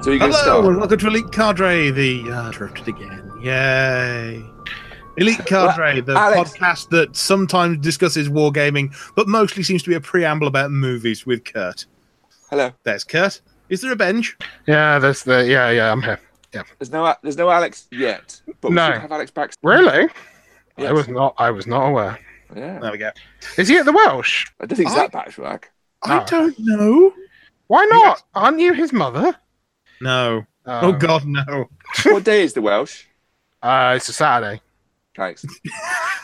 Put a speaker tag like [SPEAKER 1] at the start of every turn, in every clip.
[SPEAKER 1] So you can
[SPEAKER 2] Hello,
[SPEAKER 1] start.
[SPEAKER 2] and welcome to Elite Cadre, the uh, interrupted again. Yay! Elite Cadre, the
[SPEAKER 1] Alex-
[SPEAKER 2] podcast that sometimes discusses wargaming, but mostly seems to be a preamble about movies with Kurt.
[SPEAKER 1] Hello.
[SPEAKER 2] There's Kurt. Is there a bench?
[SPEAKER 3] Yeah, that's the yeah, yeah. I'm here.
[SPEAKER 1] There's no there's no Alex yet, but we
[SPEAKER 3] No.
[SPEAKER 1] should have Alex back.
[SPEAKER 3] Really?
[SPEAKER 1] Yes.
[SPEAKER 3] I was not. I was not aware.
[SPEAKER 1] Yeah.
[SPEAKER 2] There we go.
[SPEAKER 3] Is he at the Welsh?
[SPEAKER 1] I don't think he's
[SPEAKER 2] I-
[SPEAKER 1] that backtrack.
[SPEAKER 2] I
[SPEAKER 3] Ah.
[SPEAKER 2] don't know.
[SPEAKER 3] Why not? Aren't you his mother?
[SPEAKER 2] No. oh
[SPEAKER 3] Um,
[SPEAKER 2] God, no.
[SPEAKER 1] what day is the Welsh?
[SPEAKER 3] Uh, it's a Saturday.
[SPEAKER 1] Thanks.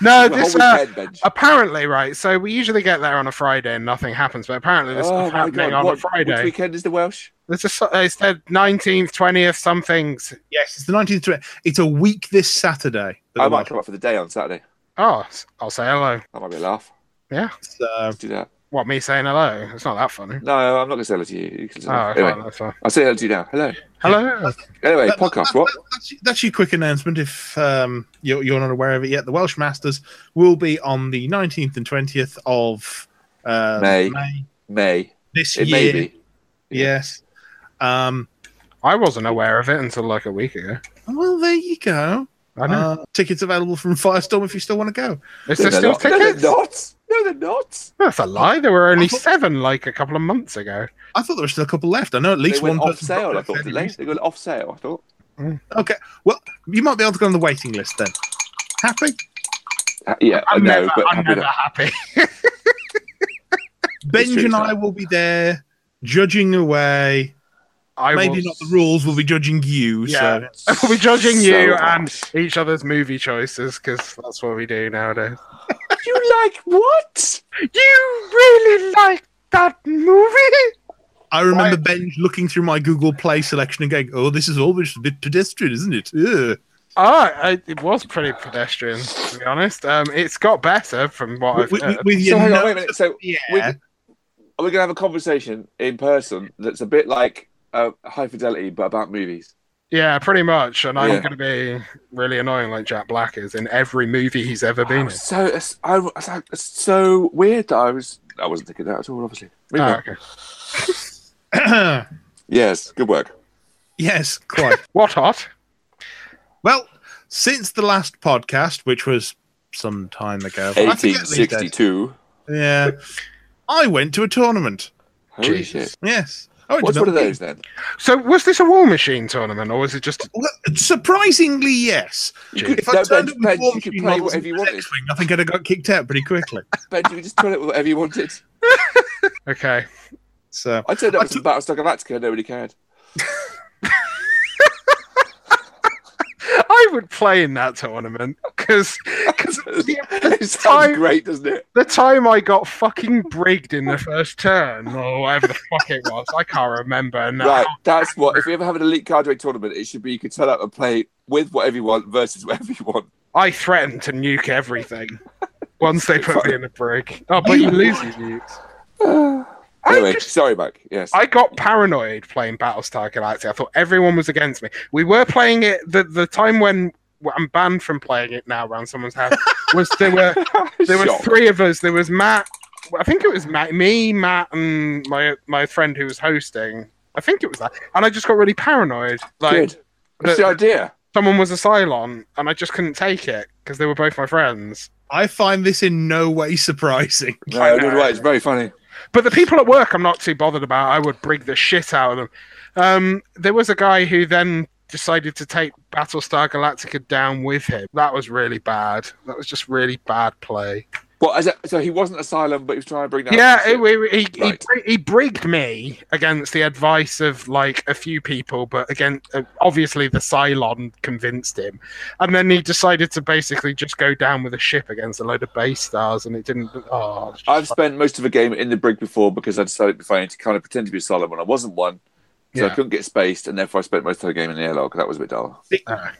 [SPEAKER 3] No,
[SPEAKER 1] The whole
[SPEAKER 3] this. Uh,
[SPEAKER 1] weekend, Benj.
[SPEAKER 3] apparently, right. So we usually get there on a Friday and nothing happens, but apparently this
[SPEAKER 1] Oh
[SPEAKER 3] is
[SPEAKER 1] my
[SPEAKER 3] happening
[SPEAKER 1] god!
[SPEAKER 3] on
[SPEAKER 1] what,
[SPEAKER 3] a
[SPEAKER 1] Which
[SPEAKER 3] Friday.
[SPEAKER 1] weekend is the Welsh?
[SPEAKER 3] This is. It said nineteenth, twentieth, somethings.
[SPEAKER 2] Yes, it's the nineteenth. It's a week this Saturday. that
[SPEAKER 1] I
[SPEAKER 2] the
[SPEAKER 1] might
[SPEAKER 2] Welsh-
[SPEAKER 1] come up for the day on Saturday.
[SPEAKER 3] Oh, s- I'll say hello.
[SPEAKER 1] That might be a laugh.
[SPEAKER 2] So
[SPEAKER 1] Let's do that.
[SPEAKER 3] What me saying hello? It's not that funny.
[SPEAKER 1] No, I'm not going to say hello to you. you can say
[SPEAKER 3] Oh,
[SPEAKER 1] hello.
[SPEAKER 3] okay,
[SPEAKER 1] anyway,
[SPEAKER 3] that's fine.
[SPEAKER 1] I'll say hello to you now. Hello.
[SPEAKER 3] Hello.
[SPEAKER 1] Anyway,
[SPEAKER 2] That-
[SPEAKER 1] podcast.
[SPEAKER 2] that-
[SPEAKER 1] What?
[SPEAKER 2] That's, that's your quick announcement. If um, you're, you're not aware of it yet, the Welsh Masters will be on the 19th and 20th of uh,
[SPEAKER 1] May. May.
[SPEAKER 2] this
[SPEAKER 1] It
[SPEAKER 2] year.
[SPEAKER 1] may be.
[SPEAKER 2] Yes. Um,
[SPEAKER 3] I wasn't aware of it until like a week ago.
[SPEAKER 2] well, there you go.
[SPEAKER 3] I know.
[SPEAKER 2] Uh, tickets available from Firestorm if you still want to go.
[SPEAKER 3] is
[SPEAKER 1] No,
[SPEAKER 3] there
[SPEAKER 1] they're
[SPEAKER 3] still
[SPEAKER 1] not. No, they're
[SPEAKER 3] tickets?
[SPEAKER 1] not. No, they're not.
[SPEAKER 3] That's a lie. There were only
[SPEAKER 2] I thought-
[SPEAKER 3] seven like a couple of months ago.
[SPEAKER 2] I thought there were still a couple left. I know at least
[SPEAKER 1] they went
[SPEAKER 2] one
[SPEAKER 1] off
[SPEAKER 2] person
[SPEAKER 1] sale.
[SPEAKER 2] got
[SPEAKER 1] I thought
[SPEAKER 2] there.
[SPEAKER 1] didn't they? They got off sale. I thought.
[SPEAKER 2] You might be able to go on the waiting list then. Happy?
[SPEAKER 1] Uh, Yeah, i know, but
[SPEAKER 3] I'm
[SPEAKER 1] happy
[SPEAKER 3] never
[SPEAKER 1] that-
[SPEAKER 3] happy.
[SPEAKER 2] Benj
[SPEAKER 1] true,
[SPEAKER 2] and
[SPEAKER 1] so.
[SPEAKER 2] I will be there judging away.
[SPEAKER 3] I
[SPEAKER 2] Maybe
[SPEAKER 3] will-
[SPEAKER 2] not the rules. We'll be judging you.
[SPEAKER 3] Yeah.
[SPEAKER 2] So.
[SPEAKER 3] I will be judging you
[SPEAKER 1] So
[SPEAKER 3] and
[SPEAKER 1] harsh.
[SPEAKER 3] each other's movie choices because that's what we do nowadays.
[SPEAKER 1] you like what?
[SPEAKER 3] You really like that movie?
[SPEAKER 2] I remember Benj looking through my Google Play selection and going, "Oh, this is always a bit pedestrian, isn't it?" Ugh.
[SPEAKER 3] Ah, I, it was pretty pedestrian, to be honest. Um, it's got better from what
[SPEAKER 2] With,
[SPEAKER 3] I've
[SPEAKER 2] with,
[SPEAKER 3] heard.
[SPEAKER 2] with your
[SPEAKER 1] uh, So hang on,
[SPEAKER 2] nose
[SPEAKER 1] wait a minute. So
[SPEAKER 2] up in the
[SPEAKER 1] with-
[SPEAKER 2] air.
[SPEAKER 1] are we gonna have a conversation in person that's a bit like uh, high fidelity but about movies?
[SPEAKER 3] yeah, pretty much. And I'm
[SPEAKER 1] Yeah.
[SPEAKER 3] going to be really annoying, like Jack Black is in every movie he's ever been
[SPEAKER 1] Oh, so it's, I, it's, like, it's so weird that I was I wasn't thinking that at all. Obviously.
[SPEAKER 3] in.
[SPEAKER 1] Moving on.
[SPEAKER 3] Oh, okay.
[SPEAKER 1] Yes. Good work.
[SPEAKER 2] yes, quite.
[SPEAKER 3] What hot?
[SPEAKER 2] well, since the last podcast, which was some time ago, I forget these days.
[SPEAKER 1] 1862.
[SPEAKER 2] yeah, I went to a tournament.
[SPEAKER 1] Holy
[SPEAKER 3] Jesus.
[SPEAKER 1] shit.
[SPEAKER 2] Yes, I went
[SPEAKER 1] What's
[SPEAKER 2] to
[SPEAKER 1] one of
[SPEAKER 2] Melbourne.
[SPEAKER 1] those then?
[SPEAKER 3] So, was this a War Machine tournament or was it just.
[SPEAKER 2] Well, uh, surprisingly, yes.
[SPEAKER 1] You
[SPEAKER 2] If I
[SPEAKER 1] no,
[SPEAKER 2] turned
[SPEAKER 1] Ben,
[SPEAKER 2] up with
[SPEAKER 1] Ben,
[SPEAKER 2] War
[SPEAKER 1] you could
[SPEAKER 2] Machine
[SPEAKER 1] play
[SPEAKER 2] models
[SPEAKER 1] whatever
[SPEAKER 2] and
[SPEAKER 1] you wanted.
[SPEAKER 2] X-Wing, I think I'd have got kicked out pretty quickly.
[SPEAKER 1] Ben, you could just turn it whatever you wanted.
[SPEAKER 3] Okay.
[SPEAKER 2] So
[SPEAKER 1] I turned
[SPEAKER 2] I
[SPEAKER 1] up with some Battlestar Galactica. Nobody cared.
[SPEAKER 3] I would play in that tournament because the,
[SPEAKER 1] it sounds
[SPEAKER 3] time-
[SPEAKER 1] great, doesn't it?
[SPEAKER 3] the time I got fucking brigged in the first turn or whatever the fuck it was, I can't remember now.
[SPEAKER 1] Right, that's what. If we ever have an elite card rate tournament, it should be you can turn up and play with whatever you want versus whatever you want.
[SPEAKER 3] I threatened to nuke everything once they put me in a brig. Oh, but you lose your nukes. I
[SPEAKER 1] anyway,
[SPEAKER 3] just-
[SPEAKER 1] sorry, Mike. Yes,
[SPEAKER 3] I got paranoid playing Battlestar Galactica. I thought everyone was against me. We were playing it the the time when well, I'm banned from playing it now around someone's house was there were there were
[SPEAKER 1] Shock.
[SPEAKER 3] three of us. There was Matt. I think it was Matt, me, Matt, and my my friend who was hosting. I think it was that. And I just got really paranoid. Like
[SPEAKER 1] Good. That's
[SPEAKER 3] the-
[SPEAKER 1] the idea.
[SPEAKER 3] someone was a Cylon, and I just couldn't take it because they were both my friends.
[SPEAKER 2] I find this in no way surprising.
[SPEAKER 1] No, I don't
[SPEAKER 3] know.
[SPEAKER 1] know why. It's very funny.
[SPEAKER 3] But the people at work, I'm not too bothered about. I would brig the shit out of them. Um, there was a guy who then decided to take Battlestar Galactica down with him. That was really bad. That was just really bad play.
[SPEAKER 1] What? As a, so he wasn't Asylum, but he was trying to bring that.
[SPEAKER 3] yeah,
[SPEAKER 1] up.
[SPEAKER 3] it, he, he, he,
[SPEAKER 1] Right.
[SPEAKER 3] bri- he brigged me against the advice of like a few people, but again, uh, obviously the Cylon convinced him. And then he decided to basically just go down with a ship against a load of base stars, and it didn't. Oh, it was just
[SPEAKER 1] I've spent most of a game in the brig before because I decided before I had to kind of pretend to be Asylum when I wasn't one, so I
[SPEAKER 3] Yeah.
[SPEAKER 1] couldn't get spaced, and therefore I spent most of the game in the airlock. That was a bit dull.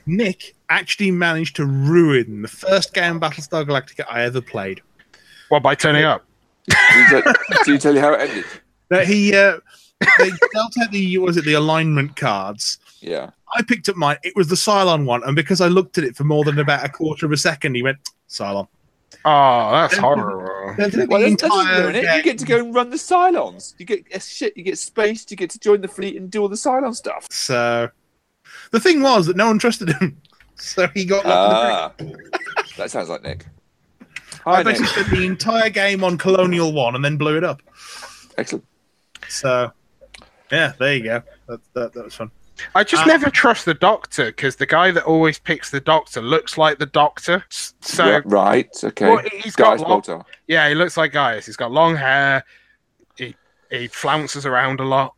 [SPEAKER 2] Nick actually managed to ruin the first game Battlestar Galactica I ever played.
[SPEAKER 3] well, by turning up.
[SPEAKER 1] Did you tell, did you tell you how it ended?
[SPEAKER 2] That he uh, they dealt out the was it the alignment cards.
[SPEAKER 1] Yeah.
[SPEAKER 2] I picked up mine. It was the Cylon one, and because I looked at it for more than about a quarter of a second, he went Cylon.
[SPEAKER 3] Oh, that's
[SPEAKER 2] And-
[SPEAKER 3] horrible. Oh.
[SPEAKER 2] They're doing
[SPEAKER 1] Well,
[SPEAKER 2] the
[SPEAKER 1] that doesn't
[SPEAKER 2] entire
[SPEAKER 1] ruin it. You
[SPEAKER 2] game.
[SPEAKER 1] get to go and run the Cylons. You get uh, shit. You get space. You get to join the fleet and do all the Cylon stuff.
[SPEAKER 2] So the thing was that no one trusted him, so he got. locked in the
[SPEAKER 1] Ah, that sounds like Nick.
[SPEAKER 2] I
[SPEAKER 1] Hi, Nick.
[SPEAKER 2] basically spent the entire game on Colonial One and then blew it up.
[SPEAKER 1] Excellent.
[SPEAKER 2] So, yeah, there you go. That, that, that was fun.
[SPEAKER 3] I just
[SPEAKER 2] Uh,
[SPEAKER 3] never trust the doctor because the guy that always picks the doctor looks like the doctor. S- So
[SPEAKER 1] Yeah, right. Okay.
[SPEAKER 3] Well, he's got
[SPEAKER 1] Guys,
[SPEAKER 3] long,
[SPEAKER 1] Baltar.
[SPEAKER 3] yeah, he looks like Gaius. He's got long hair. He he flounces around a lot.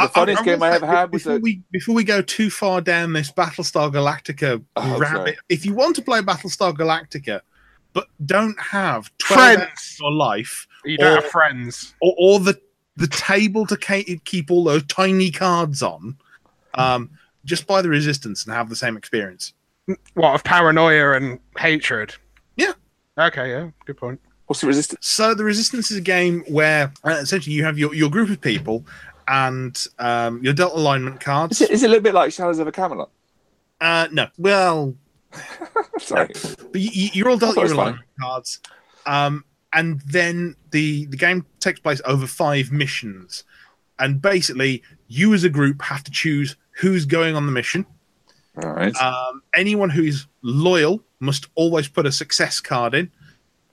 [SPEAKER 1] The funniest game
[SPEAKER 2] will
[SPEAKER 1] I
[SPEAKER 2] say
[SPEAKER 1] ever had was
[SPEAKER 2] before
[SPEAKER 1] a-
[SPEAKER 2] we before we go too far down this Battlestar Galactica
[SPEAKER 1] Oh,
[SPEAKER 2] rabbit.
[SPEAKER 1] sorry.
[SPEAKER 2] If you want to play Battlestar Galactica, but don't have twelve hours of
[SPEAKER 3] Friends.
[SPEAKER 2] your life
[SPEAKER 3] You don't
[SPEAKER 2] Or-
[SPEAKER 3] have friends.
[SPEAKER 2] or, or the the table to ca- keep all those tiny cards on, um, just buy the Resistance and have the same experience.
[SPEAKER 3] What of paranoia and hatred?
[SPEAKER 2] Yeah.
[SPEAKER 3] Okay. Yeah. Good point.
[SPEAKER 1] What's the resistance?
[SPEAKER 2] So the Resistance is a game where uh, essentially you have your, your group of people and um, your dealt alignment cards.
[SPEAKER 1] Is it, is it a little bit like Shadows of a Camelot?
[SPEAKER 2] Uh, no, well,
[SPEAKER 1] Sorry.
[SPEAKER 2] But you- you, you're all dealt
[SPEAKER 1] thought it
[SPEAKER 2] your
[SPEAKER 1] was
[SPEAKER 2] alignment cards, um, and then the the game takes place over five missions, and basically you as a group have to choose who's going on the mission.
[SPEAKER 1] All right.
[SPEAKER 2] Um, anyone who is loyal must always put a success card in,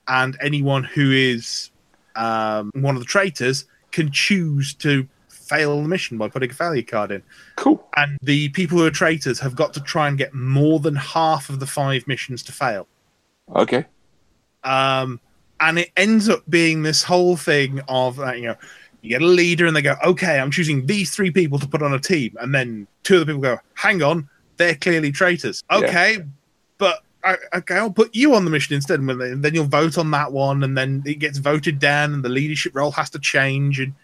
[SPEAKER 2] and anyone who is um, one of the traitors can choose to fail the mission by putting a failure card in.
[SPEAKER 1] Cool.
[SPEAKER 2] And the people who are traitors have got to try and get more than half of the five missions to fail.
[SPEAKER 1] Okay.
[SPEAKER 2] um, and it ends up being this whole thing of uh, you know you get a leader and they go okay i'm choosing these three people to put on a team and then two other people go hang on they're clearly traitors
[SPEAKER 1] Yeah.
[SPEAKER 2] okay but I, okay i'll put you on the mission instead and then then you'll vote on that one and then it gets voted down and the leadership role has to change and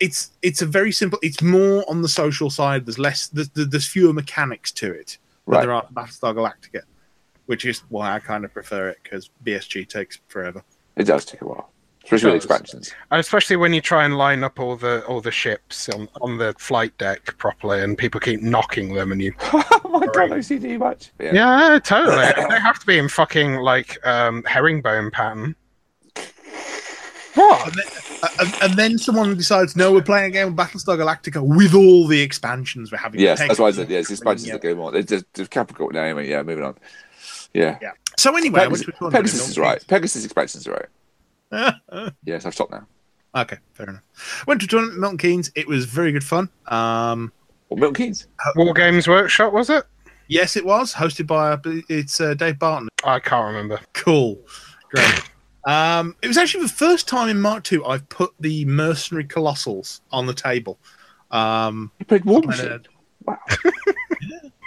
[SPEAKER 2] it's it's a very simple it's more on the social side there's less there's, there's fewer mechanics to it than
[SPEAKER 1] Right.
[SPEAKER 2] there are to battlestar galactica which is why i kind of prefer it because bsg takes forever
[SPEAKER 1] It does take a while, especially with
[SPEAKER 3] does.
[SPEAKER 1] expansions.
[SPEAKER 3] And especially when you try and line up all the all the ships on, on the flight deck properly, and people keep knocking them, and you
[SPEAKER 1] oh my god, OCD much. Yeah.
[SPEAKER 3] yeah, totally. they have to be in fucking like um, herringbone pattern. What?
[SPEAKER 2] and then, uh, and, and then someone decides no we're playing a game of battlestar galactica with all the expansions we're having
[SPEAKER 1] Yes,
[SPEAKER 2] Take-
[SPEAKER 1] that's why I said yes. Expansions
[SPEAKER 2] Yeah.
[SPEAKER 1] that go on. It's just, just Capricorn. No, anyway, yeah, moving on. Yeah.
[SPEAKER 2] so anyway
[SPEAKER 1] Pegasus,
[SPEAKER 2] which one
[SPEAKER 1] Pegasus is right. Pegasus expansions are right. Yes, I've stopped now.
[SPEAKER 2] okay fair enough went to a tournament at milton keynes it was very good fun um
[SPEAKER 1] Well, Milton Keynes.
[SPEAKER 3] War Games Workshop was it?
[SPEAKER 2] yes it was hosted by uh, it's uh, dave barton
[SPEAKER 3] I can't remember.
[SPEAKER 2] Cool. Great. Um, it was actually the first time in Mark Two I've put the mercenary colossals on the table. Um,
[SPEAKER 1] You played War
[SPEAKER 2] I
[SPEAKER 1] Machine.
[SPEAKER 2] had
[SPEAKER 1] Wow.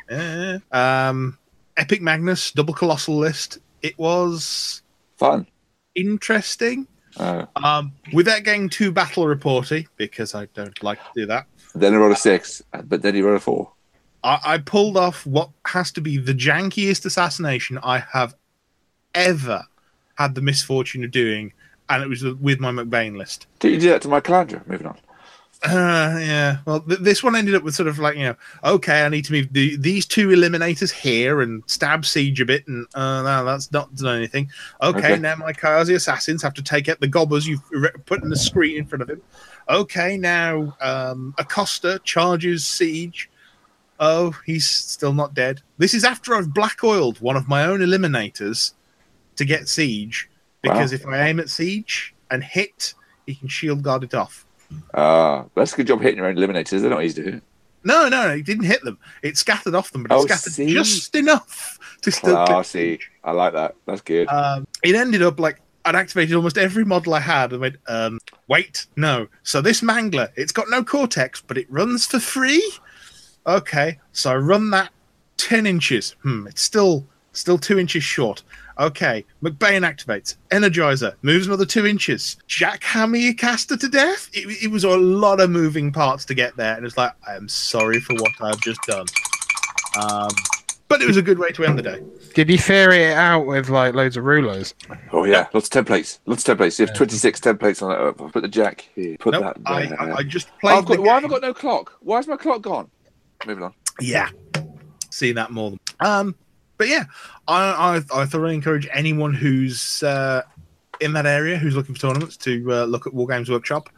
[SPEAKER 2] a- eh, um, Epic Magnus double colossal list. It was
[SPEAKER 1] Fun.
[SPEAKER 2] interesting.
[SPEAKER 1] Oh.
[SPEAKER 2] Um, without getting too battle reporty because I don't like to do that.
[SPEAKER 1] Then he rolled a six, uh, but then he rolled a four.
[SPEAKER 2] I, I pulled off what has to be the jankiest assassination I have ever had the misfortune of doing, and it was with my McBain list.
[SPEAKER 1] Did you do that to my Calandra? Moving on.
[SPEAKER 2] Uh, yeah. Well, th- this one ended up with sort of like you know, okay, I need to move the- these two eliminators here and stab siege a bit, and uh, no, that's not done anything. Okay,
[SPEAKER 1] Okay.
[SPEAKER 2] now my Kazi assassins have to take out the gobbers you've re- put in the screen in front of him. Okay, now um, Acosta charges siege. Oh, he's still not dead. This is after I've black oiled one of my own eliminators to get siege because
[SPEAKER 1] Wow.
[SPEAKER 2] if I aim at siege and hit, he can shield guard it off.
[SPEAKER 1] Ah, that's a good job hitting your own eliminators. They're not easy to do.
[SPEAKER 2] No, no, no, it didn't hit them. It scattered off them, but it
[SPEAKER 1] Oh,
[SPEAKER 2] scattered
[SPEAKER 1] see? Ah,
[SPEAKER 2] just enough to still. clip
[SPEAKER 1] Classy. I like that. That's good.
[SPEAKER 2] Um, it ended up like I'd activated almost every model I had and went, um, wait, no. So this mangler, it's got no cortex, but it runs for free. Okay, so I run that ten inches. Hmm, it's still still two inches short. Okay, McBain activates. Energizer moves another two inches. Jackhammer your caster to death. It, it was a lot of moving parts to get there, and it's like I am sorry for what I've just done. Um, but it was a good way to end the day.
[SPEAKER 3] Did he theory it out with like loads of rulers?
[SPEAKER 1] oh yeah, lots of templates. Lots of templates. You have twenty six templates on it. Oh, Put the jack here. Put
[SPEAKER 2] Nope,
[SPEAKER 1] that
[SPEAKER 2] I,
[SPEAKER 1] there.
[SPEAKER 2] I, I just played.
[SPEAKER 1] I've got,
[SPEAKER 2] the
[SPEAKER 1] why have I
[SPEAKER 2] game.
[SPEAKER 1] got no clock? Why is my clock gone? Moving on.
[SPEAKER 2] Yeah, seen that more. Than, um, but yeah, I, I I thoroughly encourage anyone who's uh, in that area who's looking for tournaments to uh, look at War Games Workshop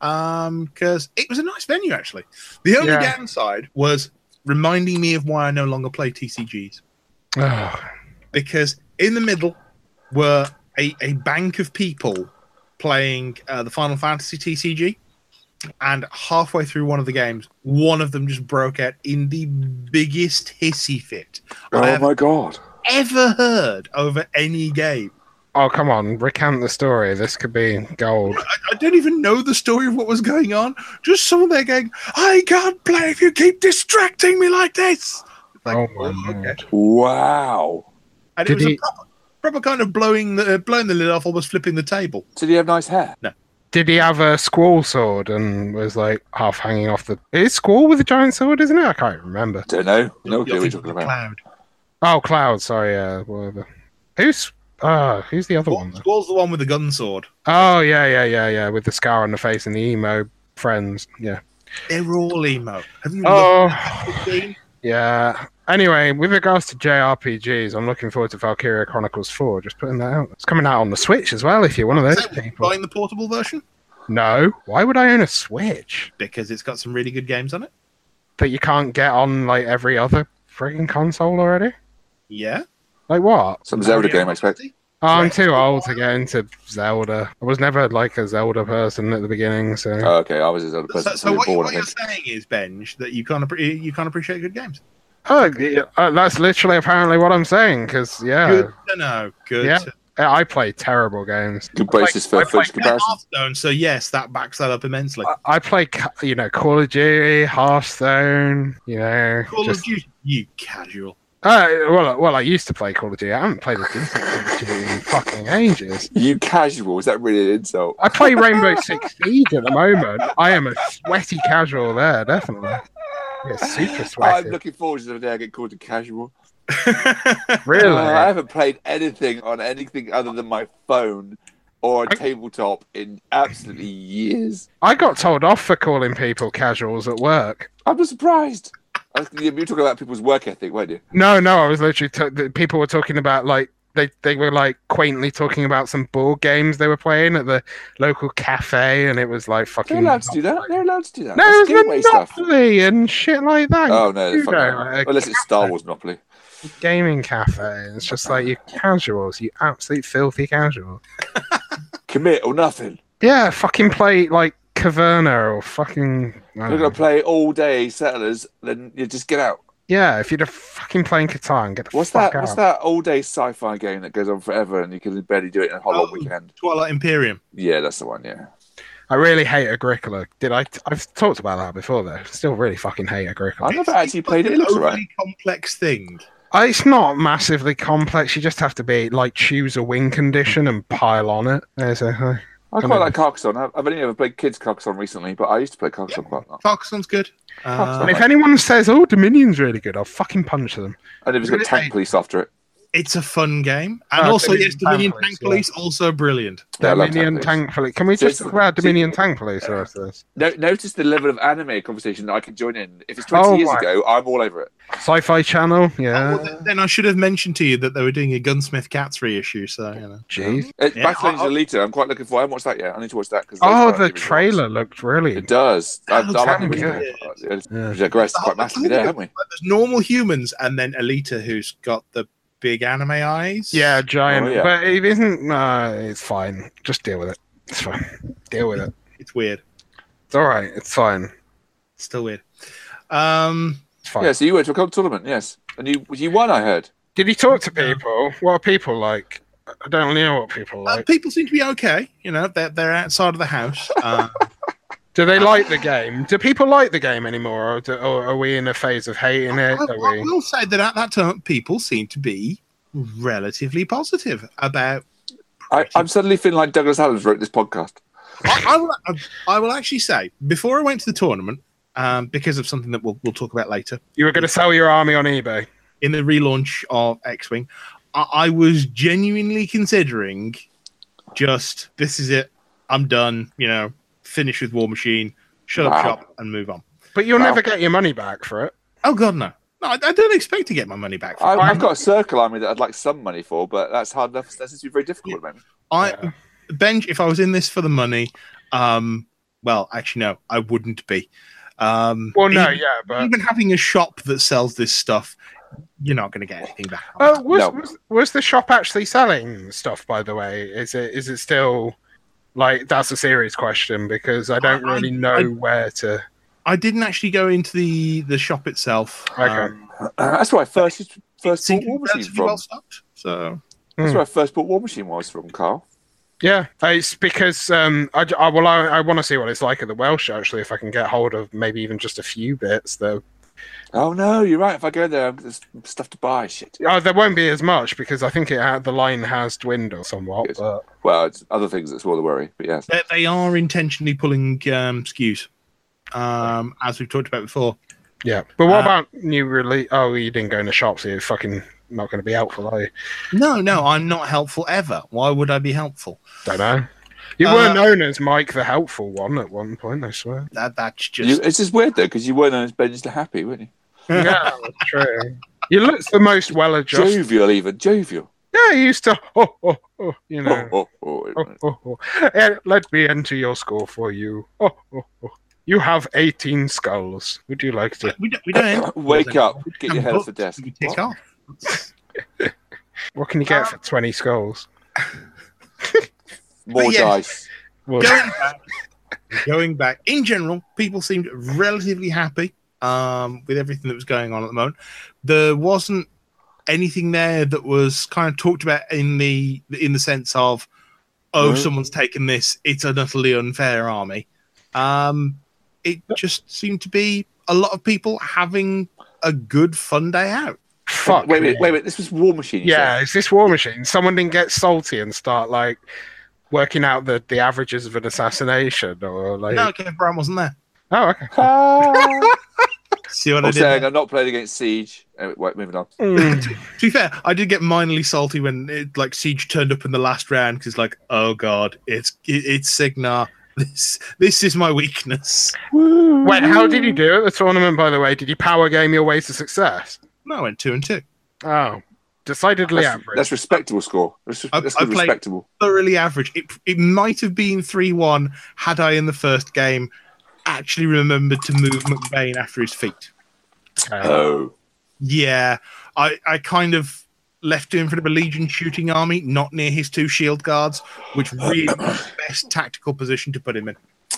[SPEAKER 2] because it was a nice venue actually. The only
[SPEAKER 3] Yeah.
[SPEAKER 2] downside was reminding me of why I no longer play TCGs
[SPEAKER 3] Ah,
[SPEAKER 2] because in the middle were a, a bank of people playing uh, the Final Fantasy TCG, and halfway through one of the games, one of them just broke out in the biggest hissy fit I
[SPEAKER 1] Oh
[SPEAKER 2] have
[SPEAKER 1] my god.
[SPEAKER 2] ever heard over any game.
[SPEAKER 3] oh, come on, recount the story. This could be gold.
[SPEAKER 2] I don't even know the story of what was going on. Just someone there going, "I can't play if you keep distracting me like this." Like,
[SPEAKER 3] oh my
[SPEAKER 2] okay.
[SPEAKER 3] god.
[SPEAKER 1] Wow.
[SPEAKER 2] And
[SPEAKER 3] Did
[SPEAKER 2] it was
[SPEAKER 3] he-
[SPEAKER 2] a proper, proper kind of blowing the blowing the lid off, almost flipping the table.
[SPEAKER 1] Did he have nice hair?
[SPEAKER 3] Did he have a squall sword and was like half hanging off the? It's squall with a giant sword, isn't it? I can't remember.
[SPEAKER 1] Don't know. No clue
[SPEAKER 2] You're
[SPEAKER 1] what you're
[SPEAKER 2] thinking
[SPEAKER 1] talking
[SPEAKER 2] of
[SPEAKER 1] about.
[SPEAKER 2] Cloud.
[SPEAKER 3] Oh, cloud. Sorry, uh, whatever. Who's? Uh, who's the other one? then?
[SPEAKER 2] Squall's the one with the gun sword.
[SPEAKER 3] Oh yeah, yeah, yeah, yeah. With the scar on the face and the emo friends. Yeah.
[SPEAKER 2] They're all emo. Have you
[SPEAKER 3] Oh.
[SPEAKER 2] looked at them?
[SPEAKER 3] Yeah. Anyway, with regards to JRPGs, I'm looking forward to Valkyria Chronicles 4. Just putting that out. It's coming out on the Switch as well. If you're one of
[SPEAKER 2] Is
[SPEAKER 3] those
[SPEAKER 2] that what you're
[SPEAKER 3] people.
[SPEAKER 2] buying the portable version?
[SPEAKER 3] No. Why would I own a Switch
[SPEAKER 2] Because it's got some really good games on it.
[SPEAKER 3] that you can't get on like every other frigging console already?
[SPEAKER 2] Yeah.
[SPEAKER 3] Like what?
[SPEAKER 1] Some Zelda game, I expect.
[SPEAKER 3] Oh, I'm
[SPEAKER 2] Right.
[SPEAKER 3] too old to get into Zelda. I was never like a Zelda person at the beginning, so
[SPEAKER 1] Oh, okay, I was his other person.
[SPEAKER 2] So, so
[SPEAKER 1] we were
[SPEAKER 2] what,
[SPEAKER 1] bored,
[SPEAKER 2] what
[SPEAKER 1] I
[SPEAKER 2] you're
[SPEAKER 1] think.
[SPEAKER 2] saying is, Benj, that you can't appre- you can't appreciate good games.
[SPEAKER 3] Oh, yeah, uh, that's literally apparently what I'm saying. Because yeah,
[SPEAKER 2] Good to know. Good.
[SPEAKER 3] Yeah.
[SPEAKER 2] To
[SPEAKER 3] I I play terrible games.
[SPEAKER 1] Good basis
[SPEAKER 3] I
[SPEAKER 1] for
[SPEAKER 3] played
[SPEAKER 1] footage
[SPEAKER 2] They're
[SPEAKER 1] comparison.
[SPEAKER 2] Hearthstone, so yes, that backs that up immensely.
[SPEAKER 3] I- I play, ca- you know, Call of Duty, Hearthstone, you know.
[SPEAKER 2] Call
[SPEAKER 3] just-
[SPEAKER 2] of Duty, you casual.
[SPEAKER 3] Uh, well, well, I used to play Call of Duty. I haven't played a decent Call of Duty in fucking ages.
[SPEAKER 1] You casual? Is that really an insult?
[SPEAKER 3] I play Rainbow Six Siege at the moment. I am a sweaty casual there, definitely. Yeah, super
[SPEAKER 1] I'm
[SPEAKER 3] sweaty.
[SPEAKER 1] looking forward to the day I get called a casual.
[SPEAKER 3] Really?
[SPEAKER 1] Uh, I haven't played anything on anything other than my phone or a
[SPEAKER 3] I-
[SPEAKER 1] tabletop in absolutely years.
[SPEAKER 3] I got told off for calling people casuals at work.
[SPEAKER 1] I'm just surprised. I was- You were talking about people's work ethic, weren't you?
[SPEAKER 3] No, no, I was literally t- the people were talking about like they they were like quaintly talking about some board games they were playing at the local cafe, and it was like fucking.
[SPEAKER 1] They're allowed to do that. They're allowed to do that.
[SPEAKER 3] No,
[SPEAKER 1] That's
[SPEAKER 3] it's
[SPEAKER 1] gateway stuff.
[SPEAKER 3] Monopoly and shit like that.
[SPEAKER 1] Oh no,
[SPEAKER 3] You
[SPEAKER 1] they're fucking-
[SPEAKER 3] know, like-
[SPEAKER 1] unless it's Star Wars Monopoly.
[SPEAKER 3] Gaming cafe. It's just like you casuals, you absolute filthy casual.
[SPEAKER 1] Commit or nothing.
[SPEAKER 3] Yeah, fucking play like Caverna or fucking. I
[SPEAKER 1] You're
[SPEAKER 3] don't
[SPEAKER 1] gonna
[SPEAKER 3] know.
[SPEAKER 1] play all day Settlers, then you just get out.
[SPEAKER 3] Yeah, if you'd have fucking playing Catan, get the
[SPEAKER 1] What's
[SPEAKER 3] fuck
[SPEAKER 1] that?
[SPEAKER 3] out.
[SPEAKER 1] What's that all day sci-fi game that goes on forever and you can barely do it in a whole long
[SPEAKER 2] Oh.
[SPEAKER 1] weekend?
[SPEAKER 2] Twilight Imperium.
[SPEAKER 1] Yeah, that's the one. Yeah.
[SPEAKER 3] I really hate Agricola. Did I? I've talked about that before though. Still really fucking hate Agricola.
[SPEAKER 1] I never
[SPEAKER 2] It's-
[SPEAKER 1] actually
[SPEAKER 2] it's
[SPEAKER 1] played it. It
[SPEAKER 2] like an
[SPEAKER 1] looks
[SPEAKER 2] overly
[SPEAKER 1] alright.
[SPEAKER 2] complex thing.
[SPEAKER 3] Uh, It's not massively complex. You just have to be like choose a win condition and pile on it. There's a hi.
[SPEAKER 1] I
[SPEAKER 3] I know.
[SPEAKER 1] quite like Carcassonne. I've I've only ever played kids Carcassonne recently, but I used to play Carcassonne quite a lot.
[SPEAKER 2] Carcassonne's good.
[SPEAKER 1] Carcassonne.
[SPEAKER 2] Uh,
[SPEAKER 3] And if anyone says, "Oh, Dominion's really good," I'll fucking punch them.
[SPEAKER 1] And it was got
[SPEAKER 3] Really?
[SPEAKER 1] tank police after it.
[SPEAKER 2] it's a fun game, and
[SPEAKER 3] Oh,
[SPEAKER 2] also
[SPEAKER 3] Dominion
[SPEAKER 2] yes, Dominion
[SPEAKER 3] Tank
[SPEAKER 2] Tank
[SPEAKER 3] Police,
[SPEAKER 2] Police also brilliant.
[SPEAKER 1] Yeah, I love
[SPEAKER 3] Dominion
[SPEAKER 1] tank
[SPEAKER 3] tank police. Can we
[SPEAKER 1] So
[SPEAKER 3] just
[SPEAKER 1] it's-
[SPEAKER 3] talk about
[SPEAKER 1] so-
[SPEAKER 3] Dominion tank police or this?
[SPEAKER 1] No, notice the level of anime conversation that I can join in. If it's 20
[SPEAKER 3] Oh
[SPEAKER 1] years
[SPEAKER 3] my-
[SPEAKER 1] ago, I'm all over it.
[SPEAKER 3] Sci-fi channel,
[SPEAKER 2] Oh,
[SPEAKER 3] yeah.
[SPEAKER 2] well, th- then I should have mentioned to you that they were doing a Gunsmith Cats reissue. So you know,
[SPEAKER 3] Jeez.
[SPEAKER 1] It's
[SPEAKER 2] Yeah,
[SPEAKER 1] Battle Angel
[SPEAKER 2] I'll-
[SPEAKER 1] Alita. I'm quite looking for. I haven't watched that yet. I need to watch that because.
[SPEAKER 3] Oh, the trailer looked really.
[SPEAKER 1] It does. I, I
[SPEAKER 2] That
[SPEAKER 1] like the
[SPEAKER 3] looks
[SPEAKER 1] original.
[SPEAKER 3] Yeah.
[SPEAKER 1] We've digressed
[SPEAKER 2] The whole-
[SPEAKER 1] quite massively there, haven't we?
[SPEAKER 2] Like, there's normal humans, and then Alita, who's got the big anime eyes.
[SPEAKER 3] Yeah, giant.
[SPEAKER 1] Oh, yeah.
[SPEAKER 3] But it isn't. No, it's fine. Just deal with it. It's fine. Deal with it.
[SPEAKER 2] it's weird.
[SPEAKER 3] It's all right. It's fine.
[SPEAKER 2] It's still weird. Um,
[SPEAKER 3] It's fine.
[SPEAKER 1] Yeah. So you went to a club tournament, yes, and you you won. I heard.
[SPEAKER 3] Did he talk to people? What are people like? I don't know what people
[SPEAKER 2] uh,
[SPEAKER 3] like.
[SPEAKER 2] people seem to be okay. You know, they're they're outside of the house. Uh,
[SPEAKER 3] Do they like the game? Do people like the game anymore, or, do, or are we in a phase of hating
[SPEAKER 2] I,
[SPEAKER 3] it?
[SPEAKER 2] I-
[SPEAKER 3] Are
[SPEAKER 2] I
[SPEAKER 3] we?
[SPEAKER 2] will say that at that time, people seem to be relatively positive about.
[SPEAKER 1] I, I'm suddenly feeling like Douglas Adams wrote this podcast.
[SPEAKER 2] I, I will. I will actually say before I went to the tournament, um, because of something that we'll we'll talk about later
[SPEAKER 3] You were going to sell your army on eBay.
[SPEAKER 2] in the relaunch of X Wing, I, I was genuinely considering just this is it. I'm done. You know, finish with War Machine, shut
[SPEAKER 1] Wow.
[SPEAKER 2] up shop, and move on.
[SPEAKER 3] But you'll
[SPEAKER 1] Wow.
[SPEAKER 3] never get your money back for it.
[SPEAKER 2] Oh God, no. No, I, I don't expect to get my money back.
[SPEAKER 1] I,
[SPEAKER 2] From
[SPEAKER 1] I've got a circle army that I'd like some money for, but that's hard enough. That seems to be very difficult at the moment.
[SPEAKER 2] I,
[SPEAKER 3] Yeah.
[SPEAKER 2] Benj, if I was in this for the money, um, well, actually, no, I wouldn't be. Um,
[SPEAKER 3] Well, no,
[SPEAKER 2] even,
[SPEAKER 3] yeah, but
[SPEAKER 2] even having a shop that sells this stuff, you're not going to get anything back. on
[SPEAKER 3] uh, was,
[SPEAKER 1] No.
[SPEAKER 3] was was the shop actually selling stuff? By the way, is it is it still like that's a serious question because I don't
[SPEAKER 2] I-
[SPEAKER 3] really know
[SPEAKER 2] I-
[SPEAKER 3] where to.
[SPEAKER 2] I didn't actually go into the the shop itself.
[SPEAKER 3] Okay.
[SPEAKER 2] Um,
[SPEAKER 1] that's where I first first bought
[SPEAKER 2] seemed
[SPEAKER 1] War Machine
[SPEAKER 2] relatively
[SPEAKER 1] from.
[SPEAKER 2] well stocked. So
[SPEAKER 1] That's
[SPEAKER 3] Hmm.
[SPEAKER 1] where I first bought War Machine was from, Carl.
[SPEAKER 3] Yeah, uh, it's because um, I, j- I- well, I, I want to see what it's like at the Welsh actually. If I can get hold of maybe even just a few bits, though,
[SPEAKER 1] Oh no, you're right. If I go there, there's stuff to buy. Shit.
[SPEAKER 3] uh, there won't be as much because I think it ha- the line has dwindled somewhat.
[SPEAKER 1] Yes.
[SPEAKER 3] But
[SPEAKER 1] Well, it's other things that's more the worry. But yes,
[SPEAKER 2] they, they are intentionally pulling um, skews, um, as we've talked about before.
[SPEAKER 3] yeah, but what
[SPEAKER 2] Uh,
[SPEAKER 3] about new release? Oh, you didn't go into shops. So you're fucking not going to be helpful, are you?
[SPEAKER 2] No, no, I'm not helpful ever. Why would I be helpful?
[SPEAKER 3] Don't know. You
[SPEAKER 2] Uh,
[SPEAKER 3] were known as Mike the Helpful One at one point, I swear.
[SPEAKER 2] That that's just
[SPEAKER 1] you, it's just weird though because you weren't known as Benj the Happy, weren't you?
[SPEAKER 3] Yeah, true. You looked the most well adjusted.
[SPEAKER 1] Jovial, even jovial.
[SPEAKER 3] Yeah, you used to, oh, oh, oh, you know.
[SPEAKER 1] Oh, oh,
[SPEAKER 3] Oh,
[SPEAKER 1] oh.
[SPEAKER 3] oh, oh. Eh, Let me enter your score for you. Oh, oh, oh. You have 18 skulls. Would you like to?
[SPEAKER 2] we don't, we don't end-
[SPEAKER 1] Wake up! Get
[SPEAKER 2] I'm
[SPEAKER 1] your head off the
[SPEAKER 2] booked.
[SPEAKER 1] desk.
[SPEAKER 2] We tick
[SPEAKER 1] What?
[SPEAKER 2] off.
[SPEAKER 3] What can you get for 20 skulls?
[SPEAKER 1] More
[SPEAKER 2] But Oh, yeah.
[SPEAKER 1] dice.
[SPEAKER 3] Well,
[SPEAKER 2] going back, going back in general, people seemed relatively happy um, with everything that was going on at the moment. There wasn't anything there that was kind of talked about in the in the sense of, oh,
[SPEAKER 1] No.
[SPEAKER 2] someone's taken this. It's an utterly unfair army. Um, it just seemed to be a lot of people having a good fun day out.
[SPEAKER 3] fuck.
[SPEAKER 1] Wait, wait,
[SPEAKER 3] me.
[SPEAKER 1] wait, wait, This was War Machine. you
[SPEAKER 3] Yeah, is this War Machine? Someone didn't get salty and start like working out the, the averages of an assassination or like.
[SPEAKER 2] No, Kev Brown wasn't there.
[SPEAKER 3] Oh, okay.
[SPEAKER 1] said? Ah.
[SPEAKER 2] See what I
[SPEAKER 1] I'm
[SPEAKER 2] did? there?
[SPEAKER 1] saying I'm not playing against Siege. Anyway, wait, moving on.
[SPEAKER 3] Mm.
[SPEAKER 2] To be fair, I did get minorly salty when it, like Siege turned up in the last round because like, oh god, it's it, it's Signar. This this is my weakness.
[SPEAKER 3] Wait, how did you do at the tournament, by the way? Did you power game your way to success?
[SPEAKER 2] No, I went two and two.
[SPEAKER 3] Oh, decidedly
[SPEAKER 1] That's,
[SPEAKER 3] average.
[SPEAKER 1] that's respectable score. That's,
[SPEAKER 2] I-
[SPEAKER 1] that's
[SPEAKER 2] I
[SPEAKER 1] good
[SPEAKER 2] played-
[SPEAKER 1] respectable.
[SPEAKER 2] Thoroughly average. It it might have been three one had I in the first game actually remembered to move McBain after his feet.
[SPEAKER 3] Okay.
[SPEAKER 1] Oh,
[SPEAKER 2] Yeah, I I kind of left him in front of a Legion shooting army, not near his two shield guards, which really was the best tactical position to put him in.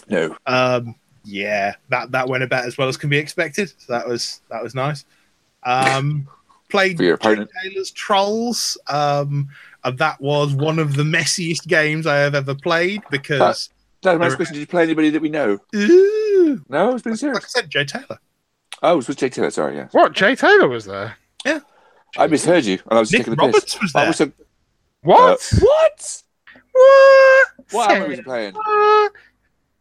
[SPEAKER 1] no.
[SPEAKER 2] Um, yeah, that that went about as well as can be expected. So that was that was nice. Um, played
[SPEAKER 1] For your opponent.
[SPEAKER 2] Taylor's Trolls, um, and that was one of the messiest games I have ever played because,
[SPEAKER 1] Dad, my next question did you play anybody that we know?
[SPEAKER 2] ooh,
[SPEAKER 1] No, it's been
[SPEAKER 2] like I
[SPEAKER 1] serious.
[SPEAKER 2] said, Joe Taylor.
[SPEAKER 1] Oh, it was with Jake Taylor. Sorry, yeah.
[SPEAKER 3] What? Jay Taylor was there?
[SPEAKER 1] I misheard you, and I was just
[SPEAKER 2] Nick
[SPEAKER 1] taking the piss.
[SPEAKER 2] Roberts was
[SPEAKER 1] I
[SPEAKER 2] there.
[SPEAKER 1] was a, uh,
[SPEAKER 3] What?
[SPEAKER 1] what?
[SPEAKER 3] What?
[SPEAKER 1] What anime was he playing?
[SPEAKER 3] What?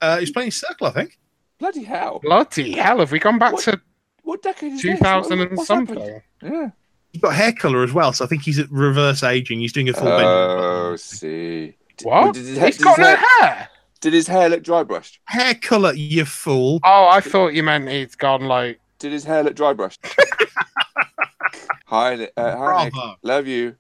[SPEAKER 2] Uh, he's playing Circle, I think.
[SPEAKER 1] Bloody hell!
[SPEAKER 3] Bloody hell, have we gone back
[SPEAKER 1] What?
[SPEAKER 3] to
[SPEAKER 1] What decade is this?
[SPEAKER 3] 2000
[SPEAKER 1] What-
[SPEAKER 3] and
[SPEAKER 1] what's happened?
[SPEAKER 3] something?
[SPEAKER 1] Yeah.
[SPEAKER 2] He's got hair color as well, so I think he's at reverse aging. He's doing a full
[SPEAKER 1] Oh,
[SPEAKER 2] Benjamin.
[SPEAKER 1] see. Did-
[SPEAKER 3] What?
[SPEAKER 1] Did, his hair-
[SPEAKER 3] He's
[SPEAKER 1] did
[SPEAKER 3] got
[SPEAKER 1] his
[SPEAKER 3] no
[SPEAKER 1] hair,
[SPEAKER 3] hair.
[SPEAKER 1] did his hair look dry brushed?
[SPEAKER 2] Hair color, you fool!
[SPEAKER 3] Oh, I thought you meant he's gone like.
[SPEAKER 1] Did his hair look dry brushed? hi, Ni- uh, hi Nick.
[SPEAKER 2] Bravo.
[SPEAKER 1] Love you.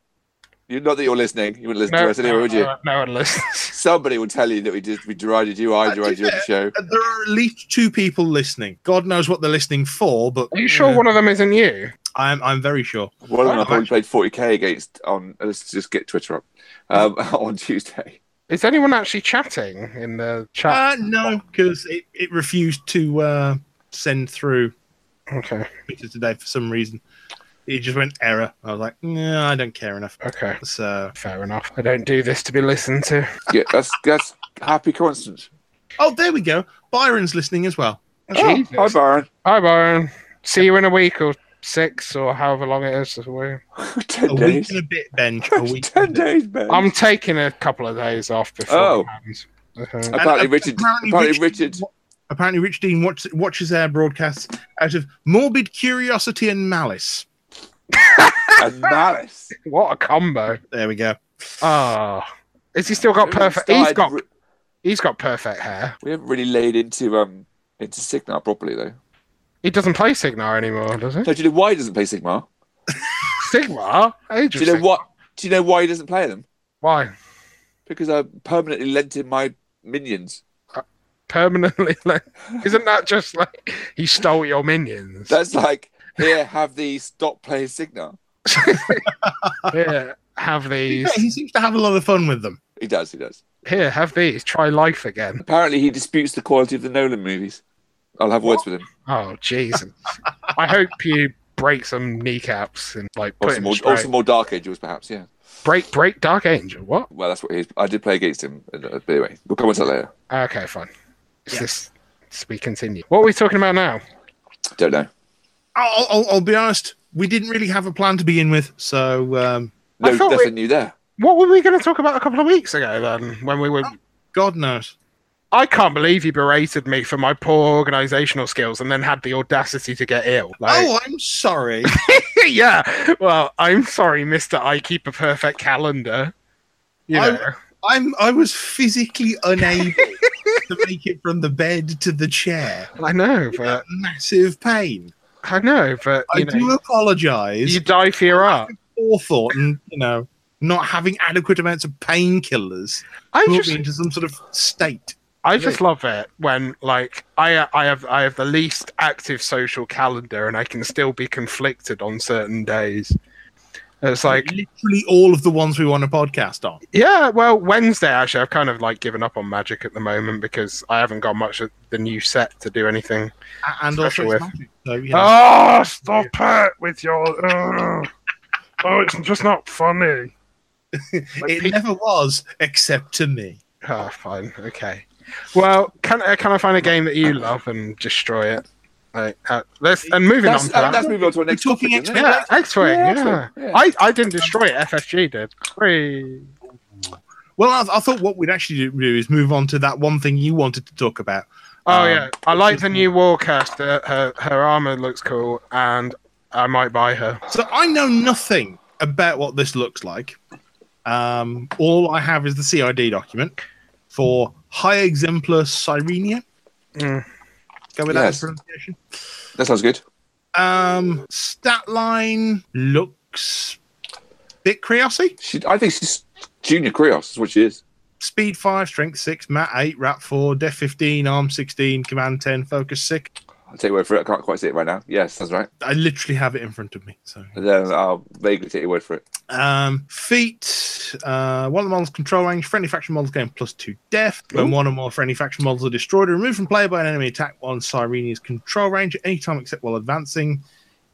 [SPEAKER 1] you not that you're listening. You wouldn't listen
[SPEAKER 3] No,
[SPEAKER 1] to us anyway,
[SPEAKER 3] no,
[SPEAKER 1] would you?
[SPEAKER 3] no, no one listens.
[SPEAKER 1] Somebody will tell you that we did. We derided you. I
[SPEAKER 2] Uh,
[SPEAKER 1] derided you on the show.
[SPEAKER 2] Uh, There are at least two people listening. God knows what they're listening for, but
[SPEAKER 3] Are you sure one of them isn't you?
[SPEAKER 2] I'm I'm very sure.
[SPEAKER 1] One of them I
[SPEAKER 2] I've
[SPEAKER 1] probably played 40k against on. Let's just get Twitter up um, on Tuesday.
[SPEAKER 3] Is anyone actually chatting in the chat?
[SPEAKER 2] Uh, no, because it, it refused to uh, send through
[SPEAKER 3] okay,
[SPEAKER 2] pictures today for some reason. It just went error. I was like, no, I don't care enough.
[SPEAKER 3] okay.
[SPEAKER 2] So,
[SPEAKER 3] Fair enough. I don't do this to be listened to.
[SPEAKER 1] Yeah, that's that's happy constant.
[SPEAKER 2] oh, there we go. Byron's listening as well.
[SPEAKER 1] Oh,
[SPEAKER 3] Jesus.
[SPEAKER 1] hi, Byron.
[SPEAKER 3] Hi, Byron. See you in a week or six or however long it is. away.
[SPEAKER 1] Ten
[SPEAKER 2] A week
[SPEAKER 1] days.
[SPEAKER 2] and a bit, Benj. A week.
[SPEAKER 1] Ten
[SPEAKER 2] and a bit.
[SPEAKER 1] days, man.
[SPEAKER 3] I'm taking a couple of days off before. Oh.
[SPEAKER 2] And
[SPEAKER 1] apparently,
[SPEAKER 2] a-
[SPEAKER 1] Richard. Apparently, Richard.
[SPEAKER 2] wa- Apparently, Rich Dean watch, watches their broadcasts out of morbid curiosity and malice.
[SPEAKER 1] and malice.
[SPEAKER 3] What a combo!
[SPEAKER 2] There we go.
[SPEAKER 3] Ah, is he still got perfect?
[SPEAKER 1] We haven't
[SPEAKER 3] He's got
[SPEAKER 1] started-
[SPEAKER 3] he's got perfect hair.
[SPEAKER 1] We haven't really laid into um into Sigmar properly though.
[SPEAKER 3] He doesn't play Sigma anymore, does he?
[SPEAKER 1] So do you know why he doesn't play Sigmar?
[SPEAKER 3] Sigma?
[SPEAKER 1] Do you know
[SPEAKER 3] Interesting.
[SPEAKER 1] what? Do you know why he doesn't play them?
[SPEAKER 3] Why?
[SPEAKER 1] Because I permanently lent him my minions.
[SPEAKER 3] Permanently, like, isn't that just like he stole your minions?
[SPEAKER 1] That's like, here, have these, stop playing Signa.
[SPEAKER 3] Here, have these.
[SPEAKER 2] Yeah, he seems to have a lot of fun with them.
[SPEAKER 1] He does, he does.
[SPEAKER 3] Here, have these. Try life again.
[SPEAKER 1] Apparently, he disputes the quality of the Nolan movies. I'll have words with him.
[SPEAKER 3] Oh Jesus! I hope you break some kneecaps and like
[SPEAKER 1] Or
[SPEAKER 3] put
[SPEAKER 1] some,
[SPEAKER 3] him
[SPEAKER 1] more, or
[SPEAKER 3] straight.
[SPEAKER 1] some more Dark Angels, perhaps, yeah.
[SPEAKER 3] break break Dark Angel. What?
[SPEAKER 1] Well, that's what he's. I did play against him. uh, But anyway, we'll come on to that later.
[SPEAKER 3] Okay, fine. Is
[SPEAKER 2] Yeah.
[SPEAKER 3] this? so we continue. What are we talking about now?
[SPEAKER 1] Don't know.
[SPEAKER 2] I'll, I'll, I'll be honest. We didn't really have a plan to begin with, so um,
[SPEAKER 1] No,
[SPEAKER 3] I thought
[SPEAKER 1] nothing
[SPEAKER 3] we-
[SPEAKER 1] new there.
[SPEAKER 3] What were we going to talk about a couple of weeks ago then? When we were,
[SPEAKER 2] God knows.
[SPEAKER 3] I can't believe you berated me for my poor organisational skills and then had the audacity to get ill. Like,
[SPEAKER 2] Oh, I'm sorry.
[SPEAKER 3] yeah. Well, I'm sorry, Mister. I keep a perfect calendar. You
[SPEAKER 2] I-
[SPEAKER 3] know.
[SPEAKER 2] I'm. I was physically unable to make it from the bed to the chair.
[SPEAKER 3] I know, but
[SPEAKER 2] Massive pain.
[SPEAKER 3] I know, but
[SPEAKER 2] I
[SPEAKER 3] you
[SPEAKER 2] do
[SPEAKER 3] know,
[SPEAKER 2] apologise.
[SPEAKER 3] you die for your art.
[SPEAKER 2] forethought and you know not having adequate amounts of painkillers
[SPEAKER 3] I
[SPEAKER 2] put
[SPEAKER 3] just,
[SPEAKER 2] me into some sort of state.
[SPEAKER 3] I just love it when like I, I have, I have the least active social calendar, and I can still be conflicted on certain days. It's like,
[SPEAKER 2] Literally all of the ones we want a podcast on.
[SPEAKER 3] yeah, well, Wednesday actually, I've kind of like given up on magic at the moment because I haven't got much of the new set to do anything.
[SPEAKER 2] A- And
[SPEAKER 3] Especially
[SPEAKER 2] also it's
[SPEAKER 3] with-
[SPEAKER 2] magic. So, you know,
[SPEAKER 3] Ah, stop it with your. oh, oh, it's just not funny. like
[SPEAKER 2] it
[SPEAKER 3] pe-
[SPEAKER 2] never was except to me.
[SPEAKER 3] Ah, fine. Okay. Well, can uh, can I find a game that you love and destroy it? Like, uh, let's and moving
[SPEAKER 1] That's,
[SPEAKER 3] on to
[SPEAKER 1] uh,
[SPEAKER 3] that.
[SPEAKER 1] that's moving on to our next
[SPEAKER 2] talking
[SPEAKER 1] topic. isn't it?
[SPEAKER 2] X-Men?
[SPEAKER 3] yeah, X Wing. Yeah,
[SPEAKER 1] X-Wing, yeah.
[SPEAKER 3] I, I didn't destroy it. FFG did. Three.
[SPEAKER 2] Well, I, I thought what we'd actually do- do is move on to that one thing you wanted to talk about.
[SPEAKER 3] Oh
[SPEAKER 2] Um,
[SPEAKER 3] yeah, I like the new Warcaster. Her her armor looks cool, and I might buy her.
[SPEAKER 2] So I know nothing about what this looks like. Um, all I have is the CID document for High Exemplar Sirenia.
[SPEAKER 3] Mm.
[SPEAKER 2] Go with that
[SPEAKER 1] Yes.
[SPEAKER 2] as pronunciation.
[SPEAKER 1] That sounds good.
[SPEAKER 2] Um, stat line looks bit Creosy.
[SPEAKER 1] She, I think she's Junior Krios, is what she is.
[SPEAKER 2] Speed five, strength six, mat eight, rap four, def fifteen, arm sixteen, command ten, focus six.
[SPEAKER 1] I'll take your word for it. I can't quite see it right now. Yes, that's right.
[SPEAKER 2] I literally have it in front of me. So,
[SPEAKER 1] And then I'll vaguely take your word for it.
[SPEAKER 2] um, feet. Uh, one of the models control range. Friendly faction models gain plus two def. When
[SPEAKER 1] Ooh.
[SPEAKER 2] one or more friendly faction models are destroyed or removed from play by an enemy attack while in Cyrenia's control range at any time except while advancing.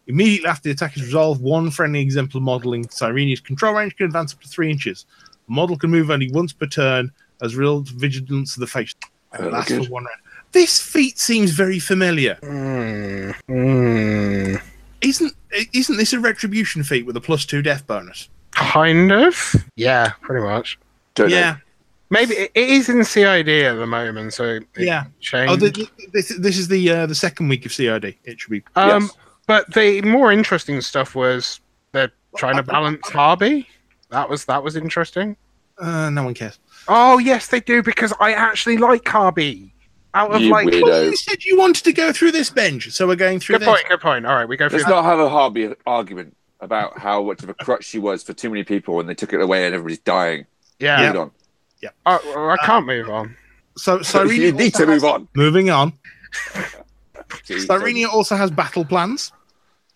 [SPEAKER 2] Immediately after the attack is resolved, one friendly exemplar model in Cyrenia's control range can advance up to three inches. The model can move only once per turn as real vigilance of the face. And
[SPEAKER 1] Oh, Very
[SPEAKER 2] it lasts
[SPEAKER 1] good.
[SPEAKER 2] for one round. This feat seems very familiar.
[SPEAKER 3] Mm. Mm.
[SPEAKER 2] Isn't isn't this a retribution feat with a plus two death bonus?
[SPEAKER 3] Kind of. Yeah, pretty much.
[SPEAKER 1] Don't know.
[SPEAKER 2] yeah,
[SPEAKER 3] Maybe it it is in CID at the moment, so it
[SPEAKER 2] yeah.
[SPEAKER 3] changed.
[SPEAKER 2] Oh, the, the- this this is the uh, the second week of CID. It should be.
[SPEAKER 3] Um,
[SPEAKER 1] Yes.
[SPEAKER 3] but the more interesting stuff was they're trying to balance Harvey. That was that was interesting.
[SPEAKER 2] Uh, no one cares.
[SPEAKER 3] Oh yes, they do because I actually like Harvey. Out of
[SPEAKER 1] You
[SPEAKER 3] like,
[SPEAKER 1] weird-
[SPEAKER 3] good
[SPEAKER 2] Well,
[SPEAKER 1] Widow.
[SPEAKER 2] you said you wanted to go through this bench, so we're going through this.
[SPEAKER 3] point, good point. All right, we go through
[SPEAKER 1] Let's
[SPEAKER 3] that.
[SPEAKER 1] not have a Harvey argument about how much of a crutch she was for too many people and they took it away and everybody's dying.
[SPEAKER 3] yeah,
[SPEAKER 1] Move on.
[SPEAKER 3] Oh, well,
[SPEAKER 2] Uh,
[SPEAKER 3] I can't move on.
[SPEAKER 2] So Cyrenia
[SPEAKER 1] you need
[SPEAKER 2] also
[SPEAKER 1] to move
[SPEAKER 2] has-
[SPEAKER 1] on.
[SPEAKER 2] Moving on.
[SPEAKER 1] Jeez,
[SPEAKER 2] Cyrenia also has battle plans.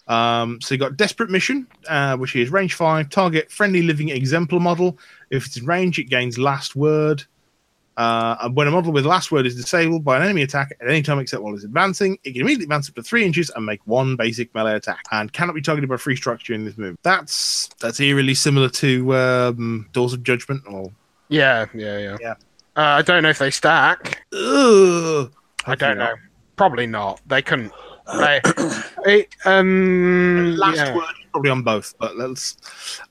[SPEAKER 2] Um, so you got desperate mission, uh, which is range five, target friendly living exemplar model. If it's in range, it gains last word. Uh, and when a model with last word is disabled by an enemy attack at any time except while it's advancing, it can immediately advance up to three inches and make one basic melee attack, and cannot be targeted by free strikes during this move. That's that's eerily similar to um, Doors of Judgment. Or
[SPEAKER 3] Yeah, yeah, yeah.
[SPEAKER 2] Yeah.
[SPEAKER 3] Uh, I don't know if they stack.
[SPEAKER 2] Ugh.
[SPEAKER 3] I don't know. Probably not. They couldn't.
[SPEAKER 1] Uh,
[SPEAKER 3] They, it,
[SPEAKER 2] The
[SPEAKER 3] um,
[SPEAKER 2] last
[SPEAKER 3] yeah.
[SPEAKER 2] word is probably on both, but let's.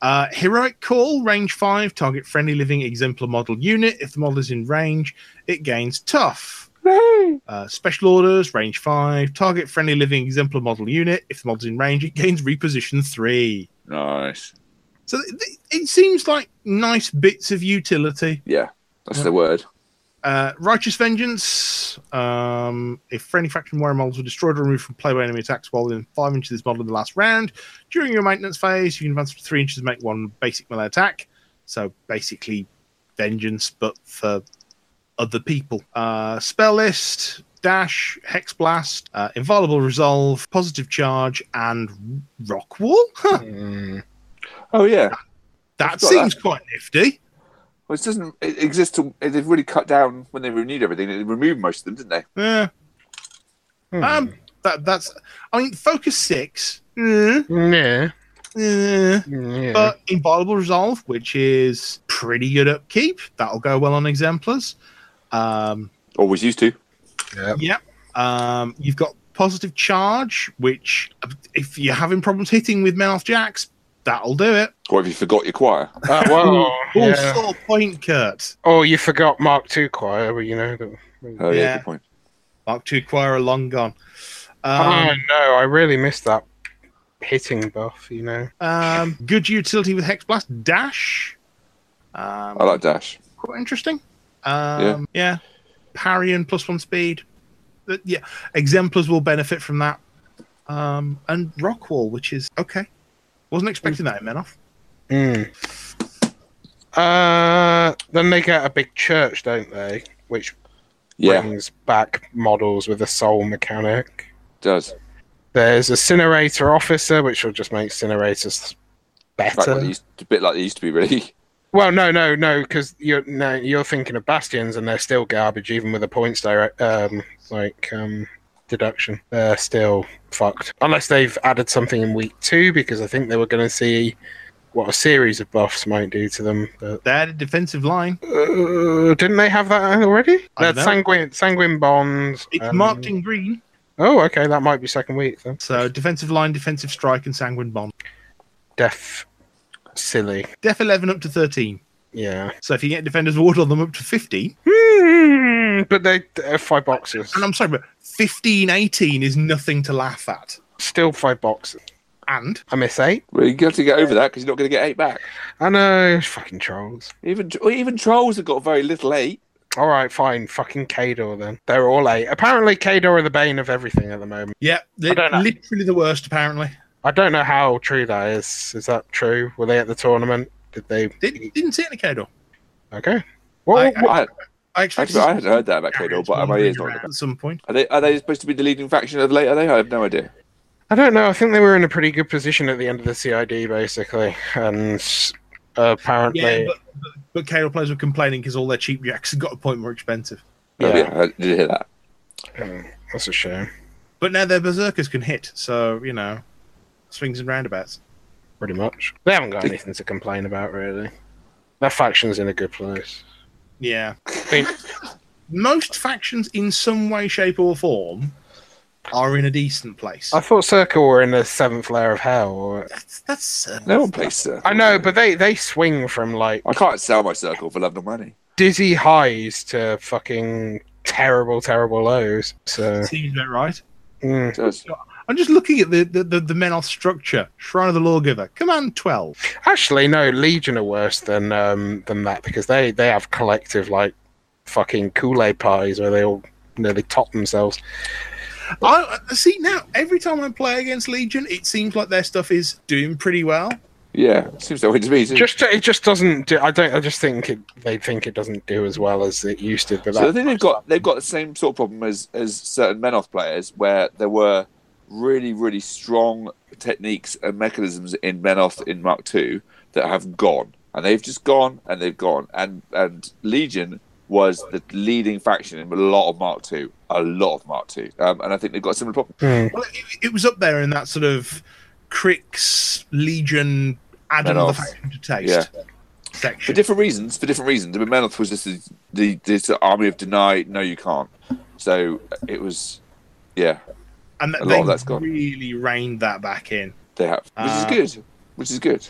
[SPEAKER 2] Uh, heroic call, range five, target friendly living exemplar model unit. If the model is in range, it gains tough.
[SPEAKER 1] Yay.
[SPEAKER 2] Uh, special orders, range five, target friendly living exemplar model unit. If the model's in range, it gains reposition three.
[SPEAKER 1] Nice.
[SPEAKER 2] So th- th- it seems like nice bits of utility.
[SPEAKER 1] Yeah, that's the word.
[SPEAKER 2] Uh, Righteous Vengeance. Um, if friendly faction warrior models are destroyed or removed from play by enemy attacks while within five inches of this model in the last round, during your maintenance phase, you can advance up to three inches and make one basic melee attack. So basically, vengeance, but for other people. Uh, spell list, dash, hex blast, uh, inviolable resolve, positive charge, and rock wall. Huh,
[SPEAKER 3] Hmm.
[SPEAKER 1] Oh yeah.
[SPEAKER 2] that
[SPEAKER 1] I've got
[SPEAKER 2] seems quite nifty.
[SPEAKER 1] Well, it doesn't it exist. To, they've really cut down when they renewed everything. They removed most of them, didn't they?
[SPEAKER 2] Yeah.
[SPEAKER 3] Hmm.
[SPEAKER 2] Um, that that's. I mean, focus six. eh,
[SPEAKER 3] Hmm. yeah, Hmm,
[SPEAKER 2] eh,
[SPEAKER 3] yeah.
[SPEAKER 2] But inviolable resolve, which is pretty good upkeep, that'll go well on exemplars. Um,
[SPEAKER 1] Always used to.
[SPEAKER 3] Yep.
[SPEAKER 2] Yep. Um, you've got positive charge, which if you're having problems hitting with mouth jacks, that'll do it.
[SPEAKER 1] Or if you forgot your choir.
[SPEAKER 3] Uh, well,
[SPEAKER 2] Full
[SPEAKER 3] yeah.
[SPEAKER 2] score point, Kurt.
[SPEAKER 3] Oh, you forgot Mark Two Choir, but you know. The...
[SPEAKER 1] Oh yeah,
[SPEAKER 2] Yeah.
[SPEAKER 1] good point.
[SPEAKER 2] Mark two choir are long gone.
[SPEAKER 3] oh
[SPEAKER 2] Um,
[SPEAKER 3] no, I really missed that hitting buff. You know.
[SPEAKER 2] um, good utility with hex blast dash. Um,
[SPEAKER 1] I like Dash.
[SPEAKER 2] quite interesting. Um, yeah. Parry and plus one speed. But yeah, exemplars will benefit from that. Um, and Rockwall, which is okay. Wasn't expecting that in Menoff.
[SPEAKER 3] Mm. Uh, then they get a big church, don't they? Which
[SPEAKER 1] Yeah,
[SPEAKER 3] brings back models with a soul mechanic.
[SPEAKER 1] does.
[SPEAKER 3] There's a Cinerator officer, which will just make Cinerators
[SPEAKER 1] Back
[SPEAKER 3] better.
[SPEAKER 1] when it used, a bit like they used to be, really.
[SPEAKER 3] Well, no, no, no, because you're no, you're thinking of bastions, and they're still garbage, even with a points direct um, like um, deduction. They're still fucked unless they've added something in week two, because I think they were going to see what a series of buffs might do to them. But
[SPEAKER 2] They had a defensive line.
[SPEAKER 3] uh, didn't they have that already?
[SPEAKER 2] I don't
[SPEAKER 3] That
[SPEAKER 2] know.
[SPEAKER 3] sanguine sanguine bonds.
[SPEAKER 2] It's
[SPEAKER 3] um,
[SPEAKER 2] marked in green.
[SPEAKER 3] Oh, okay, that might be second week then.
[SPEAKER 2] So defensive line, defensive strike, and sanguine bomb.
[SPEAKER 3] Def, silly,
[SPEAKER 2] Def eleven up to thirteen.
[SPEAKER 3] yeah.
[SPEAKER 2] So if you get defender's ward on them up to fifteen,
[SPEAKER 3] Hmm, but they uh, five boxes.
[SPEAKER 2] and I'm sorry, but 15, 18 is nothing to laugh at.
[SPEAKER 3] Still five boxes.
[SPEAKER 2] And
[SPEAKER 3] I miss eight.
[SPEAKER 1] Well, you got to get over that because you're not going to get eight back.
[SPEAKER 3] I know, fucking trolls.
[SPEAKER 1] Even well, even trolls have got very little eight.
[SPEAKER 3] All right, fine, fucking Kador then. They're all eight. Apparently, Kador are the bane of everything at the moment.
[SPEAKER 2] yeah, they're
[SPEAKER 3] don't know.
[SPEAKER 2] literally the worst. Apparently,
[SPEAKER 3] I don't know how true that is. Is that true? Were they at the tournament? Did they?
[SPEAKER 2] didn't, didn't see any Kador.
[SPEAKER 3] Okay. Well,
[SPEAKER 2] I-
[SPEAKER 1] I,
[SPEAKER 2] I expected.
[SPEAKER 1] actually, I hadn't heard that about Kador,
[SPEAKER 2] Carrots
[SPEAKER 1] but my
[SPEAKER 2] wandering
[SPEAKER 1] ears not.
[SPEAKER 2] around at some point.
[SPEAKER 1] Are they are they supposed to be the leading faction of late? Are they? I have no idea.
[SPEAKER 3] I don't know. I think they were in a pretty good position at the end of the CID, basically, and uh, apparently,
[SPEAKER 2] Yeah, but, but, but Kador players were complaining because all their cheap jacks had got a point more expensive.
[SPEAKER 1] Oh,
[SPEAKER 3] Yeah.
[SPEAKER 1] yeah, I did hear that.
[SPEAKER 3] um, that's a shame.
[SPEAKER 2] But now their berserkers can hit, so you know, swings and roundabouts.
[SPEAKER 3] Pretty much, they haven't got anything to complain about, really. Their faction's in a good place.
[SPEAKER 2] Yeah.
[SPEAKER 3] I mean,
[SPEAKER 2] most factions in some way, shape, or form are in a decent place.
[SPEAKER 3] I thought Circle were in the seventh layer of hell, or
[SPEAKER 2] That's that's uh,
[SPEAKER 1] No one plays Circle.
[SPEAKER 3] I know, but they they swing from like
[SPEAKER 1] I can't sell my Circle for love nor money.
[SPEAKER 3] dizzy highs to fucking terrible, terrible lows. So
[SPEAKER 2] seems about right.
[SPEAKER 3] mm.
[SPEAKER 1] It does.
[SPEAKER 2] I'm just looking at the the, the, the Menoth structure. Shrine of the Lawgiver, Command Twelve.
[SPEAKER 3] actually, no, Legion are worse than um than that because they they have collective like fucking Kool Aid pies where they all you know they top themselves.
[SPEAKER 2] I I- see now. Every time I play against Legion, it seems like their stuff is doing pretty well.
[SPEAKER 1] Yeah, it seems that way to me. too.
[SPEAKER 3] Just it just doesn't. Do, I don't. I just think it, they think it doesn't do as well as it used to. But
[SPEAKER 1] So I
[SPEAKER 3] that-
[SPEAKER 1] think they've got they've got the same sort of problem as as certain Menoth players, where there were really really strong techniques and mechanisms in Menoth in Mark Two that have gone, and they've just gone and they've gone, and and Legion was the leading faction in a lot of Mark Two, a lot of Mark Two, um, and I think they've got a similar problem.
[SPEAKER 3] Hmm.
[SPEAKER 2] Well, it, it was up there in that sort of Crix Legion add another
[SPEAKER 1] Menoth.
[SPEAKER 2] faction to taste
[SPEAKER 1] Yeah. For
[SPEAKER 2] section.
[SPEAKER 1] different reasons, for different reasons. But Menoth was just the, the this army of deny, no, you can't. So uh, it was, yeah,
[SPEAKER 2] and th-
[SPEAKER 1] a lot
[SPEAKER 2] they
[SPEAKER 1] of that's gone.
[SPEAKER 2] really reined that back in.
[SPEAKER 1] they have,
[SPEAKER 2] Ah.
[SPEAKER 1] which is good, which is good.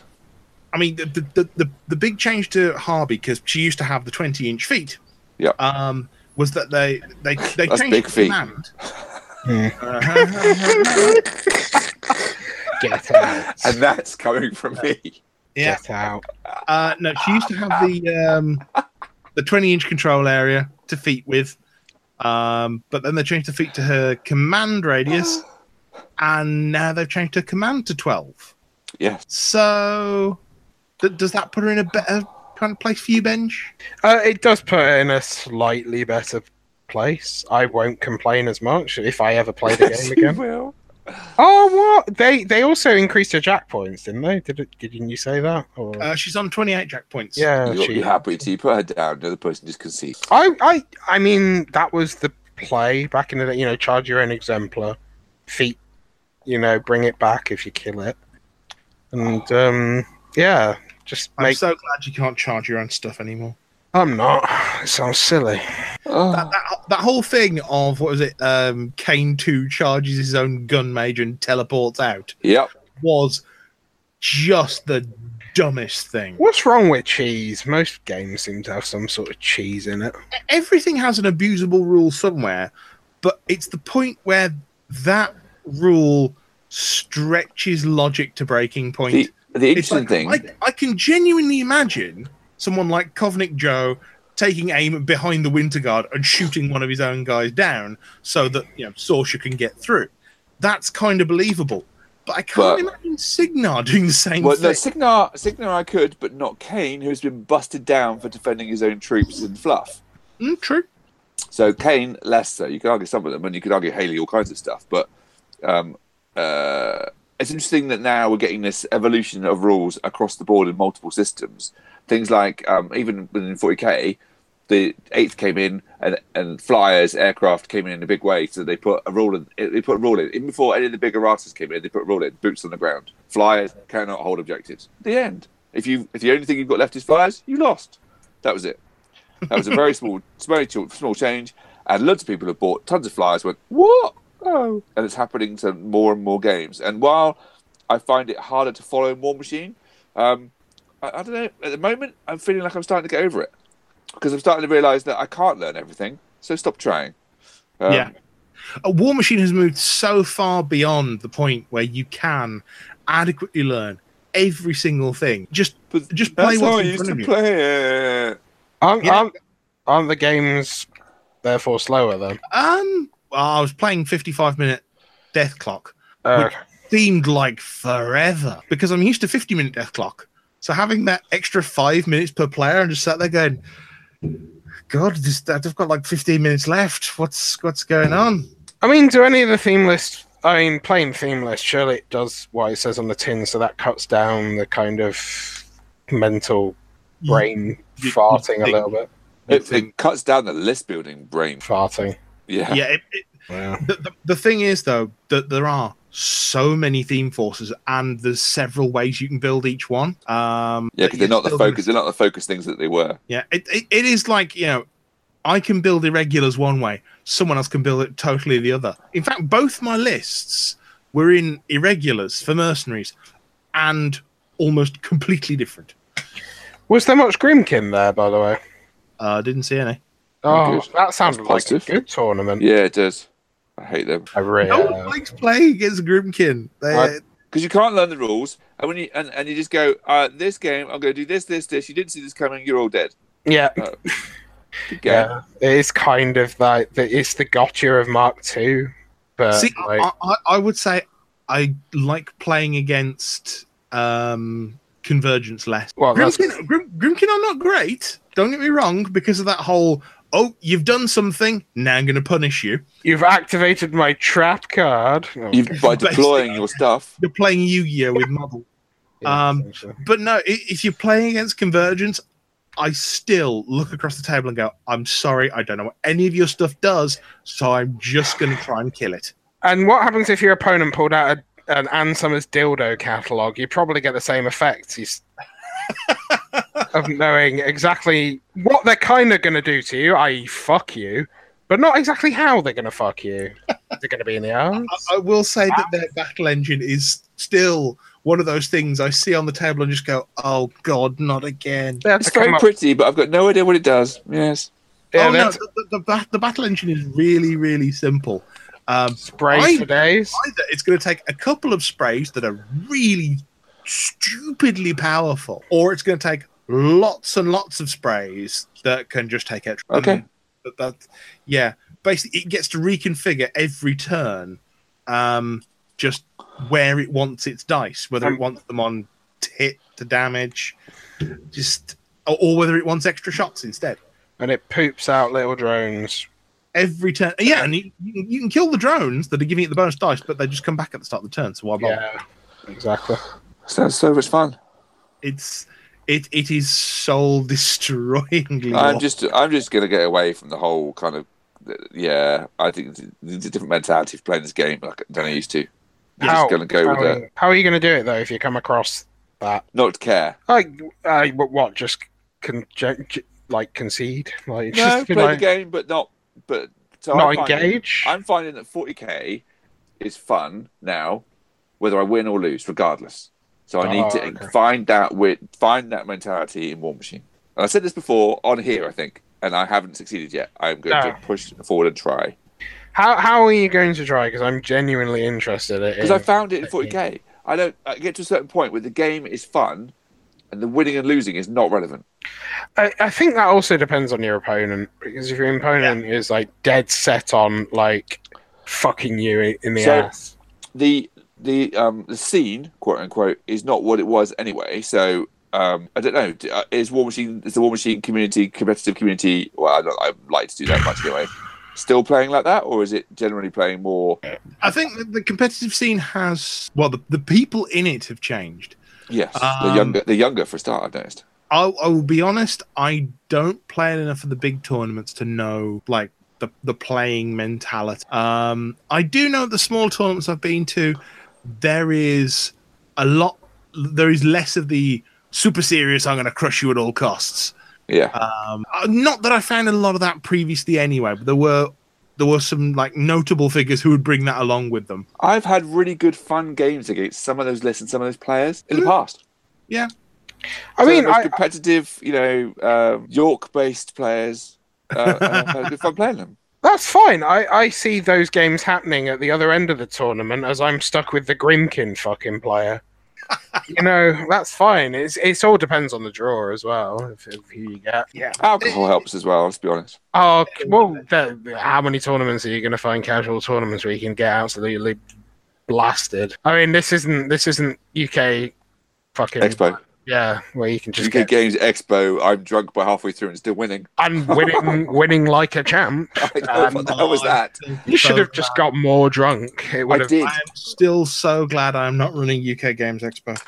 [SPEAKER 2] I mean, the the, the, the, the big change to Harvey because she used to have the twenty inch feet.
[SPEAKER 1] Yeah.
[SPEAKER 2] Um, was that they they they
[SPEAKER 1] That's
[SPEAKER 2] changed
[SPEAKER 1] big
[SPEAKER 2] the
[SPEAKER 1] feet.
[SPEAKER 2] command.
[SPEAKER 3] Hmm.
[SPEAKER 2] Uh-huh.
[SPEAKER 3] Get out.
[SPEAKER 1] And that's coming from me.
[SPEAKER 2] yeah.
[SPEAKER 3] Get out.
[SPEAKER 2] Uh, no, she used to have the um, the twenty inch control area to feet with, um, but then they changed the feet to her command radius, and now they've changed her command to twelve.
[SPEAKER 1] Yes.
[SPEAKER 2] So, th- does that put her in a better kind of place for you, Benj?
[SPEAKER 3] Uh, it does put it in a slightly better place. I won't complain as much if I ever play the game again.
[SPEAKER 1] will.
[SPEAKER 3] Oh, what they they also increased her jack points, didn't they? Did it? Didn't you say that? Or...
[SPEAKER 2] Uh, she's on 28 jack points.
[SPEAKER 3] yeah,
[SPEAKER 1] You're,
[SPEAKER 3] she-
[SPEAKER 1] you're happy to you put her down. The other person just concedes.
[SPEAKER 3] I, I, I mean, that was the play back in the day. You know, charge your own exemplar, feet. You know, bring it back if you kill it, and um, yeah, just
[SPEAKER 2] I'm
[SPEAKER 3] make.
[SPEAKER 2] so glad you can't charge your own stuff anymore.
[SPEAKER 3] I'm not. It sounds silly.
[SPEAKER 1] Oh,
[SPEAKER 2] That, that, that whole thing of what was it? Um, Kane 2 charges his own gun mage and teleports out
[SPEAKER 1] yep.
[SPEAKER 2] was just the dumbest thing.
[SPEAKER 3] What's wrong with cheese? Most games seem to have some sort of cheese in it.
[SPEAKER 2] everything has an abusable rule somewhere, but it's the point where that rule stretches logic to breaking point.
[SPEAKER 1] The the
[SPEAKER 2] It's
[SPEAKER 1] interesting
[SPEAKER 2] like,
[SPEAKER 1] thing.
[SPEAKER 2] I, I can genuinely imagine someone like Kovnik Joe taking aim behind the Winter Guard and shooting one of his own guys down so that you know Sorsha can get through. That's kind of believable. But I can't
[SPEAKER 1] But-
[SPEAKER 2] imagine Signar doing the same
[SPEAKER 1] well, no,
[SPEAKER 2] thing.
[SPEAKER 1] Signar, Signar I could, but not Kane, who's been busted down for defending his own troops in Fluff.
[SPEAKER 2] Mm, true.
[SPEAKER 1] So Kane, less so. You could argue some of them, and you could argue Haley, all kinds of stuff. But um, uh, it's interesting that now we're getting this evolution of rules across the board in multiple systems. Things like um, even within 40k, the eighth came in, and, and flyers, aircraft came in in a big way. So they put a rule in. They put a rule in even before any of the bigger rafters came in. They put a rule in. Boots on the ground. Flyers cannot hold objectives. The end. If you if the only thing you've got left is flyers, you lost. That was it. That was a very small, very ch- small change, and loads of people have bought tons of flyers. Went what? Oh, and it's happening to more and more games. And while I find it harder to follow War Machine, um, I, I don't know. At the moment, I'm feeling like I'm starting to get over it because I'm starting to realise that I can't learn everything. So stop trying. Um,
[SPEAKER 2] yeah. A war machine has moved so far beyond the point where you can adequately learn every single thing. Just
[SPEAKER 1] but
[SPEAKER 2] Just
[SPEAKER 1] that's
[SPEAKER 2] play what's
[SPEAKER 1] how I
[SPEAKER 2] in
[SPEAKER 1] used
[SPEAKER 2] front
[SPEAKER 1] to
[SPEAKER 2] of you.
[SPEAKER 1] play it.
[SPEAKER 3] Aren't,
[SPEAKER 2] Yeah.
[SPEAKER 3] aren't, aren't the games therefore slower then?
[SPEAKER 2] um I was playing 55 minute death clock.
[SPEAKER 3] Uh,
[SPEAKER 2] Seemed like forever because I'm used to 50 minute death clock. So having that extra 5 minutes per player and just sat there going God, this, I've got like 15 minutes left. What's what's going on?
[SPEAKER 3] I mean, do any of the theme lists? I mean, plain theme list. Surely it does what it says on the tin, so that cuts down the kind of mental brain
[SPEAKER 2] You- you
[SPEAKER 3] farting a
[SPEAKER 2] think-
[SPEAKER 3] little bit.
[SPEAKER 1] It, it cuts down the list building brain.
[SPEAKER 3] Farting.
[SPEAKER 1] Yeah.
[SPEAKER 2] Yeah, it, it,
[SPEAKER 3] Yeah.
[SPEAKER 2] the, the, the thing is though that there are so many theme forces and there's several ways you can build each one um
[SPEAKER 1] Yeah, because
[SPEAKER 2] that you
[SPEAKER 1] they're not the
[SPEAKER 2] still gonna-
[SPEAKER 1] focus. They're not the focus things that they were.
[SPEAKER 2] yeah it, it, it is like you know i can build irregulars one way someone else can build it totally the other in fact both my lists were in irregulars for mercenaries and almost completely different
[SPEAKER 3] Was there much Grimkin there, by the way?
[SPEAKER 2] uh didn't see any
[SPEAKER 3] Oh,
[SPEAKER 1] Good.
[SPEAKER 3] that sounded
[SPEAKER 1] That's
[SPEAKER 3] like a
[SPEAKER 1] positive.
[SPEAKER 3] good
[SPEAKER 2] Mm.
[SPEAKER 3] tournament.
[SPEAKER 1] Yeah, it does. I hate them.
[SPEAKER 3] I really.
[SPEAKER 2] no one likes playing against grimkin they,
[SPEAKER 3] I-
[SPEAKER 1] because you can't learn the rules, and when you and, and you just go, uh, this game, I'm going to do this, this, this. You didn't see this coming. You're all dead.
[SPEAKER 3] yeah,
[SPEAKER 1] Good game.
[SPEAKER 3] yeah. It is kind of like the, it's the gotcha of Mark Two, but
[SPEAKER 2] See,
[SPEAKER 3] Uh,
[SPEAKER 2] uh,
[SPEAKER 3] like,
[SPEAKER 2] I, I, I would say I like playing against um, Convergence less.
[SPEAKER 3] Well, that's-
[SPEAKER 2] Grimkin, Grim, Grimkin are not great. Don't get me wrong, because of that whole oh you've done something now I'm going to punish you.
[SPEAKER 3] you've activated my trap card. Oh,
[SPEAKER 1] You by
[SPEAKER 2] Basically.
[SPEAKER 1] deploying your stuff.
[SPEAKER 2] You're playing Yu-Gi-Oh with model,
[SPEAKER 3] yeah,
[SPEAKER 2] um,
[SPEAKER 3] essentially.
[SPEAKER 2] but no, i- if you're playing against Convergence. I still look across the table and go, I'm sorry, I don't know what any of your stuff does, so I'm just going to try and kill it.
[SPEAKER 3] And what happens if your opponent pulled out a, an Ann Summers dildo catalog? You probably get the same effect. You s- of knowing exactly what they're kind of going to do to you, i.e., fuck you, but not exactly how they're going to fuck you. they're going to be in the arms.
[SPEAKER 2] I, I will say that their battle engine is still one of those things I see on the table and just go, "Oh God, not again!"
[SPEAKER 3] They had
[SPEAKER 1] It's
[SPEAKER 3] to come
[SPEAKER 1] very
[SPEAKER 3] up-
[SPEAKER 1] pretty, but I've got no idea what it does. Yes,
[SPEAKER 3] yeah,
[SPEAKER 2] oh
[SPEAKER 3] they
[SPEAKER 2] no,
[SPEAKER 3] had to
[SPEAKER 2] the, the, the, bat- the battle engine is really, really simple. Um,
[SPEAKER 3] spray
[SPEAKER 2] I-
[SPEAKER 3] for days.
[SPEAKER 2] either it's going to take a couple of sprays that are really stupidly powerful, or it's going to take lots and lots of sprays that can just take out.
[SPEAKER 1] Okay.
[SPEAKER 2] But that, yeah, basically it gets to reconfigure every turn, um, just where it wants its dice, whether
[SPEAKER 3] Um,
[SPEAKER 2] it wants them on to hit to damage. Just or, or whether it wants extra shots instead.
[SPEAKER 3] and it poops out little drones.
[SPEAKER 2] Every turn, yeah, and you, you can- you can kill the drones that are giving it the bonus dice, but they just come back at the start of the turn. So why bother?
[SPEAKER 3] Yeah, exactly.
[SPEAKER 1] Sounds so much fun.
[SPEAKER 2] It's it it is soul destroyingly.
[SPEAKER 1] I'm just I'm just gonna get away from the whole kind of yeah. I think th- there's a different mentality of playing this game like, than I used to. I'm just gonna go with
[SPEAKER 3] how,
[SPEAKER 1] that.
[SPEAKER 3] how are you going to do it though if you come across that?
[SPEAKER 1] Not care.
[SPEAKER 3] Like, uh, what, what? Just con- gen- j- like concede? Like,
[SPEAKER 1] No,
[SPEAKER 3] just be
[SPEAKER 1] play the
[SPEAKER 3] like,
[SPEAKER 1] game, but not but so
[SPEAKER 3] not
[SPEAKER 1] I'm finding-
[SPEAKER 3] engage.
[SPEAKER 1] I'm finding that 40k is fun now, whether I win or lose, regardless. So I need
[SPEAKER 3] Oh,
[SPEAKER 1] to
[SPEAKER 3] okay.
[SPEAKER 1] find that with find that mentality in War Machine. And I said this before on here, I think, and I haven't succeeded yet. I'm going
[SPEAKER 3] No.
[SPEAKER 1] to push forward and try
[SPEAKER 3] How how are you going to try? Because I'm genuinely interested in.
[SPEAKER 1] because I found it in 40k. I don't I get to a certain point where the game is fun, and the winning and losing is not relevant.
[SPEAKER 3] I, I think that also depends on your opponent because if your opponent is like dead set on like fucking you i- in the
[SPEAKER 1] So-
[SPEAKER 3] ass,
[SPEAKER 1] the the um the scene quote unquote is not what it was anyway so um i don't know d- uh, is war machine is the war machine community competitive community well i don't i like to do that much anyway still playing like that or is it generally playing more
[SPEAKER 2] I think that the competitive scene has well, the, the people in it have changed.
[SPEAKER 1] yes the
[SPEAKER 2] Um,
[SPEAKER 1] younger the younger for a start i've noticed
[SPEAKER 2] I'll, I will be honest, I don't play it enough of the big tournaments to know like the, the playing mentality. Um, I do know the small tournaments I've been to, there is a lot, there is less of the super serious. I'm going to crush you at all costs.
[SPEAKER 1] yeah
[SPEAKER 2] Um, uh, not that I found a lot of that previously anyway, but there were there were some like notable figures who would bring that along with them.
[SPEAKER 1] i've had really good fun games against some of those lists and some of those players in the
[SPEAKER 2] Mhm.
[SPEAKER 1] past
[SPEAKER 3] I
[SPEAKER 1] Some of
[SPEAKER 3] mean,
[SPEAKER 1] the most
[SPEAKER 3] Hmm. I,
[SPEAKER 1] competitive you know um, york based players uh, and I've had good fun playing them
[SPEAKER 3] that's fine. I, I see those games happening at the other end of the tournament as I'm stuck with the Grimkin fucking player. you know, that's fine. It's it's all depends on the draw as well. If, if who you get.
[SPEAKER 2] Yeah,
[SPEAKER 1] alcohol helps as well let's be honest
[SPEAKER 3] Oh c- well, the, how many tournaments are you going to find casual tournaments where you can get absolutely blasted? I mean, this isn't this isn't UK fucking
[SPEAKER 1] expo
[SPEAKER 3] yeah, where you can just
[SPEAKER 1] UK
[SPEAKER 3] get
[SPEAKER 1] Games Expo. I'm drunk by halfway through and still winning.
[SPEAKER 3] and winning winning like a champ. uh,
[SPEAKER 1] I
[SPEAKER 2] Ah,
[SPEAKER 1] know,
[SPEAKER 3] Um,
[SPEAKER 1] what the hell was that?
[SPEAKER 3] You should have just got more drunk. It
[SPEAKER 1] I
[SPEAKER 3] would have.
[SPEAKER 1] did.
[SPEAKER 2] I'm still so glad I'm not running UK Games Expo.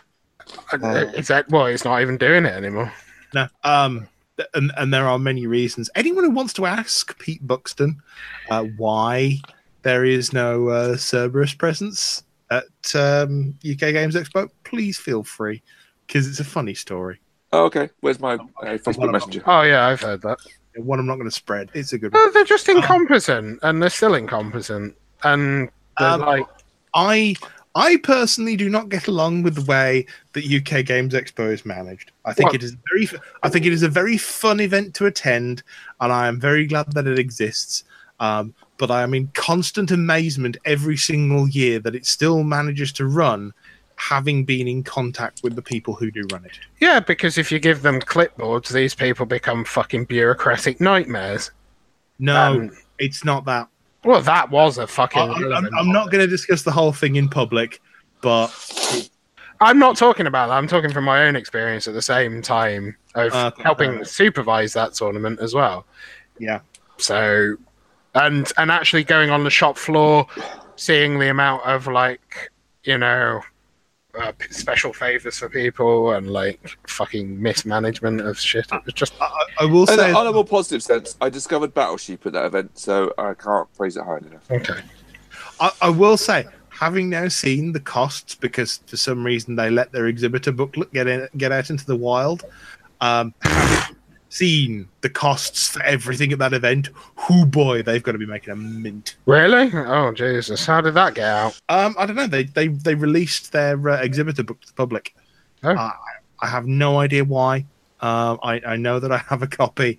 [SPEAKER 3] uh, Is that well? It's not even doing it anymore.
[SPEAKER 2] No, um, th- and and there are many reasons. Anyone who wants to ask Pete Buxton uh, why there is no uh, Cerberus presence at um, UK Games Expo, please feel free because it's a funny story.
[SPEAKER 1] Oh, okay. Where's my uh,
[SPEAKER 2] One
[SPEAKER 1] Facebook
[SPEAKER 2] of
[SPEAKER 1] Messenger?
[SPEAKER 3] Oh yeah, Um, I've heard that.
[SPEAKER 2] One I'm not going to spread. It's a good one.
[SPEAKER 3] No, they're just incompetent, and they're still incompetent, and they're
[SPEAKER 2] Um,
[SPEAKER 3] like
[SPEAKER 2] I I personally do not get along with the way that UK Games Expo is managed. I think it
[SPEAKER 3] What?
[SPEAKER 2] is very f- I think it is a very fun event to attend, and I am very glad that it exists. Um, but I am in constant amazement every single year that it still manages to run, having been in contact with the people who do run it.
[SPEAKER 3] yeah, because if you give them clipboards, these people become fucking bureaucratic nightmares.
[SPEAKER 2] No,
[SPEAKER 3] Um,
[SPEAKER 2] it's not that.
[SPEAKER 3] Well, that was a
[SPEAKER 2] I,
[SPEAKER 3] fucking.
[SPEAKER 2] I'm, I'm-
[SPEAKER 3] relevant
[SPEAKER 2] I'm not going to discuss the whole thing in public, but
[SPEAKER 3] I'm not talking about that. I'm talking from my own experience at the same time of
[SPEAKER 2] Uh, okay,
[SPEAKER 3] helping
[SPEAKER 2] fair enough.
[SPEAKER 3] supervise that tournament as well.
[SPEAKER 2] Yeah.
[SPEAKER 3] So, and and actually going on the shop floor, seeing the amount of like you know uh, p- special favors for people and like fucking mismanagement of shit. It was just
[SPEAKER 2] I, I will
[SPEAKER 1] In
[SPEAKER 2] say
[SPEAKER 1] an on a more positive sense, I discovered Battleship at that event, so I can't praise it high enough.
[SPEAKER 3] okay.
[SPEAKER 2] I, I will say, having now seen the costs, because for some reason they let their exhibitor booklet get in, get out into the wild, um, having seen the costs for everything at that event, whoo boy, they've got to be making a mint.
[SPEAKER 3] Really? Oh Jesus! How did that get out?
[SPEAKER 2] Um, I don't know. They they they released their uh, exhibitor book to the public.
[SPEAKER 3] Oh.
[SPEAKER 2] I, I have no idea why. Um, I, I know that I have a copy,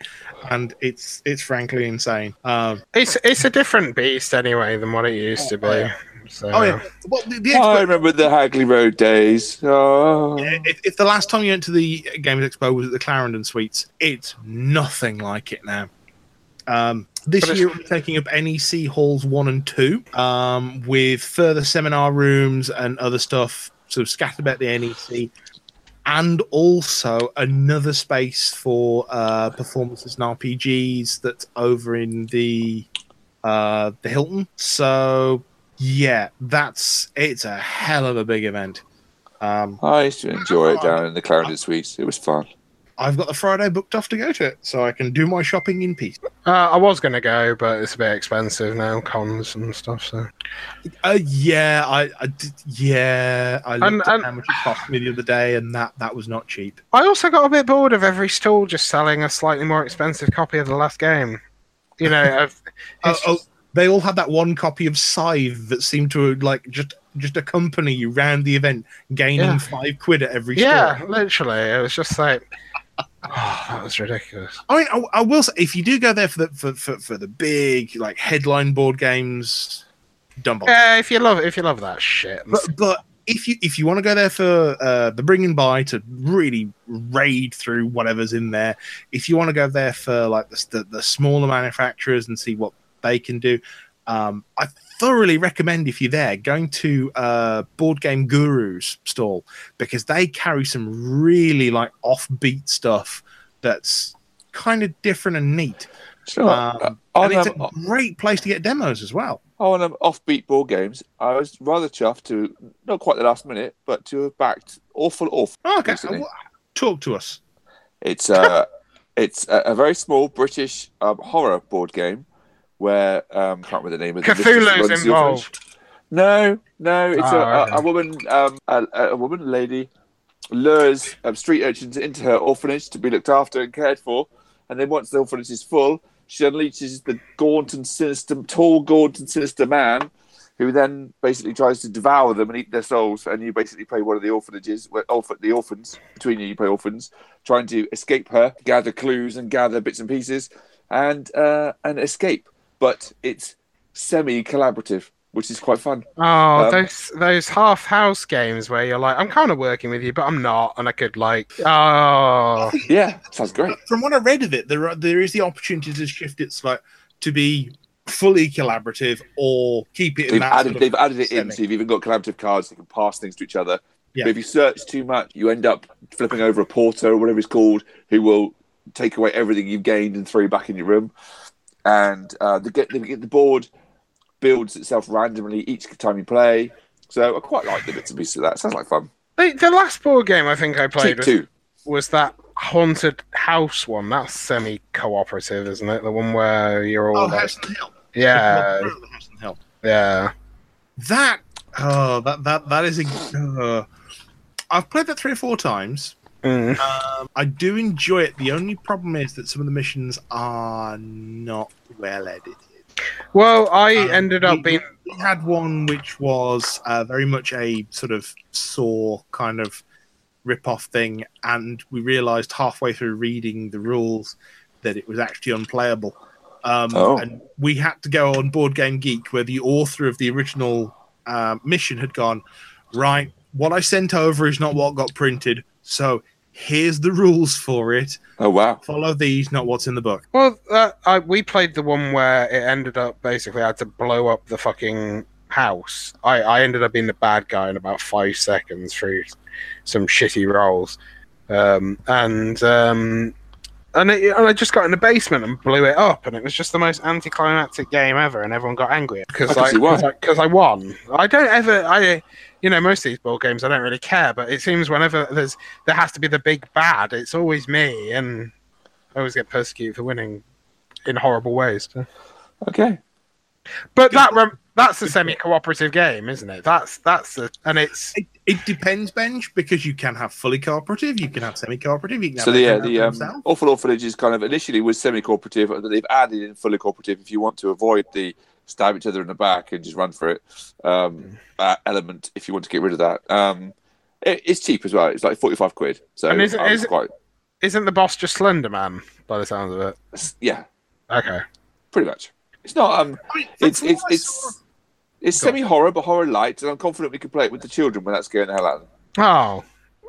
[SPEAKER 2] and it's it's frankly insane. Um,
[SPEAKER 3] It's it's a different beast anyway than what it used to be.
[SPEAKER 2] Oh, yeah.
[SPEAKER 3] So,
[SPEAKER 2] oh yeah, well the, the
[SPEAKER 1] I
[SPEAKER 2] expert-
[SPEAKER 1] remember the Hagley Road days. Oh.
[SPEAKER 3] Um,
[SPEAKER 2] if, if the last time you went to the Games Expo was at the Clarendon Suites, it's nothing like it now. Um, this
[SPEAKER 3] But it's-
[SPEAKER 2] year, we're taking up NEC Halls 1 and 2 um, with further seminar rooms and other stuff sort of scattered about the NEC. E and also another space for uh, performances and RPGs that's over in the uh, the Hilton. So yeah, that's it's a hell of a big event. Um,
[SPEAKER 1] I used to enjoy it down in the Clarendon Suites. It was fun.
[SPEAKER 2] I've got the Friday booked off to go to it, so I can do my shopping in peace.
[SPEAKER 3] Uh, I was going to go, but it's a bit expensive now, cons and stuff. So
[SPEAKER 2] Uh, yeah, I, I did, yeah, I looked
[SPEAKER 3] And-
[SPEAKER 2] at
[SPEAKER 3] and-
[SPEAKER 2] how much it cost me the other day, and that that was not cheap.
[SPEAKER 3] I also got a bit bored of every stall just selling a slightly more expensive copy of the last game. You know, of
[SPEAKER 2] Oh,
[SPEAKER 3] it's
[SPEAKER 2] oh, they all had that one copy of Scythe that seemed to like just just accompany you round the event, gaining
[SPEAKER 3] Yeah.
[SPEAKER 2] five quid at every
[SPEAKER 3] yeah,
[SPEAKER 2] store.
[SPEAKER 3] literally, it was just like, oh, that was ridiculous.
[SPEAKER 2] I mean, I, I will say if you do go there for the for, for, for the big like headline board games,
[SPEAKER 1] Oh.
[SPEAKER 2] dumb box.
[SPEAKER 3] Yeah, if you love if you love that shit,
[SPEAKER 2] But but if you if you want to go there for uh, the bringing by to really raid through whatever's in there, if you want to go there for like the, the the smaller manufacturers and see what they can do, um, I thoroughly recommend if you're there going to uh, Board Game Guru's stall because they carry some really like offbeat stuff that's kind of different and neat.
[SPEAKER 1] Sure.
[SPEAKER 2] Um,
[SPEAKER 1] on,
[SPEAKER 2] and it's a
[SPEAKER 1] um,
[SPEAKER 2] great place to get demos as well.
[SPEAKER 1] on um, offbeat board games, I was rather chuffed to, not quite the last minute, but to have backed Awful Awful.
[SPEAKER 2] Oh, okay,
[SPEAKER 1] Recently.
[SPEAKER 2] talk to us.
[SPEAKER 1] It's uh, it's a, a very small British um, horror board game where um, can't remember the name of the mistress that runs
[SPEAKER 3] Cthulhu's
[SPEAKER 1] the orphanage.
[SPEAKER 3] involved.
[SPEAKER 1] No, no, it's
[SPEAKER 3] Oh,
[SPEAKER 1] a,
[SPEAKER 3] okay.
[SPEAKER 1] a, a woman, um, a, a woman, lady, lures um, street urchins into her orphanage to be looked after and cared for, and then once the orphanage is full, she unleashes the gaunt and sinister, tall, gaunt and sinister man, who then basically tries to devour them and eat their souls. And you basically play one of the orphanages, well, orph- the orphans between you, you play orphans, trying to escape her, gather clues and gather bits and pieces, and uh, and escape. But it's semi-collaborative, which is quite fun.
[SPEAKER 3] Oh,
[SPEAKER 1] Um,
[SPEAKER 3] those those half house games where you're like, I'm kind of working with you, but I'm not, and I could like, oh,
[SPEAKER 1] Yeah, sounds great.
[SPEAKER 2] from what I read of it, there are, there is the opportunity to shift it like to be fully collaborative or keep it. In
[SPEAKER 1] They've
[SPEAKER 2] that
[SPEAKER 1] added,
[SPEAKER 2] sort of
[SPEAKER 1] they've added it in,
[SPEAKER 2] setting.
[SPEAKER 1] so you've even got collaborative cards that can pass things to each other.
[SPEAKER 2] Yeah.
[SPEAKER 1] But if you search too much, you end up flipping over a porter or whatever it's called, who will take away everything you've gained and throw you back in your room. And uh, the, get- the, the board builds itself randomly each time you play. So I quite like the bits and pieces of that. Sounds like fun.
[SPEAKER 3] the, the last board game I think I
[SPEAKER 1] Take
[SPEAKER 3] played was,
[SPEAKER 1] two.
[SPEAKER 3] was that haunted house one. That's semi cooperative, isn't it? The one where you're all
[SPEAKER 2] Oh,
[SPEAKER 3] like,
[SPEAKER 2] House on the Hill.
[SPEAKER 3] yeah,
[SPEAKER 2] The House on the Hill.
[SPEAKER 3] yeah.
[SPEAKER 2] That oh that that that is a. Uh, I've played that three or four times.
[SPEAKER 3] Mm.
[SPEAKER 2] Um, I do enjoy it. The only problem is that some of the missions are not well edited.
[SPEAKER 3] Well, I
[SPEAKER 2] Um,
[SPEAKER 3] ended
[SPEAKER 2] we-
[SPEAKER 3] up being
[SPEAKER 2] We had one which was uh, very much a sort of saw kind of rip-off thing, and we realised halfway through reading the rules that it was actually unplayable. Um,
[SPEAKER 1] Oh.
[SPEAKER 2] And we had to go on Board Game Geek, where the author of the original uh, mission had gone, right, what I sent over is not what got printed, so here's the rules for it.
[SPEAKER 1] Oh, wow.
[SPEAKER 2] Follow these, not what's in the book.
[SPEAKER 3] Well, uh, I, we played the one where it ended up basically I had to blow up the fucking house. I, I ended up being the bad guy in about five seconds through some shitty rolls, um, and um, and, it, and I just got in the basement and blew it up, and it was just the most anticlimactic game ever, and everyone got angry
[SPEAKER 1] I
[SPEAKER 3] because
[SPEAKER 1] can
[SPEAKER 3] I
[SPEAKER 1] see why.
[SPEAKER 3] because I, won. I don't ever I. You know, most of these board games, I don't really care, but it seems whenever there's there has to be the big bad, it's always me, and I always get persecuted for winning in horrible ways.
[SPEAKER 1] Okay.
[SPEAKER 3] But that rem- that's a semi-cooperative game, isn't it? That's that's a, and it's
[SPEAKER 2] It, it depends, Benj, because you can have fully cooperative, you can have semi-cooperative, you can have
[SPEAKER 1] So the, yeah,
[SPEAKER 2] everyone
[SPEAKER 1] the
[SPEAKER 2] for
[SPEAKER 1] um,
[SPEAKER 2] themselves.
[SPEAKER 1] awful orphanage is kind of initially was semi-cooperative, and they've added in fully cooperative if you want to avoid the stab each other in the back and just run for it um, uh, element. If you want to get rid of that, um, it, it's cheap as well. It's like forty-five quid. So
[SPEAKER 3] And is it-
[SPEAKER 1] I was
[SPEAKER 3] is it-
[SPEAKER 1] quite
[SPEAKER 3] isn't the boss just Slender Man by the sounds of it?
[SPEAKER 1] yeah,
[SPEAKER 3] Okay.
[SPEAKER 1] pretty much. It's not um,
[SPEAKER 2] I mean,
[SPEAKER 1] it's
[SPEAKER 2] from
[SPEAKER 1] it's
[SPEAKER 2] what I saw-
[SPEAKER 1] it's it's
[SPEAKER 2] Go on.
[SPEAKER 1] semi horror but horror light, and I'm confident we can play it with the children without scaring the hell out of them.
[SPEAKER 3] Oh,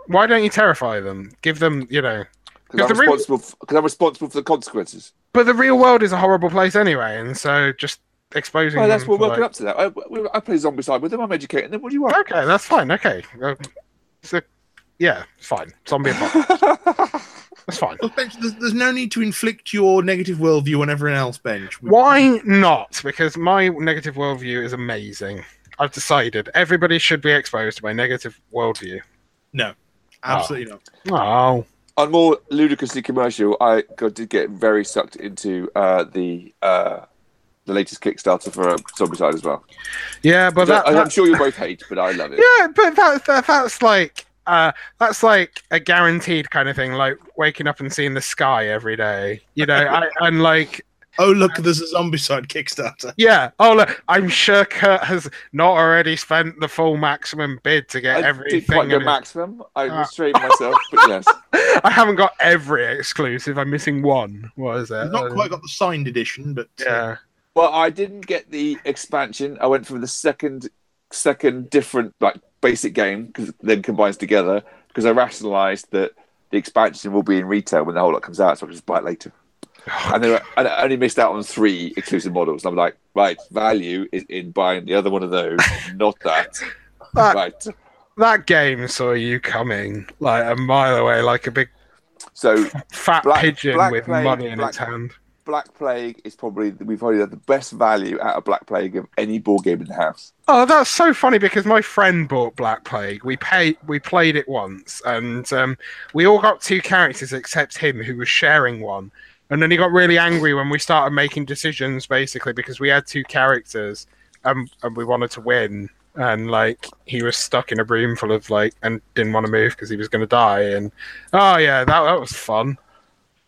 [SPEAKER 3] why don't you terrify them? Give them, you know.
[SPEAKER 1] Because
[SPEAKER 3] the
[SPEAKER 1] I'm
[SPEAKER 3] real-
[SPEAKER 1] responsible. Because I'm responsible for the consequences.
[SPEAKER 3] But the real world is a horrible place anyway, and so just exposing.
[SPEAKER 1] Well, that's
[SPEAKER 3] them
[SPEAKER 1] we're
[SPEAKER 3] to,
[SPEAKER 1] working
[SPEAKER 3] like-
[SPEAKER 1] up to that. I, we- I play zombicide with them. I'm educating them. What do you want?
[SPEAKER 3] Okay, that's fine. Okay. Um, it's a Yeah, it's fine. Zombie apocalypse. That's fine.
[SPEAKER 2] Look, Bench, there's, there's no need to inflict your negative worldview on everyone else, Bench. We-
[SPEAKER 3] Why not? Because my negative worldview is amazing. I've decided everybody should be exposed to my negative worldview.
[SPEAKER 2] No, absolutely not.
[SPEAKER 3] Oh,
[SPEAKER 1] on more ludicrously commercial, I got, did get very sucked into uh, the uh, the latest Kickstarter for uh, Zombicide as well.
[SPEAKER 3] yeah, but that,
[SPEAKER 1] I,
[SPEAKER 3] that-
[SPEAKER 1] am sure you both hate, but I love it.
[SPEAKER 3] yeah, but that, that that's like uh, that's like a guaranteed kind of thing. Like waking up and seeing the sky every day, you know, I, and like
[SPEAKER 2] Oh, look, there's a zombie side Kickstarter.
[SPEAKER 3] yeah. Oh, look, I'm sure Kurt has not already spent the full maximum bid to get
[SPEAKER 1] I
[SPEAKER 3] everything.
[SPEAKER 1] did quite
[SPEAKER 3] in
[SPEAKER 1] go
[SPEAKER 3] his-
[SPEAKER 1] maximum. I
[SPEAKER 3] Ah.
[SPEAKER 1] restrained myself, but yes.
[SPEAKER 3] I haven't got every exclusive. I'm missing one. What is it?
[SPEAKER 2] You've not quite got the signed edition, but uh,
[SPEAKER 3] Yeah.
[SPEAKER 1] Well, I didn't get the expansion. I went for the second, second different like basic game because then combines together because I rationalised that the expansion will be in retail when the whole lot comes out, so I can just buy it later.
[SPEAKER 3] Oh,
[SPEAKER 1] And, they were, and I only missed out on three exclusive models. And I'm like, right, value is in buying the other one of those, not that.
[SPEAKER 3] That-
[SPEAKER 1] Right.
[SPEAKER 3] That game saw you coming like a mile away, like a big
[SPEAKER 1] So
[SPEAKER 3] fat
[SPEAKER 1] Black-
[SPEAKER 3] pigeon
[SPEAKER 1] Black
[SPEAKER 3] with
[SPEAKER 1] Plague,
[SPEAKER 3] money in
[SPEAKER 1] Black-
[SPEAKER 3] its hand.
[SPEAKER 1] Black Plague is probably we've probably had the best value out of Black Plague of any board game in the house.
[SPEAKER 3] Oh, that's so funny because my friend bought Black Plague. We pay, we played it once, and um, we all got two characters except him, who was sharing one. And then he got really angry when we started making decisions, basically because we had two characters, and and we wanted to win. And like he was stuck in a room full of like and didn't want to move because he was going to die. And oh yeah, that that was fun.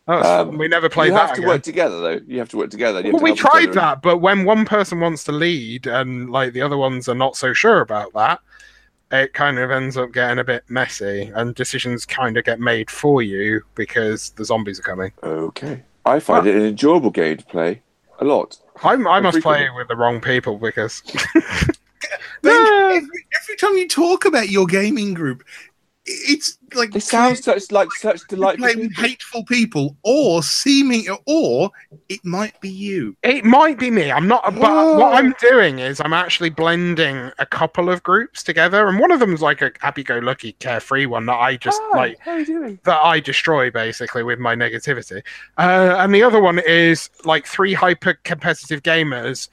[SPEAKER 3] That was
[SPEAKER 1] Um,
[SPEAKER 3] fun. We never played
[SPEAKER 1] you
[SPEAKER 3] that.
[SPEAKER 1] have to
[SPEAKER 3] again.
[SPEAKER 1] work together though. You have to work together. You have
[SPEAKER 3] Well,
[SPEAKER 1] to
[SPEAKER 3] we
[SPEAKER 1] help each
[SPEAKER 3] tried
[SPEAKER 1] other.
[SPEAKER 3] that, but when one person wants to lead and like the other ones are not so sure about that, it kind of ends up getting a bit messy, and decisions kind of get made for you because the zombies are coming.
[SPEAKER 1] Okay. I find it an enjoyable game to play a lot.
[SPEAKER 3] I'm, I must play
[SPEAKER 1] frequently.
[SPEAKER 3] with the wrong people because
[SPEAKER 2] Bench,
[SPEAKER 3] Yeah.
[SPEAKER 2] every, every time you talk about your gaming group, it's like
[SPEAKER 1] They sound such like such
[SPEAKER 2] you're
[SPEAKER 1] delightful.
[SPEAKER 2] playing with hateful people, or seeming, or it might be you.
[SPEAKER 3] It might be me. I'm not, but what I'm doing is I'm actually blending a couple of groups together, and one of them's like a happy-go-lucky, carefree one that I just like
[SPEAKER 1] Ah, how are you doing?
[SPEAKER 3] that I destroy basically with my negativity, uh, and the other one is like three hyper-competitive gamers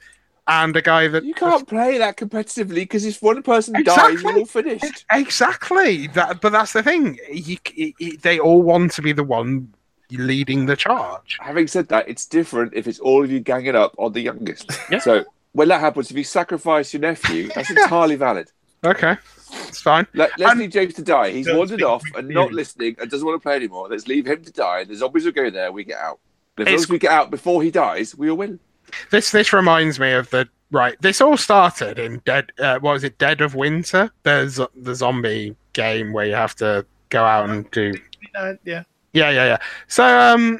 [SPEAKER 3] and a guy that
[SPEAKER 1] You can't play that competitively because if one person dies,
[SPEAKER 3] Exactly.
[SPEAKER 1] you're all finished.
[SPEAKER 3] exactly that. But that's the thing. You, you- you- they all want to be the one leading the charge.
[SPEAKER 1] Having said that, it's different if it's all of you ganging up on the youngest.
[SPEAKER 3] Yeah.
[SPEAKER 1] So when that happens, if you sacrifice your nephew, that's entirely valid.
[SPEAKER 3] Okay, it's fine.
[SPEAKER 1] Let, let's leave James to die. He's
[SPEAKER 2] Don't
[SPEAKER 1] wandered
[SPEAKER 2] speak
[SPEAKER 1] off
[SPEAKER 2] with
[SPEAKER 1] and not
[SPEAKER 2] feeling.
[SPEAKER 1] listening and doesn't want to play anymore. Let's leave him to die. The zombies will go there. We get out. If
[SPEAKER 3] It's-
[SPEAKER 1] we get out before he dies, we will win.
[SPEAKER 3] this this reminds me of the right. This all started in Dead. Uh, what was it? Dead of Winter. There's the zombie game where you have to go out and do.
[SPEAKER 2] Uh, yeah.
[SPEAKER 3] Yeah, yeah, yeah. So um,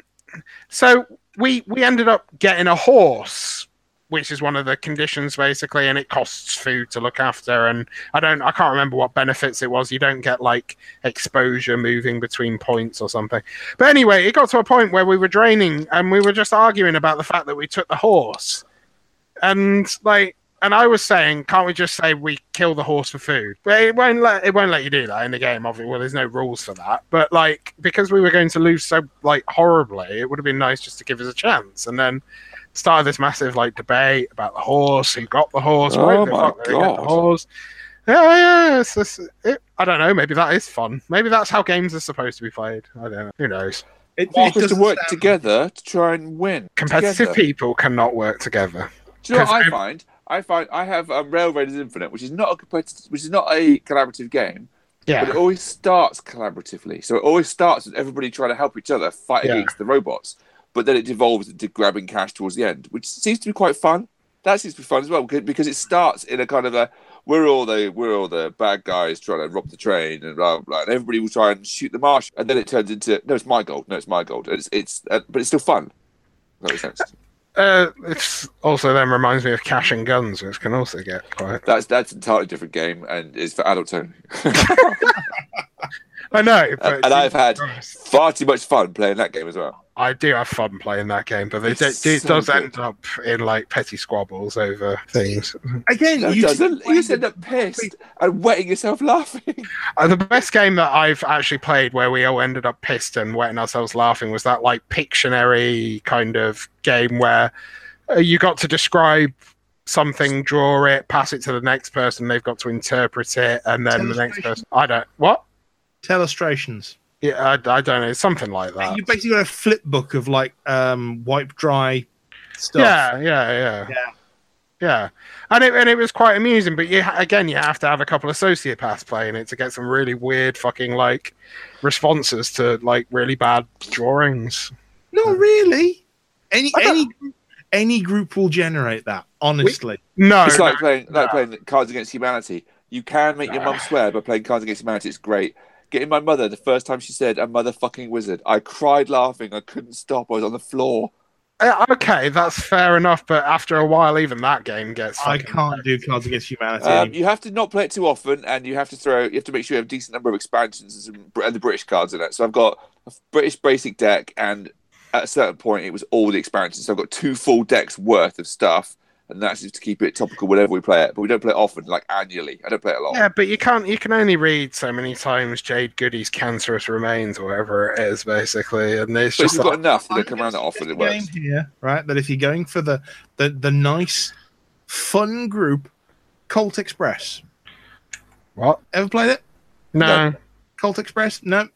[SPEAKER 3] so we we ended up getting a horse, which is one of the conditions basically, and it costs food to look after. And I don't, I can't remember what benefits it was. You don't get like exposure moving between points or something. But anyway, it got to a point where we were draining and we were just arguing about the fact that we took the horse. And like and I was saying, can't we just say we kill the horse for food? But it won't let it won't let you do that in the game, obviously. Well, there's no rules for that. But like because we were going to lose so like horribly, it would have been nice just to give us a chance. And then started this massive like debate about the horse, who got the horse,
[SPEAKER 1] Oh
[SPEAKER 3] where the
[SPEAKER 1] my
[SPEAKER 3] fuck did they get the
[SPEAKER 1] God.
[SPEAKER 3] horse. Yeah, yeah. It's, it's, it, I don't know. Maybe that is fun. Maybe that's how games are supposed to be played. I don't know. Who knows?
[SPEAKER 2] It,
[SPEAKER 1] Want us to
[SPEAKER 2] doesn't
[SPEAKER 1] work
[SPEAKER 2] sound-
[SPEAKER 1] together to try and win.
[SPEAKER 3] Competitive
[SPEAKER 1] Together.
[SPEAKER 3] people cannot work together.
[SPEAKER 1] Do you know what I
[SPEAKER 3] Because-
[SPEAKER 1] find? I find I have um, Rail Raiders Infinite, which is not a competitive, which is not a collaborative game, but
[SPEAKER 3] Yeah.
[SPEAKER 1] it always starts collaboratively. So it always starts with everybody trying to help each other fight
[SPEAKER 3] Yeah.
[SPEAKER 1] against the robots, but then it devolves into grabbing cash towards the end, which seems to be quite fun. That seems to be fun as well because, because it starts in a kind of a we're all the we're all the bad guys trying to rob the train and blah blah. blah. And everybody will try and shoot the marshal, and then it turns into no, it's my gold, no, it's my gold. It's it's uh, but it's still fun. That makes sense.
[SPEAKER 3] Uh, it's also then reminds me of Cash and Guns, which can also get quite.
[SPEAKER 1] That's that's an entirely different game and is for adults only.
[SPEAKER 3] I know, but
[SPEAKER 1] And, and I've had
[SPEAKER 3] Jesus Christ.
[SPEAKER 1] far too much fun playing that game as well.
[SPEAKER 3] I do have fun playing that game, but it,
[SPEAKER 1] It's
[SPEAKER 3] it, it
[SPEAKER 1] so
[SPEAKER 3] does
[SPEAKER 1] good.
[SPEAKER 3] end up in like petty squabbles over things.
[SPEAKER 2] Again,
[SPEAKER 1] No, it
[SPEAKER 2] you
[SPEAKER 1] doesn't.
[SPEAKER 2] two-
[SPEAKER 1] You just end up pissed and wetting yourself laughing.
[SPEAKER 3] Uh, the best game that I've actually played where we all ended up pissed and wetting ourselves laughing was that like Pictionary kind of game where uh, you got to describe something, draw it, pass it to the next person, they've got to interpret it, and then the next
[SPEAKER 2] Illustration.
[SPEAKER 3] person. I don't. What?
[SPEAKER 2] Telestrations.
[SPEAKER 3] Yeah, I, I don't know. Something like that.
[SPEAKER 2] You basically got a flip book of like um, wipe dry stuff.
[SPEAKER 3] Yeah, yeah, yeah,
[SPEAKER 2] Yeah.
[SPEAKER 3] yeah. And it and it was quite amusing, but you ha- again you have to have a couple of sociopaths playing it to get some really weird fucking like responses to like really bad drawings.
[SPEAKER 2] Not really. Any
[SPEAKER 3] I don't-
[SPEAKER 2] any any group will generate that. Honestly,
[SPEAKER 3] No,
[SPEAKER 1] it's like playing like
[SPEAKER 3] no.
[SPEAKER 1] playing Cards Against Humanity. You can make your mum swear by playing Cards Against Humanity. It's great. Getting my mother the first time she said a motherfucking wizard, I cried laughing. I couldn't stop. I was on the floor.
[SPEAKER 3] Uh, okay, that's fair enough, but after a while, even that game gets.
[SPEAKER 2] I
[SPEAKER 3] fucking-
[SPEAKER 2] can't do Cards Against Humanity.
[SPEAKER 1] Um,
[SPEAKER 2] anymore.
[SPEAKER 1] you have to not play it too often, and you have to throw. You have to make sure you have a decent number of expansions and, some, Br- and the British cards in it. So I've got a British basic deck, and at a certain point, it was all the expansions. So I've got two full decks worth of stuff, and that's just to keep it topical whenever we play it. But we don't play it often, like annually. I don't play it a lot.
[SPEAKER 3] Yeah, but you can't. You can only read so many times Jade Goody's cancerous remains, or whatever it is, basically. And it's
[SPEAKER 1] but if
[SPEAKER 3] just
[SPEAKER 1] you've
[SPEAKER 3] like,
[SPEAKER 1] got enough that
[SPEAKER 2] I'm
[SPEAKER 1] they come around that
[SPEAKER 2] gonna
[SPEAKER 1] often, it
[SPEAKER 2] suggest a
[SPEAKER 1] works.
[SPEAKER 2] Game here, right? That if you're going for the the, the nice, fun group, Colt Express.
[SPEAKER 3] what?
[SPEAKER 2] Ever played it?
[SPEAKER 3] No.
[SPEAKER 2] Colt Express? No.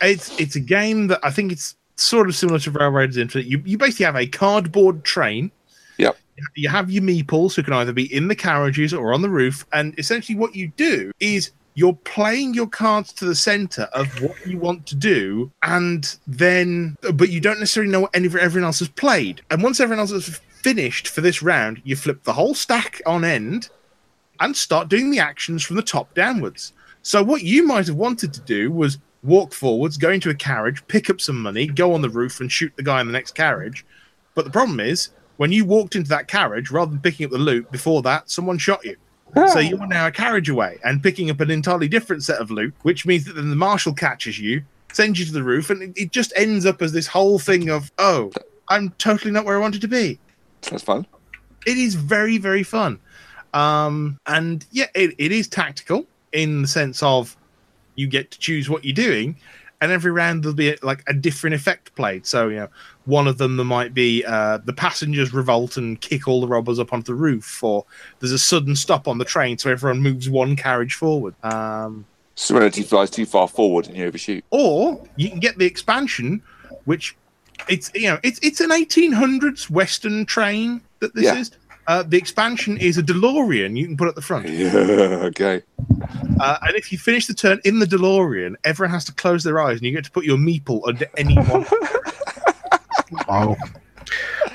[SPEAKER 2] It's it's a game that I think it's sort of similar to Railroads Infinite. You you basically have a cardboard train.
[SPEAKER 1] Yep.
[SPEAKER 2] You have your meeples who can either be in the carriages or on the roof, and essentially what you do is you're playing your cards to the center of what you want to do, and then but you don't necessarily know what any, everyone else has played. And once everyone else has finished for this round, you flip the whole stack on end and start doing the actions from the top downwards. So what you might have wanted to do was walk forwards, go into a carriage, pick up some money, go on the roof and shoot the guy in the next carriage. But the problem is, when you walked into that carriage, rather than picking up the loot before that, someone shot you. So you are now a carriage away and picking up an entirely different set of loot, which means that then the marshal catches you, sends you to the roof, and it- it just ends up as this whole thing of, oh, I'm totally not where I wanted to be
[SPEAKER 1] That's fun.
[SPEAKER 2] it is very very fun um and yeah it, it is tactical in the sense of you get to choose what you're doing and every round there'll be like a different effect played so you know one of them there might be uh, the passengers revolt and kick all the robbers up onto the roof or there's a sudden stop on the train so everyone moves one carriage forward um
[SPEAKER 1] Serenity flies too far forward and you overshoot.
[SPEAKER 2] or you can get the expansion, which it's you know it's it's an 1800s Western train that this
[SPEAKER 1] Yeah.
[SPEAKER 2] is. Uh, the expansion is a DeLorean you can put at the front,
[SPEAKER 1] Yeah, okay.
[SPEAKER 2] uh, and if you finish the turn in the DeLorean, everyone has to close their eyes, and you get to put your meeple under anyone.
[SPEAKER 3] Oh.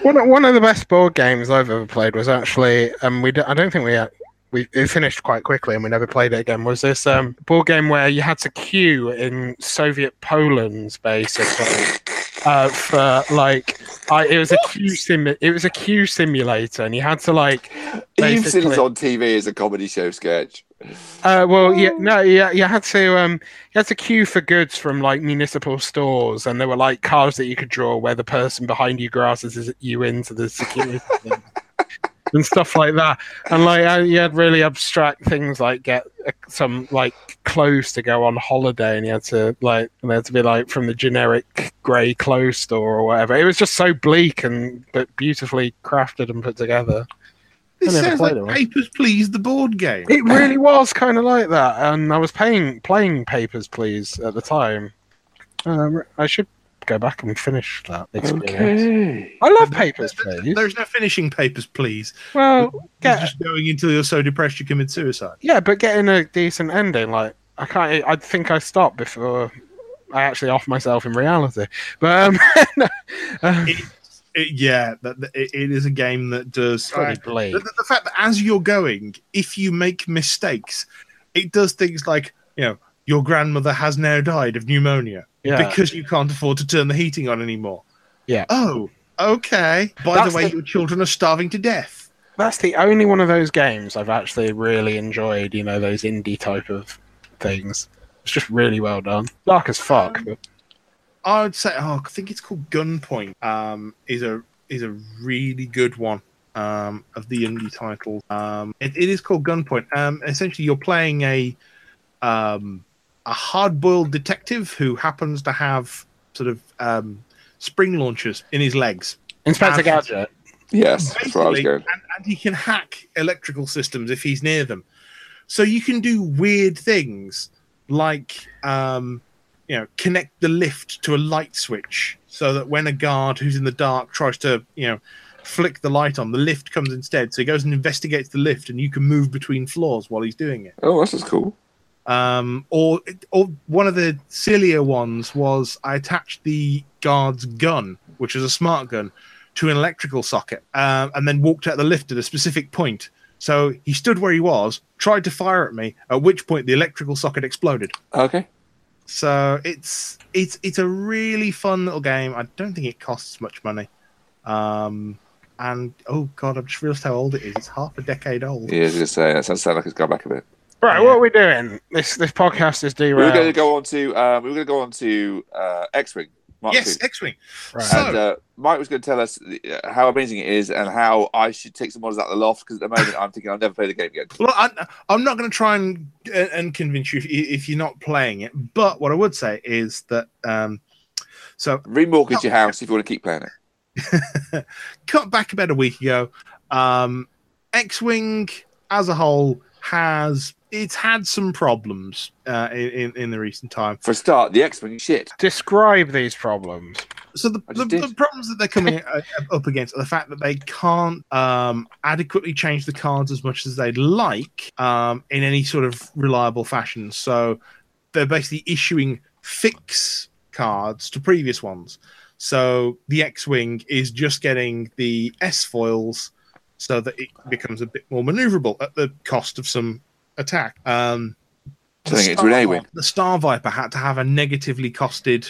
[SPEAKER 3] One of- one of the best board games I've ever played was actually, um, we d- I don't think we uh, we it finished quite quickly and we never played it again. Was this um board game where you had to queue in Soviet Poland's basically uh, for like I, it was a queue sim it was a queue simulator and you had to like
[SPEAKER 1] You've seen
[SPEAKER 3] Basically-
[SPEAKER 1] this on TV as a comedy show sketch.
[SPEAKER 3] uh, well, yeah, no, yeah, you had to um, you had to queue for goods from like municipal stores, and there were like cards that you could draw where the person behind you grasses you into the security thing and stuff like that. And like uh, you had really abstract things like get uh, some like clothes to go on holiday, and you had to like and they had to be like from the generic grey clothes store or whatever. It was just so bleak and but beautifully crafted and put together.
[SPEAKER 2] this
[SPEAKER 3] I never
[SPEAKER 2] sounds like
[SPEAKER 3] played it, right?
[SPEAKER 2] Papers Please the board game.
[SPEAKER 3] It really was kind of like that, and I was paying playing Papers Please at the time. Um, I should go back and finish that experience. I love Papers Please.
[SPEAKER 2] There's no finishing Papers Please.
[SPEAKER 3] Well,
[SPEAKER 2] You're
[SPEAKER 3] get,
[SPEAKER 2] just going until you're so depressed you commit suicide.
[SPEAKER 3] yeah, but getting a decent ending, like I can't. I think I stopped before I actually off myself in reality. But um, no, um,
[SPEAKER 2] It, yeah, that, that- it, it is a game that does.
[SPEAKER 3] pretty bleak.
[SPEAKER 2] The, the- the fact that as you're going, if you make mistakes, it does things like, you know, your grandmother has now died of pneumonia
[SPEAKER 3] Yeah.
[SPEAKER 2] because you can't afford to turn the heating on anymore.
[SPEAKER 3] Yeah.
[SPEAKER 2] Oh, okay. By
[SPEAKER 3] That's
[SPEAKER 2] the way,
[SPEAKER 3] the-
[SPEAKER 2] your children are starving to death.
[SPEAKER 3] that's the only one of those games I've actually really enjoyed. You know, those indie type of things. It's just really well done. Dark as fuck,
[SPEAKER 2] Um,
[SPEAKER 3] but
[SPEAKER 2] I would say oh, I think it's called Gunpoint. Um, is a is a really good one um, of the indie titles. Um, it, it is called Gunpoint. Um, essentially, you're playing a um, a hard boiled detective who happens to have sort of um, spring launchers in his legs.
[SPEAKER 3] Inspector
[SPEAKER 2] um,
[SPEAKER 3] Gadget.
[SPEAKER 1] Yes, that's where I was
[SPEAKER 2] Basically,
[SPEAKER 1] going.
[SPEAKER 2] And, and he can hack electrical systems if he's near them. So you can do weird things like, um, you know, connect the lift to a light switch so that when a guard who's in the dark tries to, you know, flick the light on, the lift comes instead. So he goes and investigates the lift, and you can move between floors while he's doing it
[SPEAKER 1] Oh, this is cool.
[SPEAKER 2] um, or or one of the sillier ones was I attached the guard's gun, which is a smart gun, to an electrical socket, um, and then walked out the lift at a specific point. So he stood where he was, tried to fire at me, at which point the electrical socket exploded.
[SPEAKER 1] Okay.
[SPEAKER 2] So it's it's it's a really fun little game. I don't think it costs much money. Um, and oh god, I've just realised how old it is. It's half a decade old.
[SPEAKER 1] Yeah, I was going to say, that sounds sound like it's gone back a bit.
[SPEAKER 3] Right,
[SPEAKER 2] yeah.
[SPEAKER 3] what are we doing? This this podcast is
[SPEAKER 1] We were going to
[SPEAKER 3] derailed.
[SPEAKER 1] go on to um, we were going to go on to uh, X Wing. Mark
[SPEAKER 2] Yes,
[SPEAKER 1] II.
[SPEAKER 2] X-wing.
[SPEAKER 3] Right.
[SPEAKER 2] So-
[SPEAKER 1] and uh, Mike was going to tell us uh, how amazing it is and how I should take some models out of the loft because at the moment I'm thinking I'll never play the game again.
[SPEAKER 2] Well, I, I'm not going to try and and convince you if, if you're not playing it. But what I would say is that um, so
[SPEAKER 1] Remortgage your house if you want to keep playing it.
[SPEAKER 2] cut back about a week ago. Um, X-wing as a whole has it's had some problems uh, in, in in the recent time.
[SPEAKER 1] For a start, the X Wing shit.
[SPEAKER 3] Describe these problems.
[SPEAKER 2] So the,
[SPEAKER 1] I
[SPEAKER 2] the,
[SPEAKER 1] just did.
[SPEAKER 2] the problems that they're coming uh, up against are the fact that they can't um, adequately change the cards as much as they'd like um, in any sort of reliable fashion. So they're basically issuing fix cards to previous ones. So the X-wing is just getting the S foils so that it becomes a bit more maneuverable at the cost of some attack. Um,
[SPEAKER 1] I think it's an A Wing.
[SPEAKER 2] the Star Viper had to have a negatively costed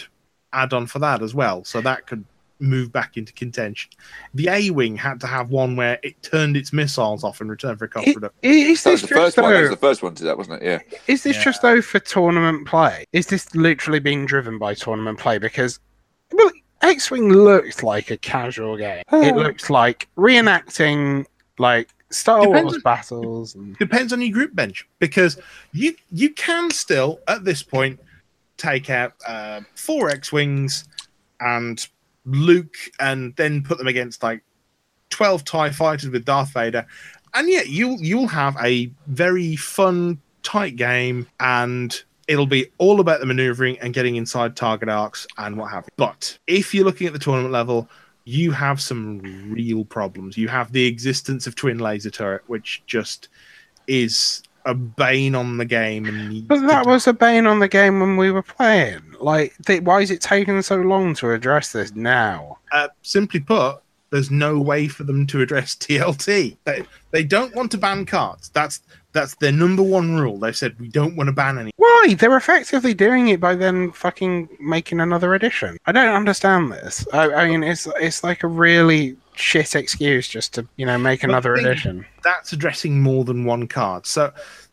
[SPEAKER 2] add on for that as well. So that could move back into contention. The A Wing had to have one where it turned its missiles off in return for a cost
[SPEAKER 3] It-
[SPEAKER 2] reduction.
[SPEAKER 3] Is
[SPEAKER 1] That was
[SPEAKER 3] this
[SPEAKER 1] the
[SPEAKER 3] just
[SPEAKER 1] first one. That was
[SPEAKER 3] though?
[SPEAKER 1] the first one to that, wasn't it? Yeah.
[SPEAKER 3] Is this
[SPEAKER 2] Yeah.
[SPEAKER 3] just though for tournament play? Is this literally being driven by tournament play? Because well, X Wing looks like a casual game. It
[SPEAKER 1] Oh.
[SPEAKER 3] looks like reenacting like Star
[SPEAKER 2] Depends
[SPEAKER 3] Wars
[SPEAKER 2] on-
[SPEAKER 3] battles. And...
[SPEAKER 2] Depends on your group bench because you you can still at this point take out uh, four X Wings and Luke and then put them against like twelve TIE fighters with Darth Vader. And yet you you'll have a very fun, tight game and it'll be all about the maneuvering and getting inside target arcs and what have you. But if you're looking at the tournament level, you have some real problems. You have the existence of twin laser turret, which just is a bane on the game and needs
[SPEAKER 3] But
[SPEAKER 2] to
[SPEAKER 3] that
[SPEAKER 2] be
[SPEAKER 3] was a bane on the game when we were playing. Like, th- why is it taking so long to address this now?
[SPEAKER 2] uh, simply put, there's no way for them to address TLT. They, they don't want to ban cards. That's that's their number one rule. They've said we don't want to ban any.
[SPEAKER 3] Why? They're effectively doing it by then fucking making another edition. I don't understand this. I, I mean, it's it's like a really shit excuse just to you know make
[SPEAKER 2] But
[SPEAKER 3] another
[SPEAKER 2] they-
[SPEAKER 3] edition.
[SPEAKER 2] That's addressing more than one card. So,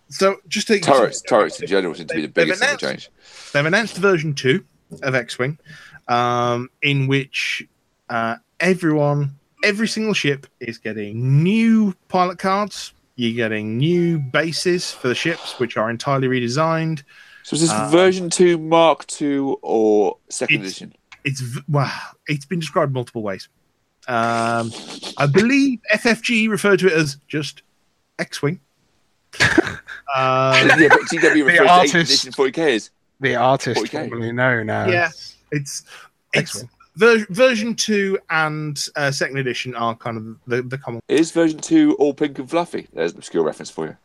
[SPEAKER 2] so just to,
[SPEAKER 1] Turrets, turrets in general seem to be the
[SPEAKER 2] They've
[SPEAKER 1] biggest single
[SPEAKER 2] announced-
[SPEAKER 1] change.
[SPEAKER 2] They've announced version two of X-wing, um, in which uh, everyone, every single ship is getting new pilot cards. You're getting new bases for the ships, which are entirely redesigned.
[SPEAKER 1] So is this
[SPEAKER 2] Um,
[SPEAKER 1] version two, Mark two, or second
[SPEAKER 2] It's-
[SPEAKER 1] edition?
[SPEAKER 2] it's v- well, it's been described multiple ways. Um, I believe FFG referred to it as just X-wing. um,
[SPEAKER 1] yeah, but GW refers to
[SPEAKER 3] artist-
[SPEAKER 1] eighth edition 40ks.
[SPEAKER 3] The artist
[SPEAKER 1] 40K.
[SPEAKER 3] formerly known as
[SPEAKER 2] yeah, it's it's
[SPEAKER 3] X-Wing.
[SPEAKER 2] ver- version two and uh, second edition are kind of the the common.
[SPEAKER 1] Is version two all pink and fluffy? There's an obscure reference for you.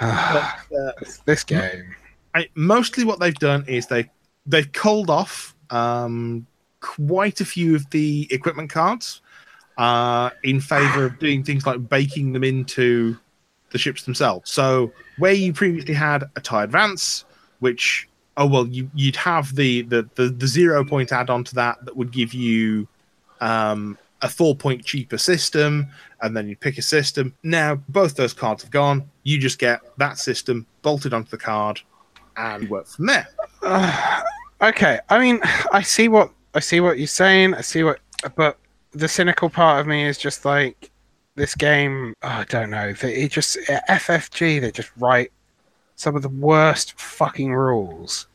[SPEAKER 2] uh,
[SPEAKER 3] this game.
[SPEAKER 2] I, mostly what they've done is they they've culled off um, quite a few of the equipment cards uh, in favor of doing things like baking them into the ships themselves. So where you previously had a tie advance, which oh well, you, you'd have the, the the the zero point add on to that that would give you um, a four point cheaper system, and then you pick a system. Now both those cards have gone. You just get that system bolted onto the card and work from there.
[SPEAKER 3] Uh, okay, I mean, I see what I see what you're saying. I see what, but the cynical part of me is just like this game. oh, I don't know. They it just uh, at FFG. They just write some of the worst fucking rules,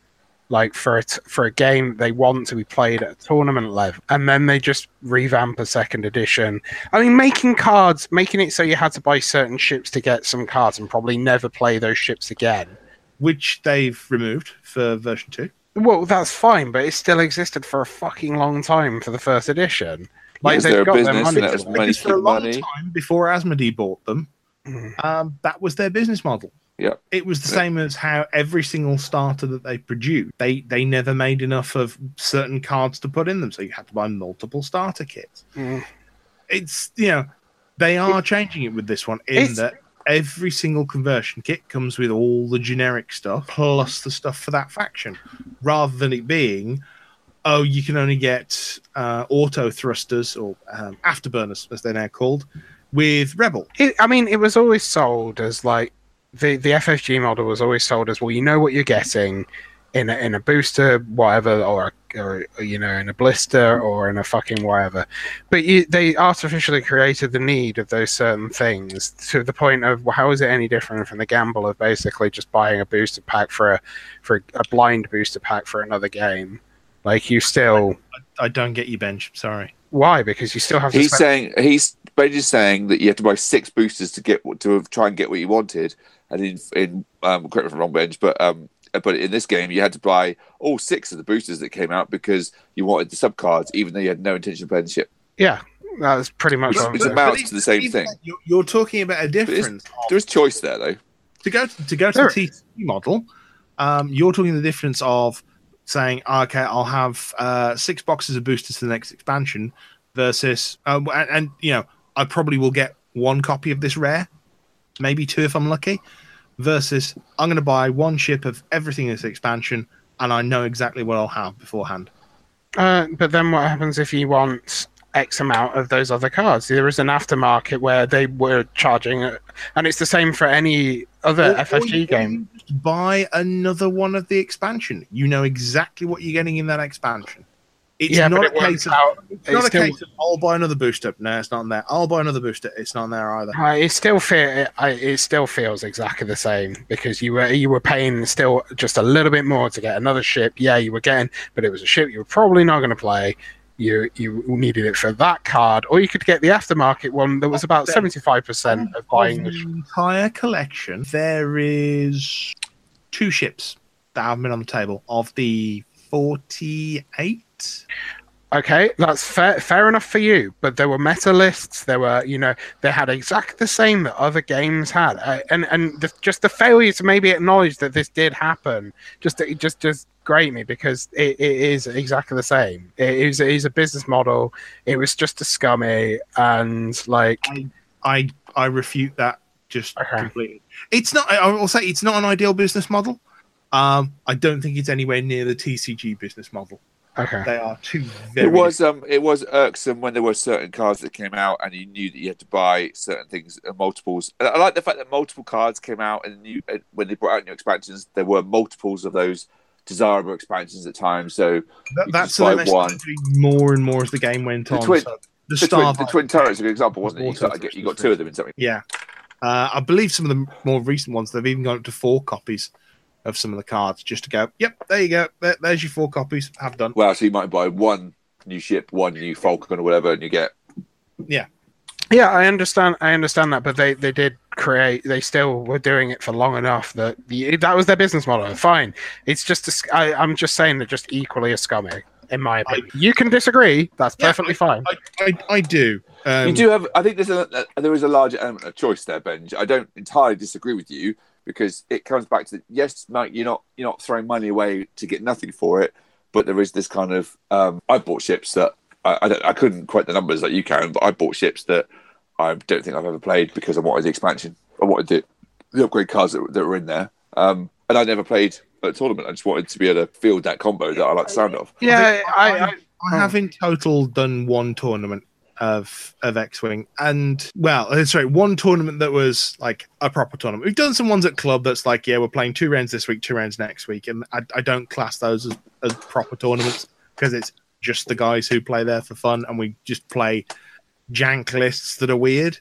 [SPEAKER 3] like for a t- for a game they want to be played at a tournament level, and then they just revamp a second edition. I mean, making cards, making it so you had to buy certain ships to get some cards, and probably never play those ships again.
[SPEAKER 2] Which they've removed for version two.
[SPEAKER 3] Well, that's fine, but it still existed for a fucking long time for the first edition. Like
[SPEAKER 1] Is
[SPEAKER 3] they've
[SPEAKER 1] there a
[SPEAKER 3] got their
[SPEAKER 1] business
[SPEAKER 3] money.
[SPEAKER 1] and it
[SPEAKER 3] to
[SPEAKER 1] was
[SPEAKER 3] them.
[SPEAKER 1] money
[SPEAKER 2] Because for a
[SPEAKER 1] for
[SPEAKER 2] long
[SPEAKER 1] money.
[SPEAKER 2] time before Asmodee bought them,
[SPEAKER 3] Mm.
[SPEAKER 2] um, that was their business model.
[SPEAKER 1] Yep.
[SPEAKER 2] It was the
[SPEAKER 1] Yep.
[SPEAKER 2] same as how every single starter that they produced, they they never made enough of certain cards to put in them, so you had to buy multiple starter kits.
[SPEAKER 3] Mm.
[SPEAKER 2] It's you know, they are changing it with this one in
[SPEAKER 3] It's-
[SPEAKER 2] that every single conversion kit comes with all the generic stuff plus the stuff for that faction, rather than it being. Oh, you can only get uh, auto thrusters or um, afterburners, as they're now called, with Rebel.
[SPEAKER 3] It, I mean, it was always sold as like the the FFG model was always sold as well. You know what you're getting in a, in a booster, whatever, or a, or a- you know, in a blister or in a fucking whatever. But you, they artificially created the need of those certain things to the point of well, how is it any different from the gamble of basically just buying a booster pack for a for a blind booster pack for another game? Like you still
[SPEAKER 2] I don't get you, Benj. Sorry.
[SPEAKER 3] why? Because you still have to.
[SPEAKER 1] He's saying
[SPEAKER 3] spend-
[SPEAKER 1] he's basically saying that you have to buy six boosters to get to try and get what you wanted, and in in um, correct me if I'm wrong, Benj, but um, but in this game you had to buy all six of the boosters that came out because you wanted the subcards, even though you had no intention of playing the ship.
[SPEAKER 3] yeah, that's pretty much.
[SPEAKER 1] Which
[SPEAKER 3] what I'm
[SPEAKER 1] is
[SPEAKER 3] saying.
[SPEAKER 1] about- amounts to the same thing.
[SPEAKER 2] You're, you're talking about a
[SPEAKER 1] is-
[SPEAKER 2] difference.
[SPEAKER 1] There is choice there though.
[SPEAKER 2] To go to, to go to
[SPEAKER 3] There-
[SPEAKER 2] the TCG model, um, you're talking the difference of saying, "Ah, okay, I'll have uh, six boxes of boosters for the next expansion versus, um, and, and you know, I probably will get one copy of this rare, maybe two if I'm lucky, versus I'm going to buy one ship of everything in this expansion and I know exactly what I'll have beforehand.
[SPEAKER 3] Uh, but then what happens if you want X amount of those other cards? There is an aftermarket where they were charging, uh, and it's the same for any
[SPEAKER 2] Or-
[SPEAKER 3] other
[SPEAKER 2] or
[SPEAKER 3] FFG
[SPEAKER 2] you- or
[SPEAKER 3] game.
[SPEAKER 2] you just buy another one of the expansion. You know exactly what you're getting in that expansion. It's
[SPEAKER 3] yeah,
[SPEAKER 2] not
[SPEAKER 3] but
[SPEAKER 2] a
[SPEAKER 3] it works
[SPEAKER 2] case of
[SPEAKER 3] out.
[SPEAKER 2] it's not
[SPEAKER 3] it's
[SPEAKER 2] a
[SPEAKER 3] still-
[SPEAKER 2] case of I'll buy another booster. No, it's not in there. I'll buy another booster. It's not in there either.
[SPEAKER 3] Uh, it still feel it, I- it still feels exactly the same because you were you were paying still just a little bit more to get another ship. Yeah, you were getting, but it was a ship you were probably not going to play. You you needed it for that card, or you could get the aftermarket one that was about
[SPEAKER 2] Then-
[SPEAKER 3] seventy five percent of buying the
[SPEAKER 2] Of the entire collection, there is two ships that haven't been on the table of the forty-eight.
[SPEAKER 3] Okay, that's fair, fair enough for you. But there were meta lists. There were, you know, they had exactly the same that other games had, uh, and and the, just the failure to maybe acknowledge that this did happen just it just just grate me because it, it is exactly the same. It is it is a business model. It was just a scummy and like
[SPEAKER 2] I I refute that just
[SPEAKER 3] Okay.
[SPEAKER 2] completely. It's not. I I will say it's not an ideal business model. Um, I don't think it's anywhere near the TCG business model.
[SPEAKER 3] okay.
[SPEAKER 2] They are two very.
[SPEAKER 1] it was um it was irksome when there were certain cards that came out and you knew that you had to buy certain things uh, multiples. And I like the fact that multiple cards came out and you uh, when they brought out new expansions, there were multiples of those desirable expansions at times. So
[SPEAKER 2] That,
[SPEAKER 1] You
[SPEAKER 2] that's
[SPEAKER 1] just
[SPEAKER 2] so
[SPEAKER 1] buy
[SPEAKER 2] they started doing more and more as the game went
[SPEAKER 1] The
[SPEAKER 2] on.
[SPEAKER 1] twin-
[SPEAKER 2] so the,
[SPEAKER 1] the
[SPEAKER 2] Star
[SPEAKER 1] twin, the twin turrets, for example, wasn't it? You,
[SPEAKER 2] Water
[SPEAKER 1] started, get- you got
[SPEAKER 2] thrusters.
[SPEAKER 1] two of them in something.
[SPEAKER 2] Yeah, uh, I believe some of the more recent ones they've even gone up to four copies of some of the cards just to go. Yep, there you go. There, there's your four copies. Have done.
[SPEAKER 1] Well, so you might buy one new ship, one new Falcon or whatever, and you get
[SPEAKER 3] Yeah, I understand. I understand that, but they they did create. They still were doing it for long enough that the, that was their business model. Fine. It's just a sc- I, I'm just saying they're just equally a scumming, in my opinion. you can disagree. That's
[SPEAKER 2] Yeah,
[SPEAKER 3] perfectly fine.
[SPEAKER 2] I, I, I do. Um,
[SPEAKER 1] you do have. I think there's a there is a larger element of choice there, Benj. I don't entirely disagree with you because it comes back to yes, Mike, you're not you're not throwing money away to get nothing for it, but there is this kind of um, I bought ships that I I, don't, I couldn't quote the numbers that you can, but I bought ships that I don't think I've ever played because I wanted the expansion, I wanted the, the upgrade cards that, that were in there, um, and I never played at a tournament. I just wanted to be able to field that combo that I like the sound of.
[SPEAKER 3] yeah, I, I,
[SPEAKER 2] I have in total done one tournament of of X Wing, and well, uh, sorry, one tournament that was like a proper tournament. We've done some ones at club that's like, yeah, we're playing two rounds this week, two rounds next week, and I, I don't class those as, as proper tournaments because it's just the guys who play there for fun, and we just play jank lists that are weird.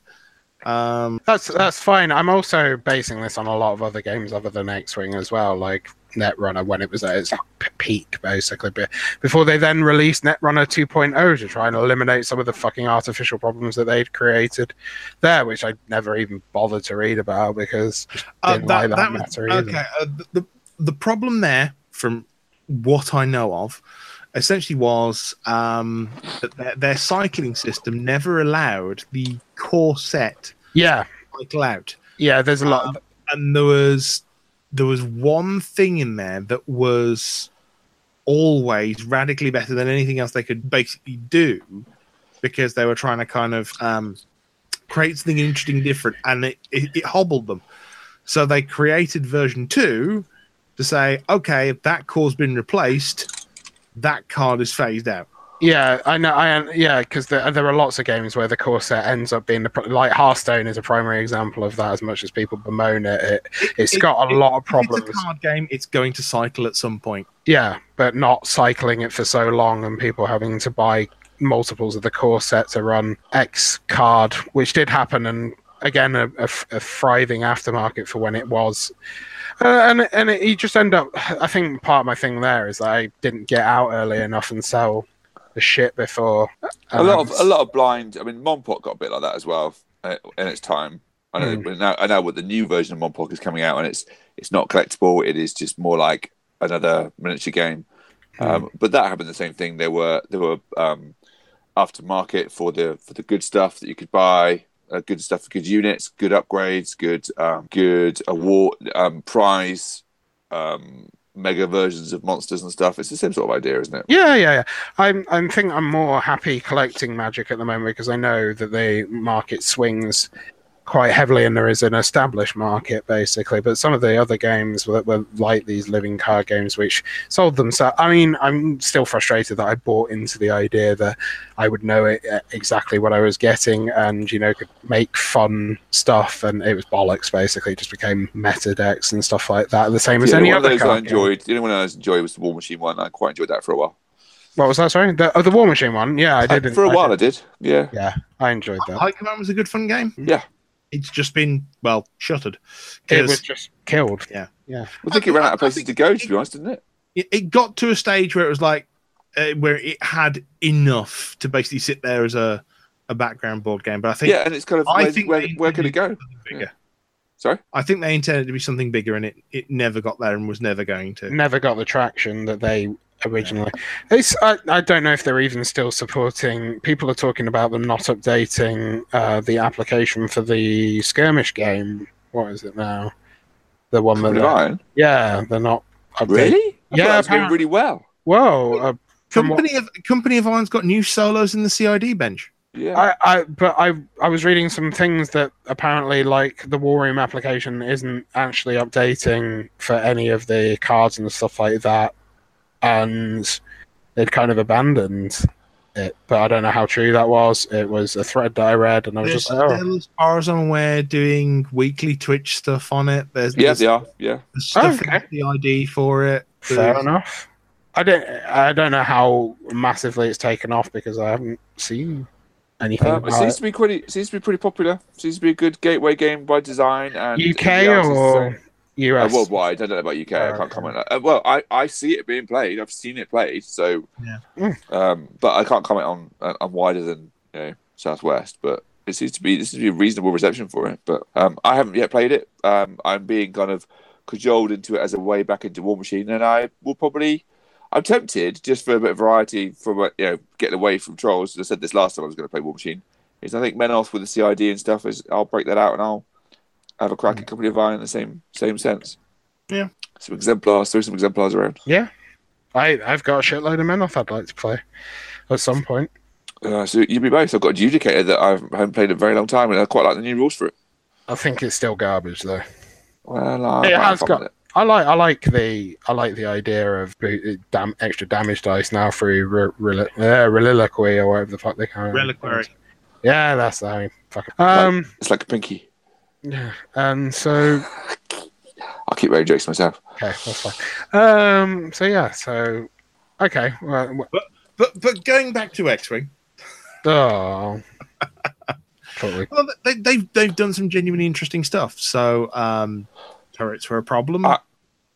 [SPEAKER 2] Um,
[SPEAKER 3] That's that's fine. I'm also basing this on a lot of other games other than X Wing as well, like Netrunner when it was at its p- peak, basically. But before they then released Netrunner 2.0 to try and eliminate some of the fucking artificial problems that they'd created there, which I never even bothered to read about because
[SPEAKER 2] uh,
[SPEAKER 3] didn't like that,
[SPEAKER 2] was-
[SPEAKER 3] matter either.
[SPEAKER 2] okay. Uh, th- the the problem there, from what I know of, essentially was um, that their, their cycling system never allowed the core set
[SPEAKER 3] Yeah,
[SPEAKER 2] cycle out.
[SPEAKER 3] yeah. There's a
[SPEAKER 2] Um,
[SPEAKER 3] lot. of-
[SPEAKER 2] and there was there was one thing in there that was always radically better than anything else they could basically do because they were trying to kind of um, create something interesting different and it, it, it hobbled them so they created version 2 to say okay that core's been replaced that card is phased out
[SPEAKER 3] yeah, I know. I yeah, because there, there are lots of games where the core set ends up being the pro- like Hearthstone is a primary example of that. As much as people bemoan it, it it's
[SPEAKER 2] It-
[SPEAKER 3] got a
[SPEAKER 2] it-
[SPEAKER 3] lot of
[SPEAKER 2] If
[SPEAKER 3] problems.
[SPEAKER 2] it's a card game it's going to cycle at some point
[SPEAKER 3] Yeah, but not cycling it for so long and people having to buy multiples of the core set to run X card, which did happen, and again a, a f- a thriving aftermarket for when it was. Uh, and and it, you just end up. I think part of my thing there is that I didn't get out early enough and sell the shit before. Um,
[SPEAKER 1] a lot of a lot of blind. I mean, Monpot got a bit like that as well uh, in its time. I know, but now I know what the new version of Monpot is coming out, and it's it's not collectible. It is just more like another miniature game. Um, but that happened the same thing. There were there were um, aftermarket for the for the good stuff that you could buy. Uh, good stuff, good units, good upgrades, good um, good award um, prize, um, mega versions of monsters and stuff. It's the same sort of idea, isn't it?
[SPEAKER 3] Yeah, yeah, yeah. I'm, I'm think I'm more happy collecting Magic at the moment because I know that the market swings quite heavily, and there is an established market basically. But some of the other games that were like these living card games, which sold themselves. I mean, I'm still frustrated that I bought into the idea that I would know it, uh, exactly what I was getting, and you know, could make fun stuff, and it was bollocks basically. It just became meta decks and stuff like that, the same as
[SPEAKER 1] Yeah,
[SPEAKER 3] any
[SPEAKER 1] one of
[SPEAKER 3] other
[SPEAKER 1] those
[SPEAKER 3] card
[SPEAKER 1] I
[SPEAKER 3] game.
[SPEAKER 1] enjoyed. The only one I enjoyed was the War Machine one. I quite enjoyed that for a while.
[SPEAKER 3] What was that? Sorry, the, oh, the War Machine one. Yeah, I
[SPEAKER 1] Uh,
[SPEAKER 3] did
[SPEAKER 1] for a
[SPEAKER 3] I
[SPEAKER 1] while,
[SPEAKER 3] did.
[SPEAKER 1] I did. Yeah,
[SPEAKER 3] Yeah, I enjoyed that.
[SPEAKER 2] High Command was a good fun game
[SPEAKER 1] Yeah.
[SPEAKER 2] it's just been well shuttered
[SPEAKER 3] it
[SPEAKER 2] 'Cause-
[SPEAKER 3] was just killed.
[SPEAKER 1] I think it ran out of places to go. To be honest, didn't it?
[SPEAKER 2] it, it got to a stage where it was like uh, where it had enough to basically sit there as a, a background board game. But I think
[SPEAKER 1] Yeah, and it's kind of
[SPEAKER 2] I
[SPEAKER 1] where,
[SPEAKER 2] think
[SPEAKER 1] where,
[SPEAKER 2] they
[SPEAKER 1] where could it go?
[SPEAKER 2] bigger.
[SPEAKER 1] Sorry,
[SPEAKER 2] I think they intended to be something bigger, and it it never got there and was never going
[SPEAKER 1] Mm,
[SPEAKER 2] to.
[SPEAKER 3] Never got the traction that they originally. It's I, I don't know if they're even still supporting. People are talking about them not updating uh, the application for the skirmish game. What is it now? The one that
[SPEAKER 1] Covenant
[SPEAKER 3] they're-
[SPEAKER 1] Iron.
[SPEAKER 3] yeah, they're not updating.
[SPEAKER 1] Really? I
[SPEAKER 3] Yeah,
[SPEAKER 1] thought it's doing
[SPEAKER 3] apparently.
[SPEAKER 1] really well.
[SPEAKER 3] Whoa. Uh, from what-
[SPEAKER 2] Company of Company of Iron's got new solos in the CID bench.
[SPEAKER 1] Yeah,
[SPEAKER 3] I, I but I I was reading some things that apparently like the War Room application isn't actually updating for any of the cards and stuff like that, and they'd kind of abandoned it. But I don't know how true that was. It was a thread that I read, and I was
[SPEAKER 2] They're
[SPEAKER 3] just like, oh,
[SPEAKER 2] still, as far as I'm aware, doing weekly Twitch stuff on it. There's
[SPEAKER 1] yeah,
[SPEAKER 2] there's
[SPEAKER 1] they are. Oh, Yeah,
[SPEAKER 2] stuff in
[SPEAKER 3] Okay.
[SPEAKER 2] the ID for it.
[SPEAKER 3] fair
[SPEAKER 2] There's-
[SPEAKER 3] enough. I don't I don't know how massively it's taken off because I haven't seen anything.
[SPEAKER 1] um, it
[SPEAKER 3] about
[SPEAKER 1] seems
[SPEAKER 3] it.
[SPEAKER 1] to be pretty. Seems to be pretty popular. Seems to be a good gateway game by design and
[SPEAKER 3] UK
[SPEAKER 1] the artists are saying-
[SPEAKER 3] or
[SPEAKER 1] Uh,
[SPEAKER 3] US?
[SPEAKER 1] worldwide. I don't know about UK. I
[SPEAKER 3] Uh,
[SPEAKER 1] can't comment. Uh, well, I, I see it being played. I've seen it played. So,
[SPEAKER 2] Yeah.
[SPEAKER 3] Mm.
[SPEAKER 1] um, but I can't comment on uh, on wider than you know Southwest. But it seems to be this seems to be a reasonable reception for it. But um, I haven't yet played it. Um, I'm being kind of cajoled into it as a way back into War Machine, and I will probably. I'm tempted just for a bit of variety, from uh, you know, getting away from trolls. I said this last time I was going to play War Machine. Is I think Menoth with the CID and stuff is I'll break that out and I'll have a crack at Company of Iron in the same same sense.
[SPEAKER 2] Yeah.
[SPEAKER 1] Some exemplars, throw some exemplars around.
[SPEAKER 3] Yeah. I, I've got a shitload of men off I'd like to play at some point.
[SPEAKER 1] Uh, so you'd be both. I've got Adjudicator that I haven't played in a very long time, and I quite like the new rules for it.
[SPEAKER 3] I think it's still garbage though.
[SPEAKER 1] Well, I
[SPEAKER 3] It
[SPEAKER 1] might have
[SPEAKER 3] has
[SPEAKER 1] fun
[SPEAKER 3] got-
[SPEAKER 1] with it.
[SPEAKER 3] I like I like the I like the idea of bo- dam- extra damage dice now through re- rel- uh, reliloquy or whatever the fuck they call it.
[SPEAKER 2] Reliquary.
[SPEAKER 3] Yeah, that's I mean, fuck. it. Um,
[SPEAKER 1] It's like a pinky.
[SPEAKER 3] yeah, and so
[SPEAKER 1] I'll keep road jokes myself.
[SPEAKER 3] okay, that's fine. Um, so yeah, so okay. Well, w-
[SPEAKER 2] But but going back to X-wing,
[SPEAKER 3] oh, totally.
[SPEAKER 2] well, they, they've they've done some genuinely interesting stuff. So um, turrets were a problem.
[SPEAKER 1] I-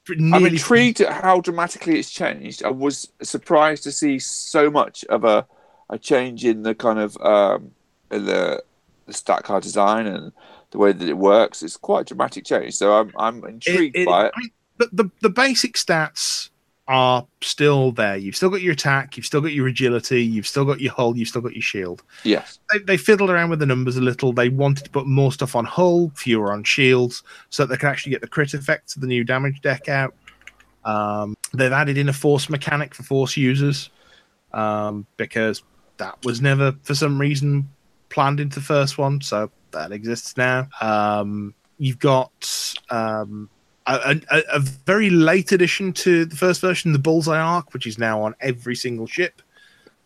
[SPEAKER 1] I'm
[SPEAKER 2] Nearly-
[SPEAKER 1] intrigued at how dramatically it's changed. I was surprised to see so much of a a change in the kind of um, in the the stat card design and the way that it works. It's quite a dramatic change, so I'm I'm intrigued by it.
[SPEAKER 2] I mean, the, the, the basic stats are still there. You've still got your attack, you've still got your agility, you've still got your hull, you've still got your shield.
[SPEAKER 1] Yes,
[SPEAKER 2] They, they fiddled around with the numbers a little. They wanted to put more stuff on hull, fewer on shields, so that they could actually get the crit effects of the new damage deck out. Um, they've added in a force mechanic for force users um, because that was never, for some reason, planned into the first one, so that exists now. Um, you've got um, a, a, a very late addition to the first version, the Bullseye Arc, which is now on every single ship,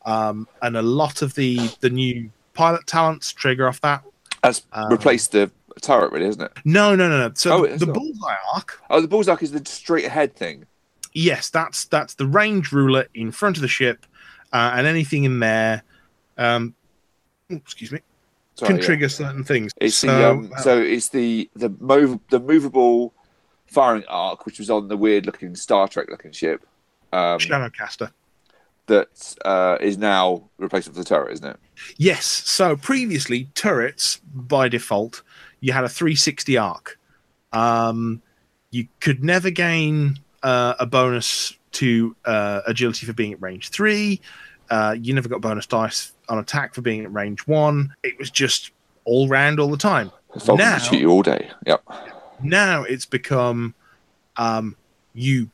[SPEAKER 2] um, and a lot of the the new pilot talents trigger off that.
[SPEAKER 1] that's
[SPEAKER 2] Um,
[SPEAKER 1] replaced the turret, really, isn't it?
[SPEAKER 2] No, no, no, no. So
[SPEAKER 1] Oh,
[SPEAKER 2] the-
[SPEAKER 1] it is
[SPEAKER 2] the
[SPEAKER 1] not.
[SPEAKER 2] Bullseye Arc,
[SPEAKER 1] Oh, the bullseye is the straight ahead thing.
[SPEAKER 2] yes, that's that's the range ruler in front of the ship, uh, and anything in there. Um, oh, excuse me.
[SPEAKER 1] Sorry,
[SPEAKER 2] can
[SPEAKER 1] yeah.
[SPEAKER 2] trigger certain things.
[SPEAKER 1] It's
[SPEAKER 2] so,
[SPEAKER 1] the um,
[SPEAKER 2] uh,
[SPEAKER 1] so it's the the move the movable firing arc, which was on the weird looking Star Trek looking ship. Um,
[SPEAKER 2] Shadowcaster.
[SPEAKER 1] that uh, is now replacement for the turret, isn't it?
[SPEAKER 2] Yes. So previously, turrets by default, you had a 360 arc. Um, you could never gain uh, a bonus to uh, agility for being at range three. Uh, you never got bonus dice on attack for being at range one. It was just all round all the time.
[SPEAKER 1] Falcon
[SPEAKER 2] Now-
[SPEAKER 1] can shoot you all day. Yep.
[SPEAKER 2] Now it's become um, you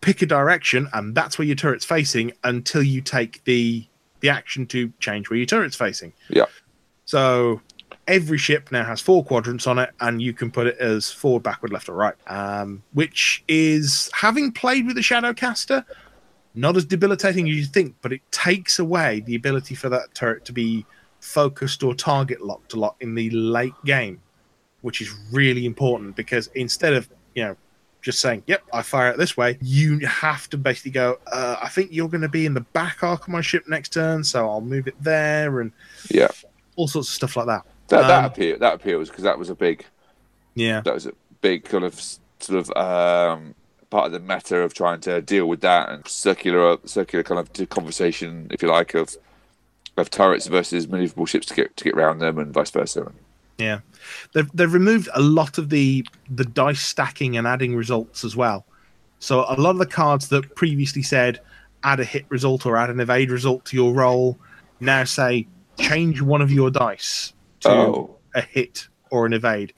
[SPEAKER 2] pick a direction and that's where your turret's facing until you take the the action to change where your turret's facing.
[SPEAKER 1] Yeah.
[SPEAKER 2] So every ship now has four quadrants on it, and you can put it as forward, backward, left, or right. Um, which is having played with the Shadowcaster, not as debilitating as you think, but it takes away the ability for that turret to be focused or target locked a lot in the late game, which is really important because instead of you know just saying, "Yep, I fire it this way," you have to basically go. Uh, I think you're going to be in the back arc of my ship next turn, so I'll move it there and
[SPEAKER 1] Yeah.
[SPEAKER 2] all sorts of stuff like that.
[SPEAKER 1] That that
[SPEAKER 2] Um,
[SPEAKER 1] appeal that appeals because that was a big
[SPEAKER 2] Yeah,
[SPEAKER 1] that was a big kind of s- sort of um, part of the meta of trying to deal with that and circular circular kind of t- conversation, if you like, of of turrets versus maneuverable ships to get to get around them and vice versa.
[SPEAKER 2] yeah. They've they've removed a lot of the the dice stacking and adding results as well. So a lot of the cards that previously said add a hit result or add an evade result to your roll now say change one of your dice to
[SPEAKER 1] Oh.
[SPEAKER 2] a hit or an evade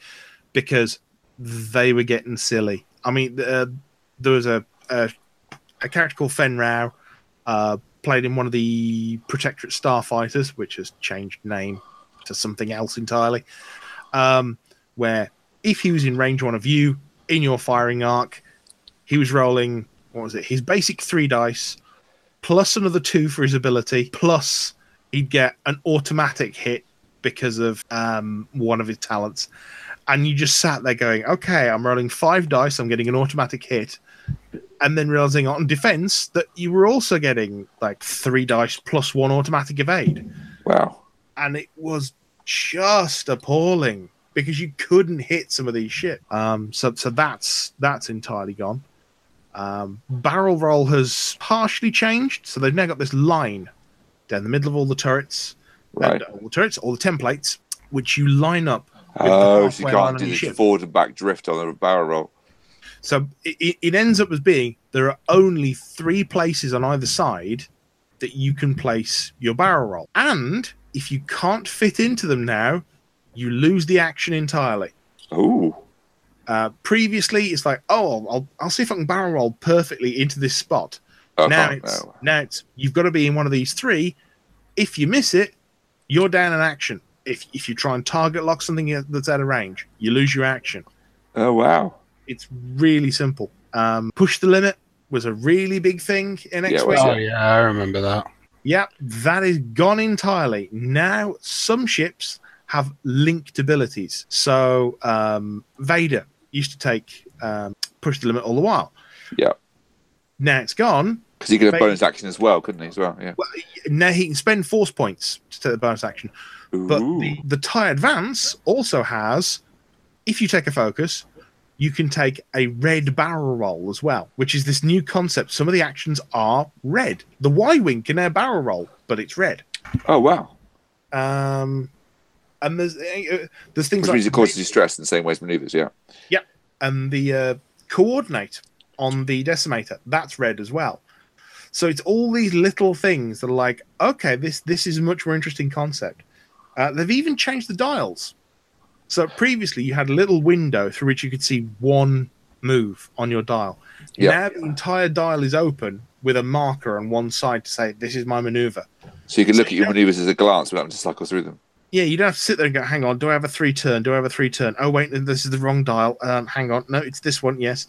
[SPEAKER 2] because they were getting silly. I mean, uh, there was a, a a character called Fenrow, uh, played in one of the Protectorate Starfighters, which has changed name to something else entirely. Um, where if he was in range one of you in your firing arc, he was rolling what was it? His basic three dice plus another two for his ability, plus he'd get an automatic hit because of um, one of his talents. And you just sat there going, okay, I'm rolling five dice, I'm getting an automatic hit. And then realizing on defense that you were also getting like three dice plus one automatic evade.
[SPEAKER 1] Wow.
[SPEAKER 2] And it was just appalling because you couldn't hit some of these shit. Um, so, so that's that's entirely gone. Um, barrel roll has partially changed, so they've now got this line down the middle of all the turrets,
[SPEAKER 1] Right.
[SPEAKER 2] and uh, all the turrets, all the templates, which you line up. with the
[SPEAKER 1] Oh, so you
[SPEAKER 2] halfway line
[SPEAKER 1] can't
[SPEAKER 2] on
[SPEAKER 1] do
[SPEAKER 2] your
[SPEAKER 1] this
[SPEAKER 2] ship.
[SPEAKER 1] forward and back drift on a barrel roll.
[SPEAKER 2] So it- it, it ends up as being there are only three places on either side that you can place your barrel roll, and if you can't fit into them now, you lose the action entirely.
[SPEAKER 1] Ooh.
[SPEAKER 2] Uh, previously, it's like, oh, I'll, I'll see if I can barrel roll perfectly into this spot.
[SPEAKER 1] I
[SPEAKER 2] now
[SPEAKER 1] can't-
[SPEAKER 2] it's
[SPEAKER 1] no.
[SPEAKER 2] now it's you've got to be in one of these three. If you miss it, you're down an action. If if you try and target lock something that's out of range, you lose your action.
[SPEAKER 1] Oh wow.
[SPEAKER 2] It's really simple. Um, push the limit was a really big thing in
[SPEAKER 1] Yeah,
[SPEAKER 2] X
[SPEAKER 1] well,
[SPEAKER 2] Wing.
[SPEAKER 1] Is
[SPEAKER 3] Oh
[SPEAKER 1] it?
[SPEAKER 3] yeah, I remember that.
[SPEAKER 2] Yep, that is gone entirely. Now, some ships have linked abilities. So, um, Vader used to take um, push the limit all the while.
[SPEAKER 1] Yeah.
[SPEAKER 2] Now it's gone.
[SPEAKER 1] Because he could have
[SPEAKER 2] But-
[SPEAKER 1] bonus action as well, couldn't he? As well, yeah.
[SPEAKER 2] Now he can spend force points to take the bonus action. But
[SPEAKER 1] Ooh.
[SPEAKER 2] the, the TIE Advance also has, if you take a focus, you can take a red barrel roll as well, which is this new concept. Some of the actions are red. The Y Wing can air barrel roll, but it's red.
[SPEAKER 1] oh wow!
[SPEAKER 2] Um, and there's uh, there's things
[SPEAKER 1] Which
[SPEAKER 2] like
[SPEAKER 1] means it causes you stress in the same way as maneuvers. Yeah.
[SPEAKER 2] and the uh, coordinate on the decimator that's red as well. So it's all these little things that are like, okay, this this is a much more interesting concept. Uh, they've even changed the dials. So previously you had a little window through which you could see one move on your dial.
[SPEAKER 1] Yeah.
[SPEAKER 2] Now the entire dial is open with a marker on one side to say this is my maneuver.
[SPEAKER 1] So you can look at your maneuvers as a glance without having to cycle through them.
[SPEAKER 2] Yeah, you don't have to sit there and go, hang on, do I have a three turn? Do I have a three turn? Oh, wait, no, this is the wrong dial. Um, hang on, no, it's this one, yes.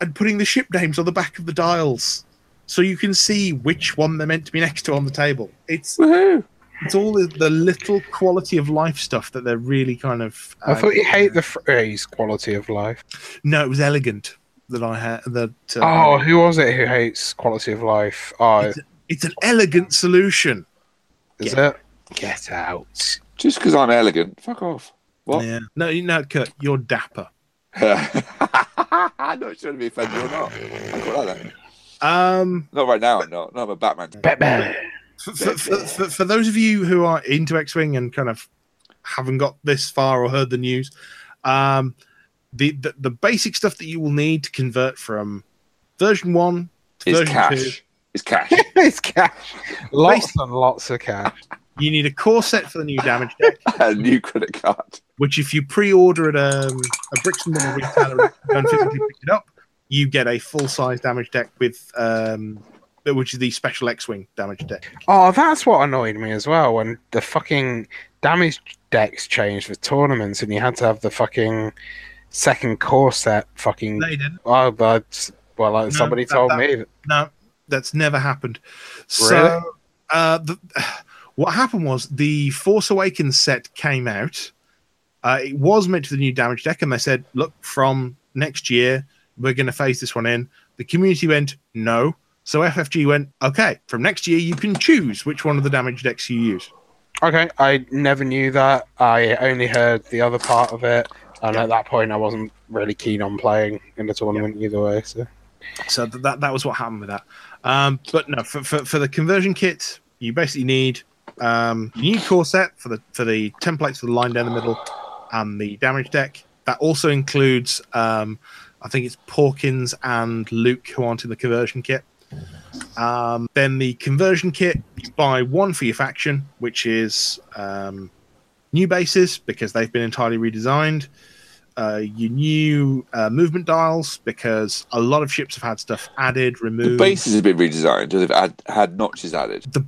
[SPEAKER 2] And putting the ship names on the back of the dials so you can see which one they're meant to be next to on the table. It's
[SPEAKER 1] Woohoo!
[SPEAKER 2] it's all the, the little quality of life stuff that they're really kind of.
[SPEAKER 3] I thought you
[SPEAKER 2] uh,
[SPEAKER 3] hate the phrase quality of life.
[SPEAKER 2] No, it was elegant that I had. That uh,
[SPEAKER 3] Oh, who was it who hates quality of life? Oh,
[SPEAKER 2] it's an elegant solution.
[SPEAKER 3] is it? Get out.
[SPEAKER 1] Just because I'm elegant, fuck off. What?
[SPEAKER 2] Yeah. No, you know, Kurt, you're dapper.
[SPEAKER 1] I'm not sure to be offended or not. I quite like that.
[SPEAKER 2] Um,
[SPEAKER 1] Not right now. I'm not. Not I'm a Batman.
[SPEAKER 3] Batman.
[SPEAKER 2] for, for, for, for- for those of you who are into X-wing and kind of haven't got this far or heard the news, um, the, the the basic stuff that you will need to convert from version one to
[SPEAKER 1] It's
[SPEAKER 2] version
[SPEAKER 1] cash. It's cash.
[SPEAKER 3] it's cash. Lots and lots of cash.
[SPEAKER 2] two, you need a core set for the new damage deck,
[SPEAKER 1] a new credit card.
[SPEAKER 2] which if you pre-order at um, a bricks and mortar retailer and go and physically pick it up, you get a full-size damage deck with um, which is the special X-wing damage deck.
[SPEAKER 3] Oh, that's what annoyed me as well when the fucking damage decks changed with tournaments and you had to have the fucking second core set fucking.
[SPEAKER 2] They didn't.
[SPEAKER 3] Oh, but, well, like, somebody
[SPEAKER 2] that-
[SPEAKER 3] told
[SPEAKER 2] that-
[SPEAKER 3] me. That,
[SPEAKER 2] No, that's never happened. So, uh, the, what happened was the Force Awakens set came out. Uh, it was meant to be the new damage deck, and they said, "Look, from next year, we're going to phase this one in." The community went, "No." So FFG went, "Okay, from next year, you can choose which one of the damage decks you use."
[SPEAKER 3] Okay, I never knew that. I only heard the other part of it, and
[SPEAKER 2] Yeah.
[SPEAKER 3] at that point, I wasn't really keen on playing in the tournament either way. So
[SPEAKER 2] So th- that that was what happened with that. Um, but no, for, for for the conversion kit, you basically need um, you need core set for the for the templates for the line down the middle and the damage deck. That also includes, um, I think it's Porkins and Luke who aren't in the conversion kit. Um, then the conversion kit, you buy one for your faction, which is um, new bases because they've been entirely redesigned uh, your new uh, movement dials because a lot of ships have had stuff added,
[SPEAKER 1] The
[SPEAKER 2] removed.
[SPEAKER 1] bases have been redesigned. They've had, had notches added.
[SPEAKER 2] The,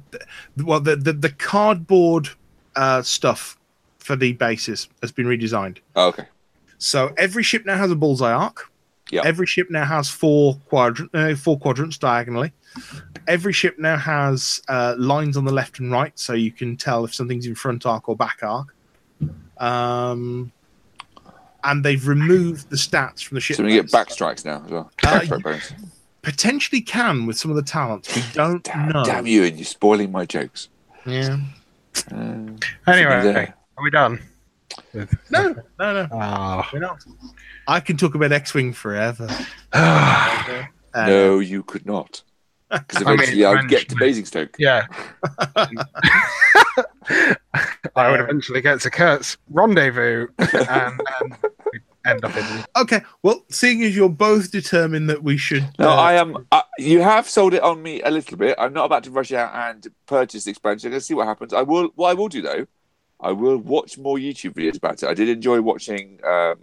[SPEAKER 2] well, the the, the cardboard uh, stuff for the bases has been redesigned.
[SPEAKER 1] Oh, okay.
[SPEAKER 2] So every ship now has a bullseye arc.
[SPEAKER 1] Yeah.
[SPEAKER 2] Every ship now has four quadrant, uh, four quadrants diagonally. Every ship now has uh, lines on the left and right, so you can tell if something's in front arc or back arc. Um, and they've removed the stats from the ship.
[SPEAKER 1] So we get
[SPEAKER 2] base.
[SPEAKER 1] back strikes now as well.
[SPEAKER 2] Uh,
[SPEAKER 1] Backstrike bonus.
[SPEAKER 2] potentially can with some of the talents. We don't
[SPEAKER 1] Damn,
[SPEAKER 2] know.
[SPEAKER 1] damn you! And you're spoiling my jokes.
[SPEAKER 2] Yeah.
[SPEAKER 1] Uh,
[SPEAKER 3] anyway,
[SPEAKER 1] Yeah.
[SPEAKER 3] okay, are we done?
[SPEAKER 2] No, no, no.
[SPEAKER 3] Ah,
[SPEAKER 2] We're not. I can talk about X-wing forever. Uh,
[SPEAKER 1] no, you could not. Because
[SPEAKER 3] I mean,
[SPEAKER 1] eventually I would get to
[SPEAKER 3] eventually.
[SPEAKER 1] Basingstoke.
[SPEAKER 3] yeah. I would eventually get to Kurt's rendezvous, and then we'd end up in.
[SPEAKER 2] Okay. Well, seeing as you're both determined that we should.
[SPEAKER 1] No,
[SPEAKER 2] uh,
[SPEAKER 1] I am. I, you have sold it on me a little bit. I'm not about to rush out and purchase the expansion. Let's see what happens. I will. What I will do though, I will watch more YouTube videos about it. I did enjoy watching um,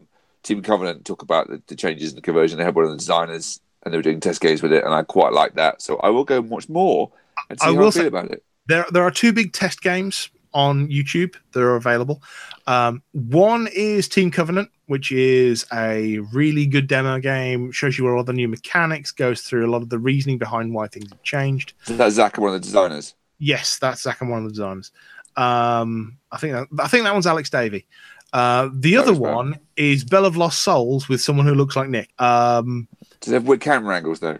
[SPEAKER 1] Team Covenant talk about the, the changes in the conversion. They had one of the designers, and they were doing test games with it, and I quite liked that. So I will go and watch more and see
[SPEAKER 2] I
[SPEAKER 1] how
[SPEAKER 2] will
[SPEAKER 1] I feel
[SPEAKER 2] say-
[SPEAKER 1] about it.
[SPEAKER 2] There, there are two big test games on YouTube that are available. Um, one is Team Covenant, which is a really good demo game. Shows you all of the new mechanics, goes through a lot of the reasoning behind why things have changed.
[SPEAKER 1] So that's Zach, one of the designers.
[SPEAKER 2] Yes, that's second one of the designs. Um, I think that, I think that one's Alex Davey. Uh, the
[SPEAKER 1] That
[SPEAKER 2] other
[SPEAKER 1] was bad.
[SPEAKER 2] one is Bell of Lost Souls with someone who looks like Nick. Um,
[SPEAKER 1] Does it have weird camera angles though?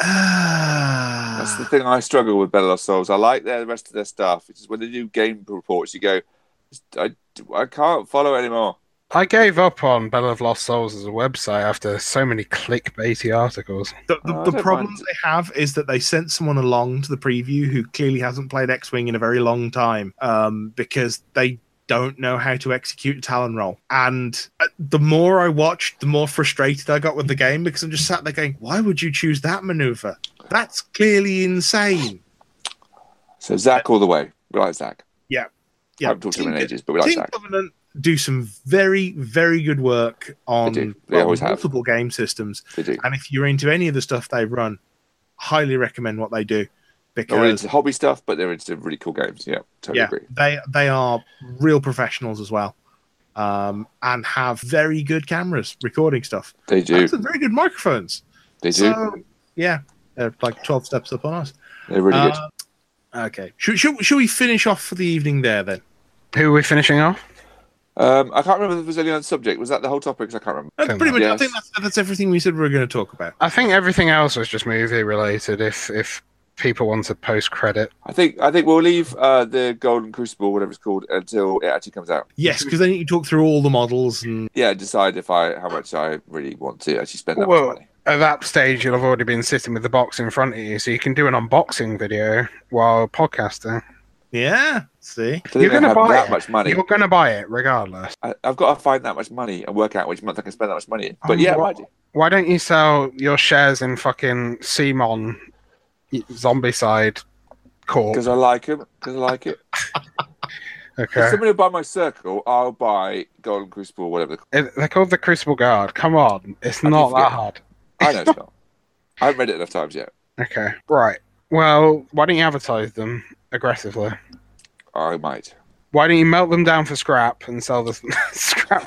[SPEAKER 2] ah,
[SPEAKER 1] That's the thing I struggle with Better Lost Souls. I like their the rest of their stuff. It's just when they do game reports, you go, I, I can't follow it anymore.
[SPEAKER 3] I gave up on Bell of Lost Souls as a website after so many clickbaity articles.
[SPEAKER 2] The, the,
[SPEAKER 1] Oh, I
[SPEAKER 2] the
[SPEAKER 1] don't
[SPEAKER 2] problem
[SPEAKER 1] mind.
[SPEAKER 2] they have is that they sent someone along to the preview who clearly hasn't played X Wing in a very long time um, because they don't know how to execute a Talon roll. And uh, the more I watched, the more frustrated I got with the game because I'm just sat there going, why would you choose that maneuver? That's clearly insane.
[SPEAKER 1] So Zach all the way. We like Zach.
[SPEAKER 2] Yeah.
[SPEAKER 1] I haven't talked to him in
[SPEAKER 2] Team-
[SPEAKER 1] ages, but we like
[SPEAKER 2] Team
[SPEAKER 1] Zach.
[SPEAKER 2] Covenant do some very, very good work on
[SPEAKER 1] do. They
[SPEAKER 2] on
[SPEAKER 1] always have.
[SPEAKER 2] multiple game systems.
[SPEAKER 1] They do.
[SPEAKER 2] And if you're into any of the stuff they run, highly recommend what they do
[SPEAKER 1] They're Oh, really
[SPEAKER 2] because
[SPEAKER 1] into hobby stuff, but they're into really cool games. Yeah, totally
[SPEAKER 2] yeah,
[SPEAKER 1] agree.
[SPEAKER 2] they they are real professionals as well, um, and have very good cameras recording stuff.
[SPEAKER 1] They do.
[SPEAKER 2] And some very good microphones.
[SPEAKER 1] They do.
[SPEAKER 2] So yeah, they're like twelve steps up on us.
[SPEAKER 1] they're really good.
[SPEAKER 2] Uh, Okay, should, should, should we finish off for the evening there then?
[SPEAKER 3] Who are we finishing off?
[SPEAKER 1] Um, I can't remember if there was any other subject. Was that the whole topic? 'Cause I can't remember.
[SPEAKER 2] That's
[SPEAKER 3] Come
[SPEAKER 2] Uh, pretty
[SPEAKER 1] on.
[SPEAKER 2] much. I
[SPEAKER 1] Yes.
[SPEAKER 2] think that's, that's everything we said we were going to talk about.
[SPEAKER 3] I think everything else was just movie related. If if people want to post credit,
[SPEAKER 1] I think I think we'll leave uh, the Golden Crucible, whatever it's called, until it actually comes out.
[SPEAKER 2] Yes, because then you can talk through all the models and
[SPEAKER 1] Yeah, decide if I how much I really want to actually spend that
[SPEAKER 3] Well,
[SPEAKER 1] much money.
[SPEAKER 3] at that stage you'll have already been sitting with the box in front of you, so you can do an unboxing video while podcasting.
[SPEAKER 2] yeah. See,
[SPEAKER 1] So they're
[SPEAKER 3] you're
[SPEAKER 1] gonna
[SPEAKER 3] gonna
[SPEAKER 1] have
[SPEAKER 3] buy
[SPEAKER 1] that
[SPEAKER 3] it.
[SPEAKER 1] much money.
[SPEAKER 3] You're gonna buy it regardless.
[SPEAKER 1] I, I've got to find that much money and work out which month I can spend that much money. in. But
[SPEAKER 3] Oh,
[SPEAKER 1] yeah, I
[SPEAKER 3] what-
[SPEAKER 1] might do.
[SPEAKER 3] Why don't you sell your shares in fucking Simon Zombie Side Corp?
[SPEAKER 1] because I like him. Because I like it. If
[SPEAKER 3] Okay.
[SPEAKER 1] somebody will buy my circle, I'll buy Golden Crucible, whatever. the-
[SPEAKER 3] It- They're called the Crucible Guard. Come on, it's
[SPEAKER 1] I
[SPEAKER 3] not
[SPEAKER 1] did
[SPEAKER 3] that
[SPEAKER 1] forget.
[SPEAKER 3] hard.
[SPEAKER 1] I know it's not. I haven't read it enough times yet.
[SPEAKER 3] Okay, right. Well, why don't you advertise them aggressively?
[SPEAKER 1] I might.
[SPEAKER 3] Why don't you melt them down for scrap and sell the scrap?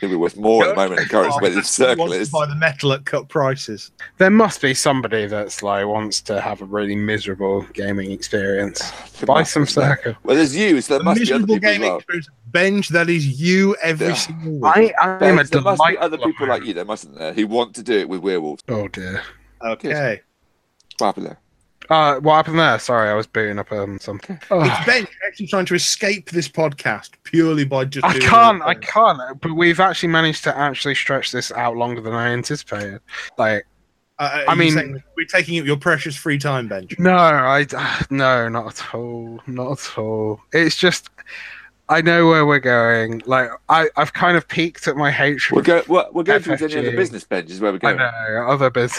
[SPEAKER 1] It'll be worth more at the moment. at Current
[SPEAKER 2] Oh,
[SPEAKER 1] where
[SPEAKER 2] who
[SPEAKER 1] this circle
[SPEAKER 2] wants to
[SPEAKER 1] is.
[SPEAKER 2] buy the metal at cut prices.
[SPEAKER 3] There must be somebody that's like wants to have a really miserable gaming experience. Buy some circle.
[SPEAKER 1] Well, there's you, so there
[SPEAKER 2] The
[SPEAKER 1] must be other
[SPEAKER 2] miserable
[SPEAKER 1] people as
[SPEAKER 2] gaming
[SPEAKER 1] well.
[SPEAKER 2] experience. Benj, that is you every
[SPEAKER 1] Yeah.
[SPEAKER 2] single week.
[SPEAKER 3] I, I am a
[SPEAKER 1] There must be
[SPEAKER 3] delightful.
[SPEAKER 1] other people like you, there mustn't there, who want to do it with werewolves.
[SPEAKER 3] Oh dear.
[SPEAKER 2] okay.
[SPEAKER 1] What happened there?
[SPEAKER 3] Uh, what happened there? Sorry, I was booting up um something.
[SPEAKER 2] It's Ben actually trying to escape this podcast purely by just.
[SPEAKER 3] I
[SPEAKER 2] doing
[SPEAKER 3] can't,
[SPEAKER 2] that Uh,
[SPEAKER 3] I
[SPEAKER 2] thing.
[SPEAKER 3] can't. But we've actually managed to actually stretch this out longer than I anticipated. Like,
[SPEAKER 2] Uh,
[SPEAKER 3] I
[SPEAKER 2] I
[SPEAKER 3] mean-
[SPEAKER 2] mean, we're taking up your precious free time, Benj.
[SPEAKER 3] No, I no, not at all, not at all. It's just I know where we're going. Like I, I've kind of peaked at my hatred.
[SPEAKER 1] We're, go- we're, we're going towards any
[SPEAKER 3] FFG.
[SPEAKER 1] other business bench, is where we're
[SPEAKER 3] I
[SPEAKER 1] going.
[SPEAKER 3] know other business,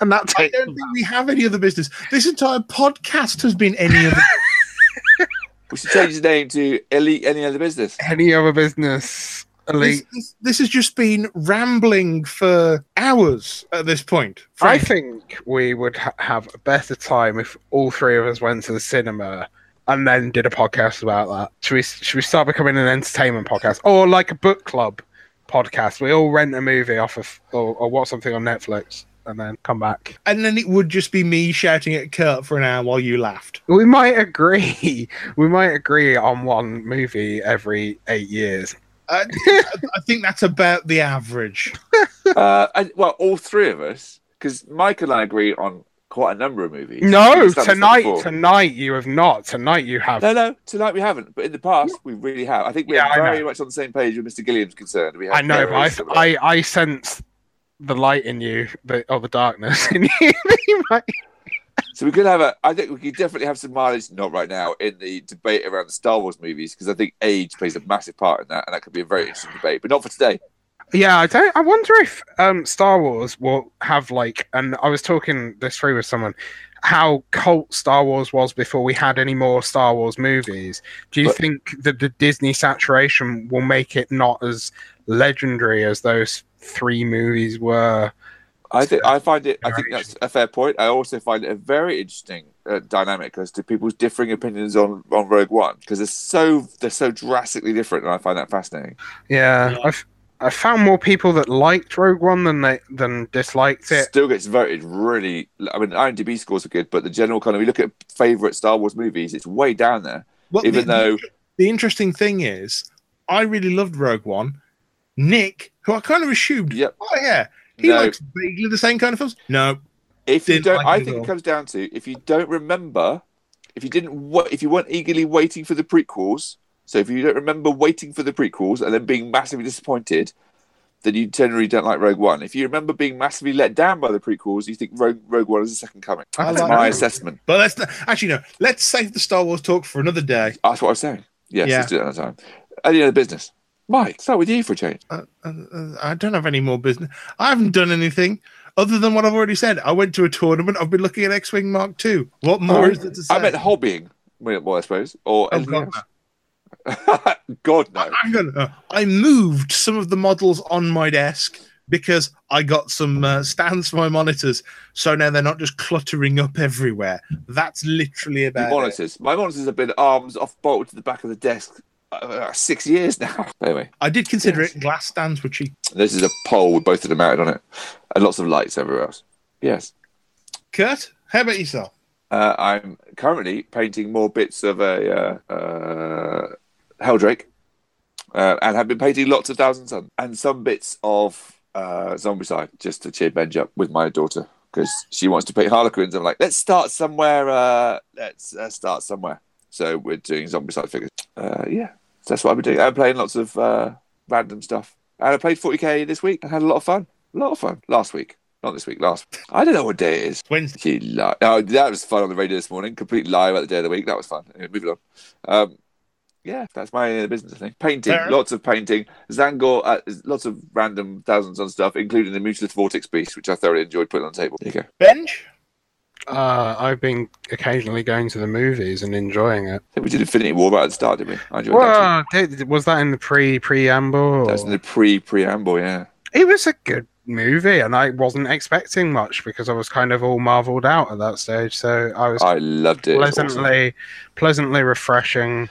[SPEAKER 3] and that
[SPEAKER 2] I
[SPEAKER 3] takes.
[SPEAKER 2] don't think we have any other business. This entire podcast has been any other.
[SPEAKER 1] We should change the name to Elite Any Other Business.
[SPEAKER 3] Any other business
[SPEAKER 2] this,
[SPEAKER 3] elite?
[SPEAKER 2] this, this has just been rambling for hours at this point.
[SPEAKER 3] I
[SPEAKER 2] frankly.
[SPEAKER 3] think we would ha- have a better time if all three of us went to the cinema and then did a podcast about that. Should we? Should we start becoming an entertainment podcast or like a book club podcast? We all rent a movie off of or, or watch something on Netflix and then come back.
[SPEAKER 2] and then it would just be me shouting at Kurt for an hour while you laughed.
[SPEAKER 3] We might agree. We might agree on one movie every eight years.
[SPEAKER 2] Uh, I think that's about the average.
[SPEAKER 1] uh, and, well, all three of us, because Mike and I agree on quite a number of movies. We've
[SPEAKER 3] No,
[SPEAKER 1] established that
[SPEAKER 3] tonight,
[SPEAKER 1] before.
[SPEAKER 3] tonight you have not. Tonight you have.
[SPEAKER 1] No, no, tonight we haven't, but in the past we really have. I think we're
[SPEAKER 3] Yeah, I
[SPEAKER 1] very
[SPEAKER 3] know.
[SPEAKER 1] much on the same page with Mr. Gilliam's concerned. We have
[SPEAKER 3] I know,
[SPEAKER 1] very
[SPEAKER 3] but
[SPEAKER 1] similar-
[SPEAKER 3] I, I, I sense the light in you, the or the darkness in you. that you might-
[SPEAKER 1] So we could have a. I think we could definitely have some mileage, not right now, in the debate around the Star Wars movies because I think age plays a massive part in that, and that could be a very interesting debate, but not for today.
[SPEAKER 3] yeah, I don't. I wonder if um, Star Wars will have like, and I was talking this through with someone, how cult Star Wars was before we had any more Star Wars movies. Do you
[SPEAKER 1] But-
[SPEAKER 3] think that the Disney saturation will make it not as legendary as those three movies were?
[SPEAKER 1] I think I find it. I think
[SPEAKER 3] Generation.
[SPEAKER 1] that's a fair point. I also find it a very interesting uh, dynamic as to people's differing opinions on on Rogue One because they're so they're so drastically different, and I find that fascinating.
[SPEAKER 3] Yeah,
[SPEAKER 2] Yeah.
[SPEAKER 3] I've, I found more people that liked Rogue One than they than disliked it.
[SPEAKER 1] Still gets voted really. I mean, IMDb scores are good, but the general kind of you look at favorite Star Wars movies, it's way down there.
[SPEAKER 2] Well,
[SPEAKER 1] Even
[SPEAKER 2] the-
[SPEAKER 1] though
[SPEAKER 2] the interesting thing is, I really loved Rogue One. Nick, who I kind of assumed,
[SPEAKER 1] Yep.
[SPEAKER 2] oh yeah, he
[SPEAKER 1] No.
[SPEAKER 2] likes vaguely the same kind of films. No,
[SPEAKER 1] If you
[SPEAKER 2] Didn't
[SPEAKER 1] don't,
[SPEAKER 2] like
[SPEAKER 1] I
[SPEAKER 2] it at
[SPEAKER 1] think it
[SPEAKER 2] all.
[SPEAKER 1] comes down to if you don't remember, if you didn't, wa- if you weren't eagerly waiting for the prequels. So if you don't remember waiting for the prequels and then being massively disappointed, then you generally don't like Rogue One. If you remember being massively let down by the prequels, you think Rogue, Rogue One is the second coming.
[SPEAKER 2] I
[SPEAKER 1] That's
[SPEAKER 2] like
[SPEAKER 1] my
[SPEAKER 2] Rogue.
[SPEAKER 1] assessment.
[SPEAKER 2] but let's not, actually no. Let's save the Star Wars talk for another day.
[SPEAKER 1] That's what I was saying. Yes,
[SPEAKER 2] Yeah.
[SPEAKER 1] let's do that another time. Any other business? Mike, start with you for a change.
[SPEAKER 2] Uh, uh, uh, I don't have any more business. I haven't done anything other than what I've already said. I went to a tournament. I've been looking at X-wing Mark II. What more is there to say?
[SPEAKER 1] Oh, I meant hobbying. Well, well, I suppose, or
[SPEAKER 2] Oh,
[SPEAKER 1] anything
[SPEAKER 2] God, no.
[SPEAKER 1] else. God no.
[SPEAKER 2] I'm gonna, uh, I moved some of the models on my desk because I got some uh, stands for my monitors, so now they're not just cluttering up everywhere. That's literally
[SPEAKER 1] The
[SPEAKER 2] about it.
[SPEAKER 1] monitors. My monitors have been arms off bolted to the back of the desk uh, uh, six years now. Anyway,
[SPEAKER 2] I did consider
[SPEAKER 1] Yes.
[SPEAKER 2] it. Glass stands were cheap.
[SPEAKER 1] this is a pole with both of them mounted on it, and lots of lights everywhere else. Yes,
[SPEAKER 2] Kurt, how about yourself?
[SPEAKER 1] uh, I'm currently painting more bits of a uh, uh, Helldrake, uh, and have been painting lots of Thousand Suns and some bits of uh, Zombicide just to cheer Benj up with my daughter because she wants to paint Harlequins. I'm like, let's start somewhere. Uh, let's uh, start somewhere. So we're doing Zombicide figures. Uh, yeah, so that's what I've been doing. I'm playing lots of uh, random stuff, and I played 40k this week and had a lot of fun. A lot of fun last week, not this week. Last, I don't know what day it is.
[SPEAKER 2] Wednesday.
[SPEAKER 1] She li- Oh, that was fun on the radio this morning. Complete lie about the day of the week. That was fun. Anyway, moving on. Um, yeah, that's my uh, business thing. Painting,
[SPEAKER 2] Fair.
[SPEAKER 1] lots of painting. Zangor, uh, lots of random thousands on stuff, including the Mutalist Vortex piece, which I thoroughly enjoyed putting on the table. There you go.
[SPEAKER 2] Benj?
[SPEAKER 3] Uh, I've been occasionally going to the movies and enjoying it.
[SPEAKER 1] I think we did Infinity War right at the start, didn't we? I enjoyed that.
[SPEAKER 3] Well, did- was that in the pre preamble?
[SPEAKER 1] Too.
[SPEAKER 3] or-
[SPEAKER 1] That's in the pre preamble, yeah.
[SPEAKER 3] It was a good movie, and I wasn't expecting much because I was kind of all marvelled out at that stage. So I was
[SPEAKER 1] I loved it. It was awesome.
[SPEAKER 3] pleasantly, pleasantly refreshing.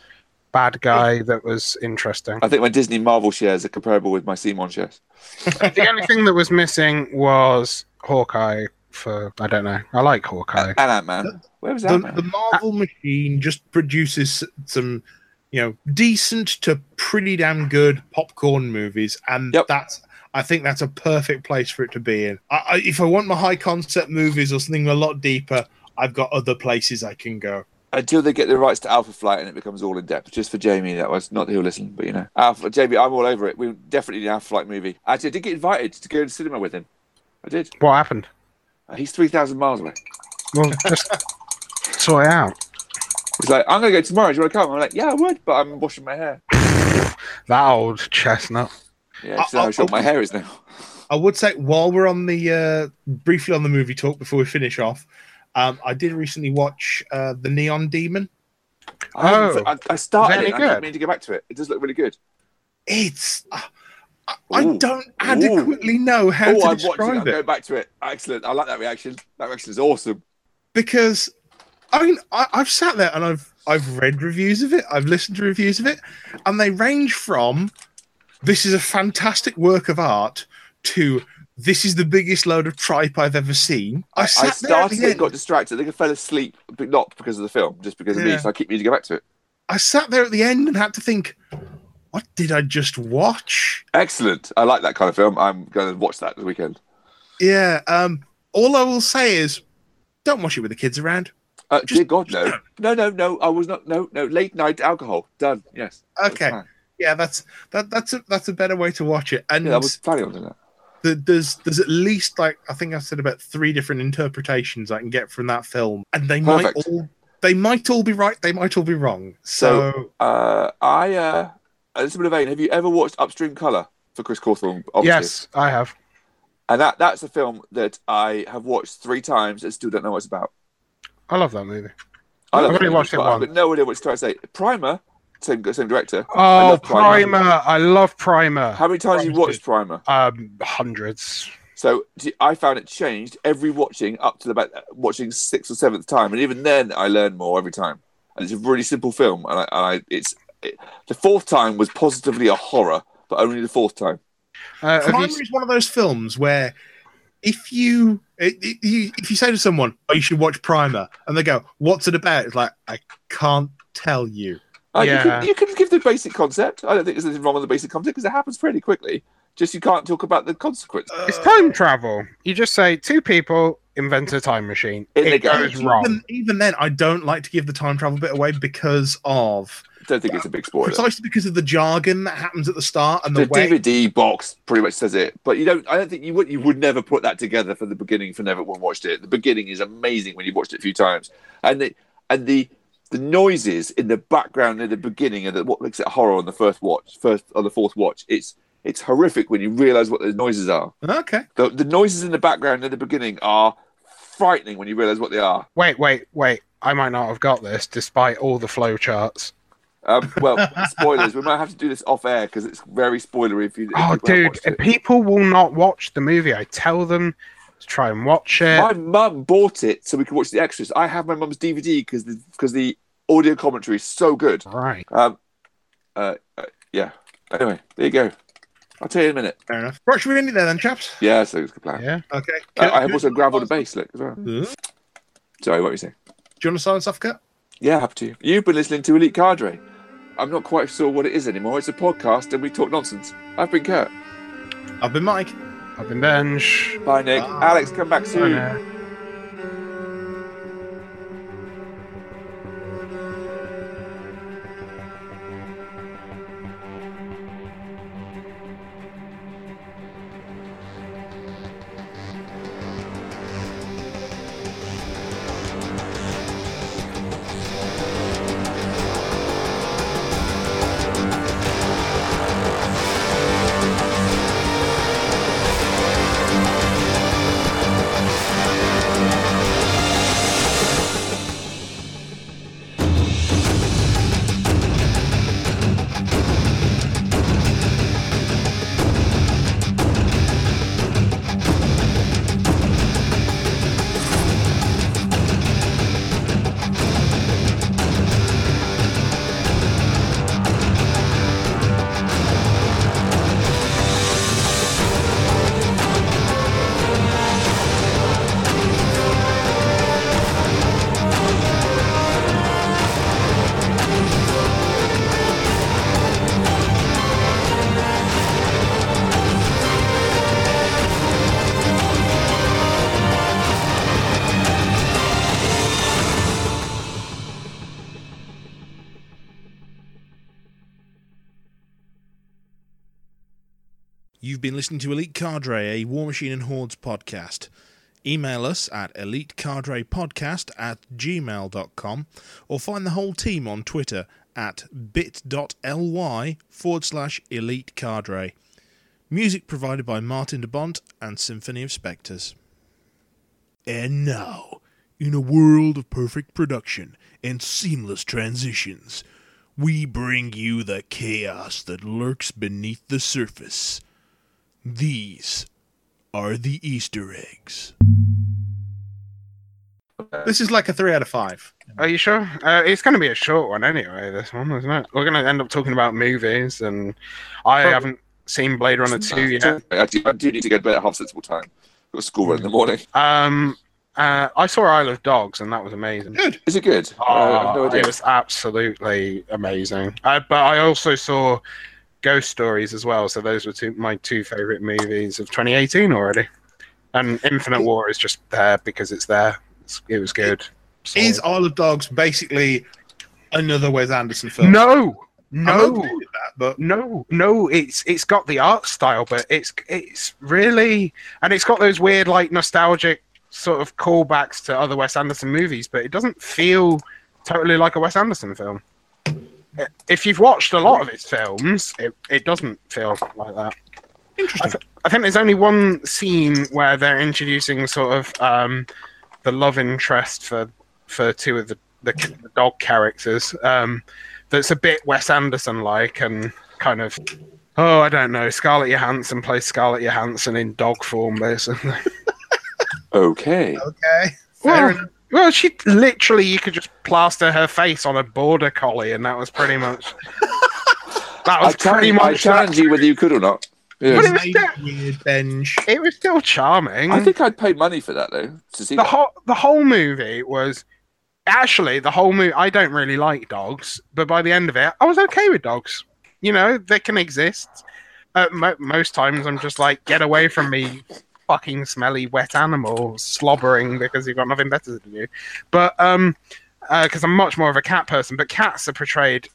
[SPEAKER 3] Bad guy that was interesting.
[SPEAKER 1] I think my Disney Marvel shares are comparable with my Simon shares.
[SPEAKER 3] the only thing that was missing was Hawkeye. For I don't know. I like Hawkeye.
[SPEAKER 1] And Ant Man. Where was
[SPEAKER 2] The,
[SPEAKER 1] Ant Man?
[SPEAKER 2] the Marvel machine just produces s- some, you know, decent to pretty damn good popcorn movies, and
[SPEAKER 1] Yep.
[SPEAKER 2] that's. I think that's a perfect place for it to be in. I, I, if I want my high concept movies or something a lot deeper, I've got other places I can go.
[SPEAKER 1] until they get the rights to Alpha Flight and it becomes all in depth. Just for Jamie, that was not who'll listen, but you know, Alpha, Jamie, I'm all over it. We definitely need an Alpha Flight movie. Actually, I did get invited to go to the cinema with him. I did.
[SPEAKER 3] What happened?
[SPEAKER 1] Uh, He's three thousand miles away.
[SPEAKER 3] Well, just sort it out.
[SPEAKER 1] He's like, I'm gonna go tomorrow. Do you want to come? I'm like, yeah, I would, but I'm washing my hair.
[SPEAKER 3] That old chestnut.
[SPEAKER 1] Yeah, so how
[SPEAKER 2] I'll-
[SPEAKER 1] short
[SPEAKER 2] I'll-
[SPEAKER 1] my hair is now.
[SPEAKER 2] I would say while we're on the uh, briefly on the movie talk before we finish off, um, I did recently watch uh, the Neon Demon.
[SPEAKER 1] I, haven't-
[SPEAKER 3] Oh.
[SPEAKER 1] I, I started
[SPEAKER 3] Very
[SPEAKER 1] it. and I
[SPEAKER 3] good.
[SPEAKER 1] keep meaning to go back to it. It does look really good.
[SPEAKER 2] It's uh, I, I
[SPEAKER 1] Ooh.
[SPEAKER 2] don't adequately know how
[SPEAKER 1] oh,
[SPEAKER 2] to
[SPEAKER 1] I've watched it. I'm
[SPEAKER 2] describe it.
[SPEAKER 1] going back to it. Excellent. I like that reaction. That reaction is awesome.
[SPEAKER 2] because I mean I, I've sat there and I've I've read reviews of it, I've listened to reviews of it, and they range from this is a fantastic work of art to this is the biggest load of tripe I've ever seen. I,
[SPEAKER 1] I
[SPEAKER 2] sat there at
[SPEAKER 1] started
[SPEAKER 2] the
[SPEAKER 1] it,
[SPEAKER 2] end.
[SPEAKER 1] got distracted. I think I fell asleep, but not because of the film, just because of me.
[SPEAKER 2] Yeah.
[SPEAKER 1] So I keep needing to go back to it.
[SPEAKER 2] I sat there at the end and had to think, what did I just watch?
[SPEAKER 1] Excellent. I like that kind of film. I'm going to watch that this weekend.
[SPEAKER 2] Yeah. Um. All I will say is, don't watch it with the kids around.
[SPEAKER 1] Uh,
[SPEAKER 2] Just-
[SPEAKER 1] dear God, no. No, no, no. I was not. No, no. Late night alcohol. Done. Yes. That was
[SPEAKER 2] Okay.
[SPEAKER 1] fine.
[SPEAKER 2] Yeah, that's that. That's a that's a better way to watch it. And
[SPEAKER 1] Yeah, I was planning on doing that.
[SPEAKER 2] the, there's there's at least like I think I said about three different interpretations I can get from that film, and they might
[SPEAKER 1] Perfect.
[SPEAKER 2] all they might all be right, they might all be wrong. So,
[SPEAKER 1] Uh, I, uh, in a similar vein, have you ever watched Upstream Color for Chris Cawthorne? Obviously.
[SPEAKER 3] Yes, I have.
[SPEAKER 1] And that, that's a film that I have watched three times and still don't know what it's about.
[SPEAKER 3] I love that movie.
[SPEAKER 1] I love
[SPEAKER 3] I've only
[SPEAKER 1] movie,
[SPEAKER 3] watched it
[SPEAKER 1] but I've
[SPEAKER 3] once.
[SPEAKER 1] got no idea what it's trying to say. Primer, same, same director. I
[SPEAKER 3] Oh,
[SPEAKER 1] love Primer.
[SPEAKER 3] Primer. I love Primer.
[SPEAKER 1] How many times have you
[SPEAKER 2] Primer's
[SPEAKER 1] watched Primer?
[SPEAKER 3] Um, hundreds.
[SPEAKER 1] So d- I found it changed every watching up to about watching sixth or seventh time, and even then I learned more every time. And it's a really simple film, and I, and I it's it, the fourth time was positively a horror, but only the fourth time.
[SPEAKER 3] Uh, have you
[SPEAKER 2] Primer is one of those films where if you, i- i- you if you say to someone, "Oh, you should watch Primer," and they go, "What's it about?" It's like I can't tell you.
[SPEAKER 1] Uh,
[SPEAKER 3] Yeah.
[SPEAKER 1] you, can, you can give the basic concept. I don't think there's anything wrong with the basic concept because it happens pretty quickly. Just you can't talk about the consequence.
[SPEAKER 3] It's
[SPEAKER 2] Uh,
[SPEAKER 3] time travel. You just say two people invent a time machine.
[SPEAKER 1] In the
[SPEAKER 3] it
[SPEAKER 1] game.
[SPEAKER 3] goes wrong.
[SPEAKER 2] Uh, Even, even then, I don't like to give the time travel bit away because of
[SPEAKER 1] don't think it's a big spoiler.
[SPEAKER 2] precisely because of the jargon that happens at the start and the,
[SPEAKER 1] The
[SPEAKER 2] way.
[SPEAKER 1] DVD box pretty much says it, but you don't. I don't think you would. You would never put that together for the beginning for never one watched it. The beginning is amazing when you have watched it a few times, and the and the the noises in the background at the beginning and what makes it horror on the first watch, first or the fourth watch. It's it's horrific when you realise what those noises are.
[SPEAKER 2] Okay,
[SPEAKER 1] The, the noises in the background at the beginning are frightening when you realise what they are.
[SPEAKER 3] Wait, wait, wait. I might not have got this despite all the flow charts.
[SPEAKER 1] Um, well, spoilers. We might have to do this off air because it's very spoilery. If you, if people
[SPEAKER 3] Oh,
[SPEAKER 1] haven't
[SPEAKER 3] dude,
[SPEAKER 1] watched it.
[SPEAKER 3] people will not watch the movie. I tell them to try and watch it.
[SPEAKER 1] My mum bought it so we could watch the extras. I have my mum's DVD because the because the audio commentary is so good.
[SPEAKER 3] Right.
[SPEAKER 1] Um, uh, uh, yeah. Anyway, there you go. I'll tell you in a minute.
[SPEAKER 2] fair enough. Right, should we end it there then, chaps?
[SPEAKER 1] Yeah, so it's a good plan.
[SPEAKER 3] Yeah.
[SPEAKER 2] Okay.
[SPEAKER 1] Uh, I have also gravel the bass lick as well.
[SPEAKER 3] Mm-hmm.
[SPEAKER 2] Do you want
[SPEAKER 1] Sorry, what were you saying?
[SPEAKER 2] to silence off, Kurt?
[SPEAKER 1] Yeah, happy to. You've been listening to Elite Cadre. I'm not quite sure what it is anymore. It's a podcast and we talk nonsense. I've been Kurt.
[SPEAKER 2] I've been Mike.
[SPEAKER 3] I've been Benj.
[SPEAKER 1] Bye, Nick.
[SPEAKER 2] Bye.
[SPEAKER 1] Alex, come back
[SPEAKER 3] I
[SPEAKER 1] soon.
[SPEAKER 3] know.
[SPEAKER 2] You've been listening to Elite Cadre, a War Machine and Hordes podcast. Email us at elitecadrepodcast at gmail.com or find the whole team on Twitter at bit.ly forward slash elite cadre. Music provided by Martin DeBont and Symphony of Spectres. And now, in a world of perfect production and seamless transitions, we bring you the chaos that lurks beneath the surface. These are the Easter eggs. This is like a three out of five.
[SPEAKER 3] Are you sure? Uh, it's going to be a short one anyway. This one, isn't it? We're going to end up talking about movies, and I
[SPEAKER 1] Well-
[SPEAKER 3] haven't seen Blade Runner two yet.
[SPEAKER 1] I, do, I do need to go to bed at half sensible time. got a school
[SPEAKER 3] Mm.
[SPEAKER 1] run in the morning.
[SPEAKER 3] Um, uh, I saw Isle of Dogs, and that was amazing.
[SPEAKER 2] Good.
[SPEAKER 1] Is it good? Uh, I have no
[SPEAKER 3] Oh,
[SPEAKER 1] idea.
[SPEAKER 3] it was absolutely amazing. Uh, but I also saw Ghost Stories as well. So those were two, my two favorite movies of 2018 already. And Infinite War is just there because it's there. It's, it was good. Solid.
[SPEAKER 2] Is Isle of Dogs basically another Wes Anderson film?
[SPEAKER 3] no, Oh.
[SPEAKER 2] I'm
[SPEAKER 3] no.
[SPEAKER 2] okay with that, but
[SPEAKER 3] No, no, it's it's got the art style, but it's it's really and it's got those weird like nostalgic sort of callbacks to other Wes Anderson movies, but it doesn't feel totally like a Wes Anderson film. I- If you've watched a lot of his films, it, it doesn't feel like that.
[SPEAKER 2] interesting.
[SPEAKER 3] I think there's only one scene where they're introducing sort of um, the love interest for for two of the the, the dog characters. Um, that's a bit Wes Anderson like and kind of oh I don't know. Scarlett Johansson plays Scarlett Johansson in dog form basically.
[SPEAKER 1] Okay.
[SPEAKER 2] Okay. Fair
[SPEAKER 3] Well,
[SPEAKER 2] enough.
[SPEAKER 3] well, she literally you could just plaster her face on a border collie and that was pretty much that
[SPEAKER 1] I
[SPEAKER 3] was
[SPEAKER 1] challenge, I
[SPEAKER 3] pretty much that
[SPEAKER 1] challenge you whether you could or not. Yeah.
[SPEAKER 3] But it was
[SPEAKER 2] Made
[SPEAKER 3] that-
[SPEAKER 2] weird bench.
[SPEAKER 3] It was still charming.
[SPEAKER 1] I think I'd pay money for that though to see
[SPEAKER 3] Mm. the
[SPEAKER 1] that.
[SPEAKER 3] whole the whole movie was actually the whole movie. I don't really like dogs, but by the end of it, I was okay with dogs. You know, they can exist. Uh, mo- most times, I'm just like, get away from me, fucking smelly wet animal, slobbering because you've got nothing better to do. But um, because I'm much more of a cat person, but cats are portrayed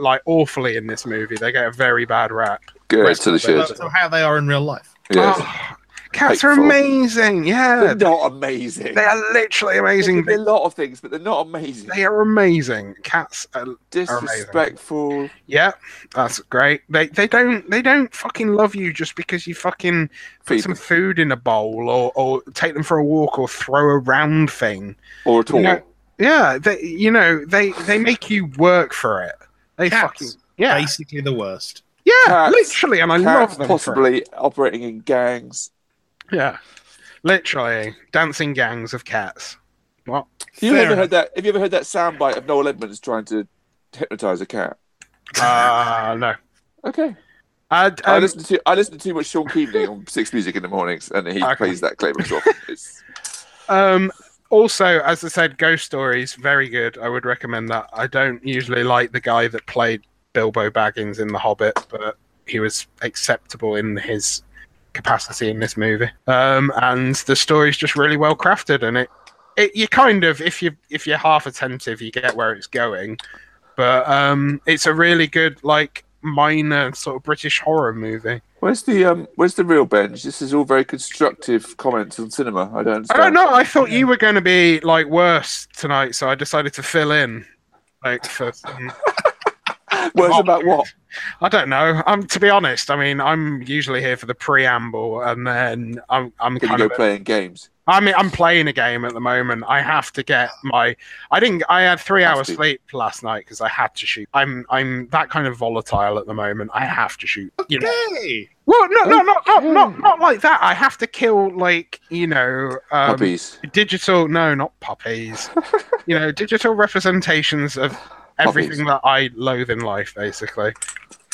[SPEAKER 3] like awfully in this movie. They get a very bad rap.
[SPEAKER 1] Good to the
[SPEAKER 2] So,
[SPEAKER 1] shit.
[SPEAKER 2] so how they are in real life.
[SPEAKER 1] Yes.
[SPEAKER 3] Oh, cats are
[SPEAKER 1] Hateful.
[SPEAKER 3] amazing. Yeah,
[SPEAKER 1] They're not amazing.
[SPEAKER 3] they are literally
[SPEAKER 1] There
[SPEAKER 3] amazing.
[SPEAKER 1] could be a lot of things, but they're not amazing.
[SPEAKER 3] They are amazing. Cats. Are,
[SPEAKER 1] Disrespectful.
[SPEAKER 3] yeah, that's great. They they don't they don't fucking love you just because you fucking put
[SPEAKER 1] Feed
[SPEAKER 3] some
[SPEAKER 1] them.
[SPEAKER 3] food in a bowl or or take them for a walk or throw a round thing.
[SPEAKER 1] Or at all.
[SPEAKER 3] You know, yeah, they you know they they make you work for it. They
[SPEAKER 2] Cats.
[SPEAKER 3] fucking yeah
[SPEAKER 2] Basically the worst.
[SPEAKER 3] yeah
[SPEAKER 1] Cats-
[SPEAKER 3] literally, and I
[SPEAKER 1] Cats
[SPEAKER 3] love them. for it.
[SPEAKER 1] possibly operating in gangs.
[SPEAKER 3] yeah, literally dancing gangs of cats. What?
[SPEAKER 1] Have you
[SPEAKER 2] Fair
[SPEAKER 1] ever
[SPEAKER 2] enough.
[SPEAKER 1] heard that? Have you ever heard that soundbite of Noel Edmonds trying to hypnotize a cat?
[SPEAKER 3] Ah no.
[SPEAKER 1] Okay.
[SPEAKER 3] Uh,
[SPEAKER 1] I
[SPEAKER 3] um,
[SPEAKER 1] listen to I listen to too much Sean Keaveney on Six Music in the mornings, and he
[SPEAKER 3] Okay.
[SPEAKER 1] plays that clip as well. It's,
[SPEAKER 3] Um, also, as I said, Ghost Stories very good. I would recommend that. I don't usually like the guy that played Bilbo Baggins in The Hobbit, but he was acceptable in his capacity in this movie. Um, and the story's just really well crafted, and it, it you kind of if you if you're half attentive, you get where it's going. But um, it's a really good like minor sort of British horror movie.
[SPEAKER 1] where's the um, Where's the real bench? This is all very constructive comments on cinema. I don't
[SPEAKER 3] I
[SPEAKER 1] understand.
[SPEAKER 3] don't know. I thought you were going to be like worse tonight, so I decided to fill in. Like for some, Oh.
[SPEAKER 1] Words about what?
[SPEAKER 3] I don't know. I'm to be honest. I mean, I'm usually here for the preamble, and then I'm I'm
[SPEAKER 1] Can you
[SPEAKER 3] kind
[SPEAKER 1] go
[SPEAKER 3] of.
[SPEAKER 1] playing games?
[SPEAKER 3] I mean, I'm playing a game at the moment. I have to get my. I didn't. I had three
[SPEAKER 1] Has
[SPEAKER 3] hours
[SPEAKER 1] to.
[SPEAKER 3] sleep last night because I had to shoot. I'm I'm that kind of volatile at the moment. I have to shoot. You know.
[SPEAKER 2] Hey,
[SPEAKER 3] Well, no, no, not not not
[SPEAKER 1] Okay.
[SPEAKER 3] not like that. I have to kill like you know. Um,
[SPEAKER 1] Puppies.
[SPEAKER 3] digital no not puppies you know digital representations of everything that i loathe in life basically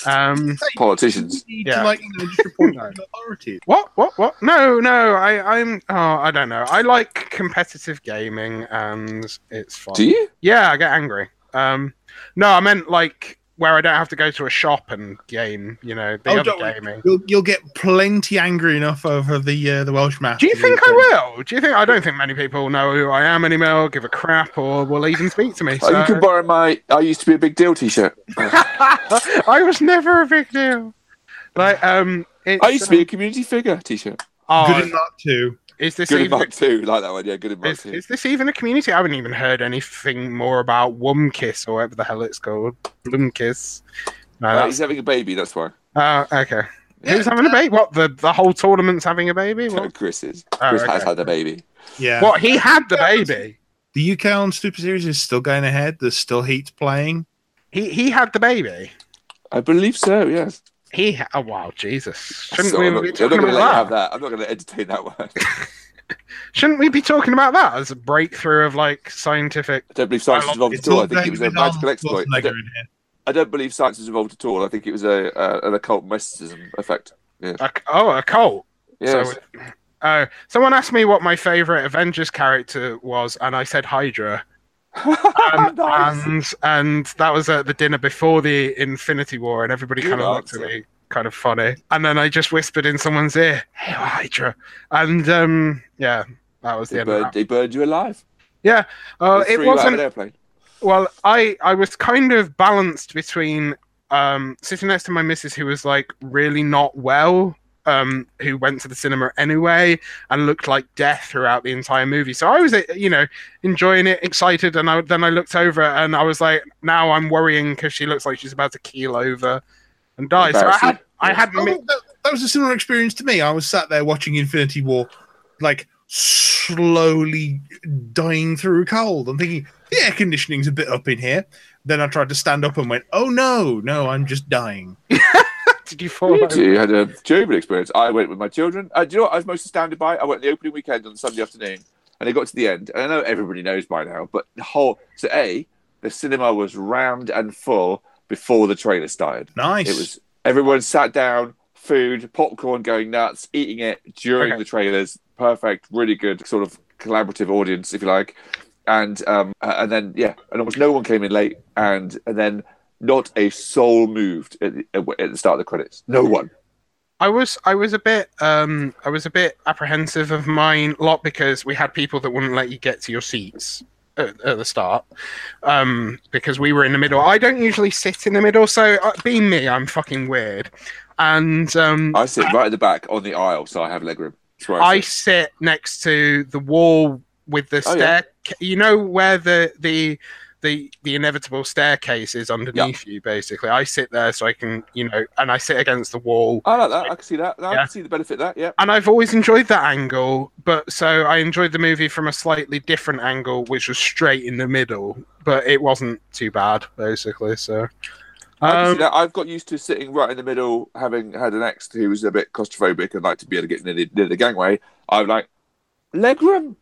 [SPEAKER 3] um
[SPEAKER 2] you
[SPEAKER 1] Politicians.
[SPEAKER 2] need
[SPEAKER 3] Yeah.
[SPEAKER 2] to like you know just report to the authorities.
[SPEAKER 3] what what what no no i i'm oh i don't know i like competitive gaming and it's fun
[SPEAKER 1] Do you?
[SPEAKER 3] yeah i get angry um no i meant like where i don't have to go to a shop and game you know the
[SPEAKER 2] Oh,
[SPEAKER 3] other
[SPEAKER 2] don't worry.
[SPEAKER 3] gaming
[SPEAKER 2] You'll you'll get plenty angry enough over the uh, the Welsh map.
[SPEAKER 3] do you think I will? Do you think I don't think many people know who I am anymore, give a crap, or will even speak to me?
[SPEAKER 1] Oh, you
[SPEAKER 3] so-
[SPEAKER 1] can borrow my I used to be a big deal T-shirt.
[SPEAKER 3] I was never a big deal. Like, um, it's,
[SPEAKER 1] I used to be a community figure T-shirt.
[SPEAKER 3] oh,
[SPEAKER 2] Good in that too.
[SPEAKER 3] is this
[SPEAKER 1] Good in
[SPEAKER 3] even?
[SPEAKER 1] Mark too. Like that one. Yeah, good in Mark
[SPEAKER 3] Is,
[SPEAKER 1] too.
[SPEAKER 3] is this even a community? I haven't even heard anything more about Wumkiss or whatever the hell it's called. Wumkiss. No,
[SPEAKER 1] Uh,
[SPEAKER 3] that's,
[SPEAKER 1] he's having a baby. That's why.
[SPEAKER 3] uh, okay.
[SPEAKER 2] Yeah,
[SPEAKER 3] Who's having a baby? What the the whole tournament's having a baby?
[SPEAKER 1] No,
[SPEAKER 3] What?
[SPEAKER 1] Chris is.
[SPEAKER 3] Oh,
[SPEAKER 1] Chris has
[SPEAKER 3] okay.
[SPEAKER 1] had a baby.
[SPEAKER 2] Yeah.
[SPEAKER 3] What he had the baby.
[SPEAKER 2] The UK on Super Series is still going ahead. There's still heat playing.
[SPEAKER 3] He he had the baby.
[SPEAKER 1] I believe so. Yes.
[SPEAKER 3] He ha- oh wow Jesus! Shouldn't
[SPEAKER 1] So
[SPEAKER 3] we
[SPEAKER 1] I'm not,
[SPEAKER 3] be
[SPEAKER 1] I'm not
[SPEAKER 3] talking
[SPEAKER 1] gonna
[SPEAKER 3] about
[SPEAKER 1] let you
[SPEAKER 3] that?
[SPEAKER 1] have that. I'm not going to entertain that one. I
[SPEAKER 3] Shouldn't we be talking about that as a breakthrough of like scientific?
[SPEAKER 1] don't believe science
[SPEAKER 3] I
[SPEAKER 1] is involved
[SPEAKER 2] It's
[SPEAKER 1] at all.
[SPEAKER 2] all
[SPEAKER 1] Oh, I think it
[SPEAKER 2] going
[SPEAKER 1] was a
[SPEAKER 2] with Arnold
[SPEAKER 1] magical exploit. I
[SPEAKER 2] Schwarzenegger
[SPEAKER 1] don't,
[SPEAKER 2] in here.
[SPEAKER 1] I don't believe science is involved at all. I think it was a uh, an occult mysticism effect.
[SPEAKER 3] A, oh, a cult.
[SPEAKER 1] Yes.
[SPEAKER 3] So, uh, someone asked me what my favorite Avengers character was, and I said Hydra. Um,
[SPEAKER 1] Nice.
[SPEAKER 3] And and that was at the dinner before the Infinity War, and everybody
[SPEAKER 1] Good
[SPEAKER 3] kind of looked at
[SPEAKER 1] answer.
[SPEAKER 3] me, kind of funny. And then I just whispered in someone's ear, "Hey, Hydra," and um, yeah, that was the
[SPEAKER 1] They
[SPEAKER 3] end. Of
[SPEAKER 1] burned,
[SPEAKER 3] that.
[SPEAKER 1] they burned you alive.
[SPEAKER 3] Uh,
[SPEAKER 1] They
[SPEAKER 3] it
[SPEAKER 1] threw you out of an
[SPEAKER 3] wasn't.
[SPEAKER 1] airplane.
[SPEAKER 3] Well, I I was kind of balanced between um, sitting next to my missus who was like really not well, um, who went to the cinema anyway and looked like death throughout the entire movie. So I was uh, you know enjoying it, excited, and I, then I looked over and I was like, now I'm worrying because she looks like she's about to keel over and die. So I had I had
[SPEAKER 2] Oh,
[SPEAKER 3] mi-
[SPEAKER 2] that, that was a similar experience to me. I was sat there watching Infinity War, like slowly dying through a cold. I'm thinking the air conditioning's a bit up in here. Then I tried to stand up and went, "Oh no, no, I'm just dying."
[SPEAKER 3] did you fall?
[SPEAKER 1] You
[SPEAKER 3] over?
[SPEAKER 1] two had a terrible experience. I went with my children. Uh, do you know what I was most astounded by? I went the opening weekend on Sunday afternoon, and it got to the end. And I know everybody knows by now, but the whole so a the cinema was rammed and full before the trailer started.
[SPEAKER 2] Nice.
[SPEAKER 1] It was everyone sat down, food, popcorn going nuts, eating it during
[SPEAKER 3] Okay.
[SPEAKER 1] the trailers. Perfect, really good sort of collaborative audience, if you like. And um, uh, and then yeah, and almost no one came in late, and and then not a soul moved at the, at the start of the credits. No one.
[SPEAKER 3] I was I was a bit um I was a bit apprehensive of mine lot because we had people that wouldn't let you get to your seats at, at the start um because we were in the middle. I don't usually sit in the middle, so uh, being me, I'm fucking weird. And um,
[SPEAKER 1] I sit right at the back on the aisle, so I have legroom. That's where
[SPEAKER 3] I
[SPEAKER 1] sit.
[SPEAKER 3] sit next to the wall with the
[SPEAKER 1] Oh, yeah.
[SPEAKER 3] stair. You know where the the the the inevitable staircase is underneath you. Basically, I sit there so I can you know, and I sit against the wall.
[SPEAKER 1] I like that. I can see that. I
[SPEAKER 3] Yeah.
[SPEAKER 1] can see the benefit of that. Yeah.
[SPEAKER 3] and I've always enjoyed that angle, but so I enjoyed the movie from a slightly different angle, which was straight in the middle, but it wasn't too bad, basically. So,
[SPEAKER 1] I can see
[SPEAKER 3] um,
[SPEAKER 1] that. I've got used to sitting right in the middle, having had an ex who was a bit claustrophobic and liked to be able to get near the, near the gangway. I'm like, legroom.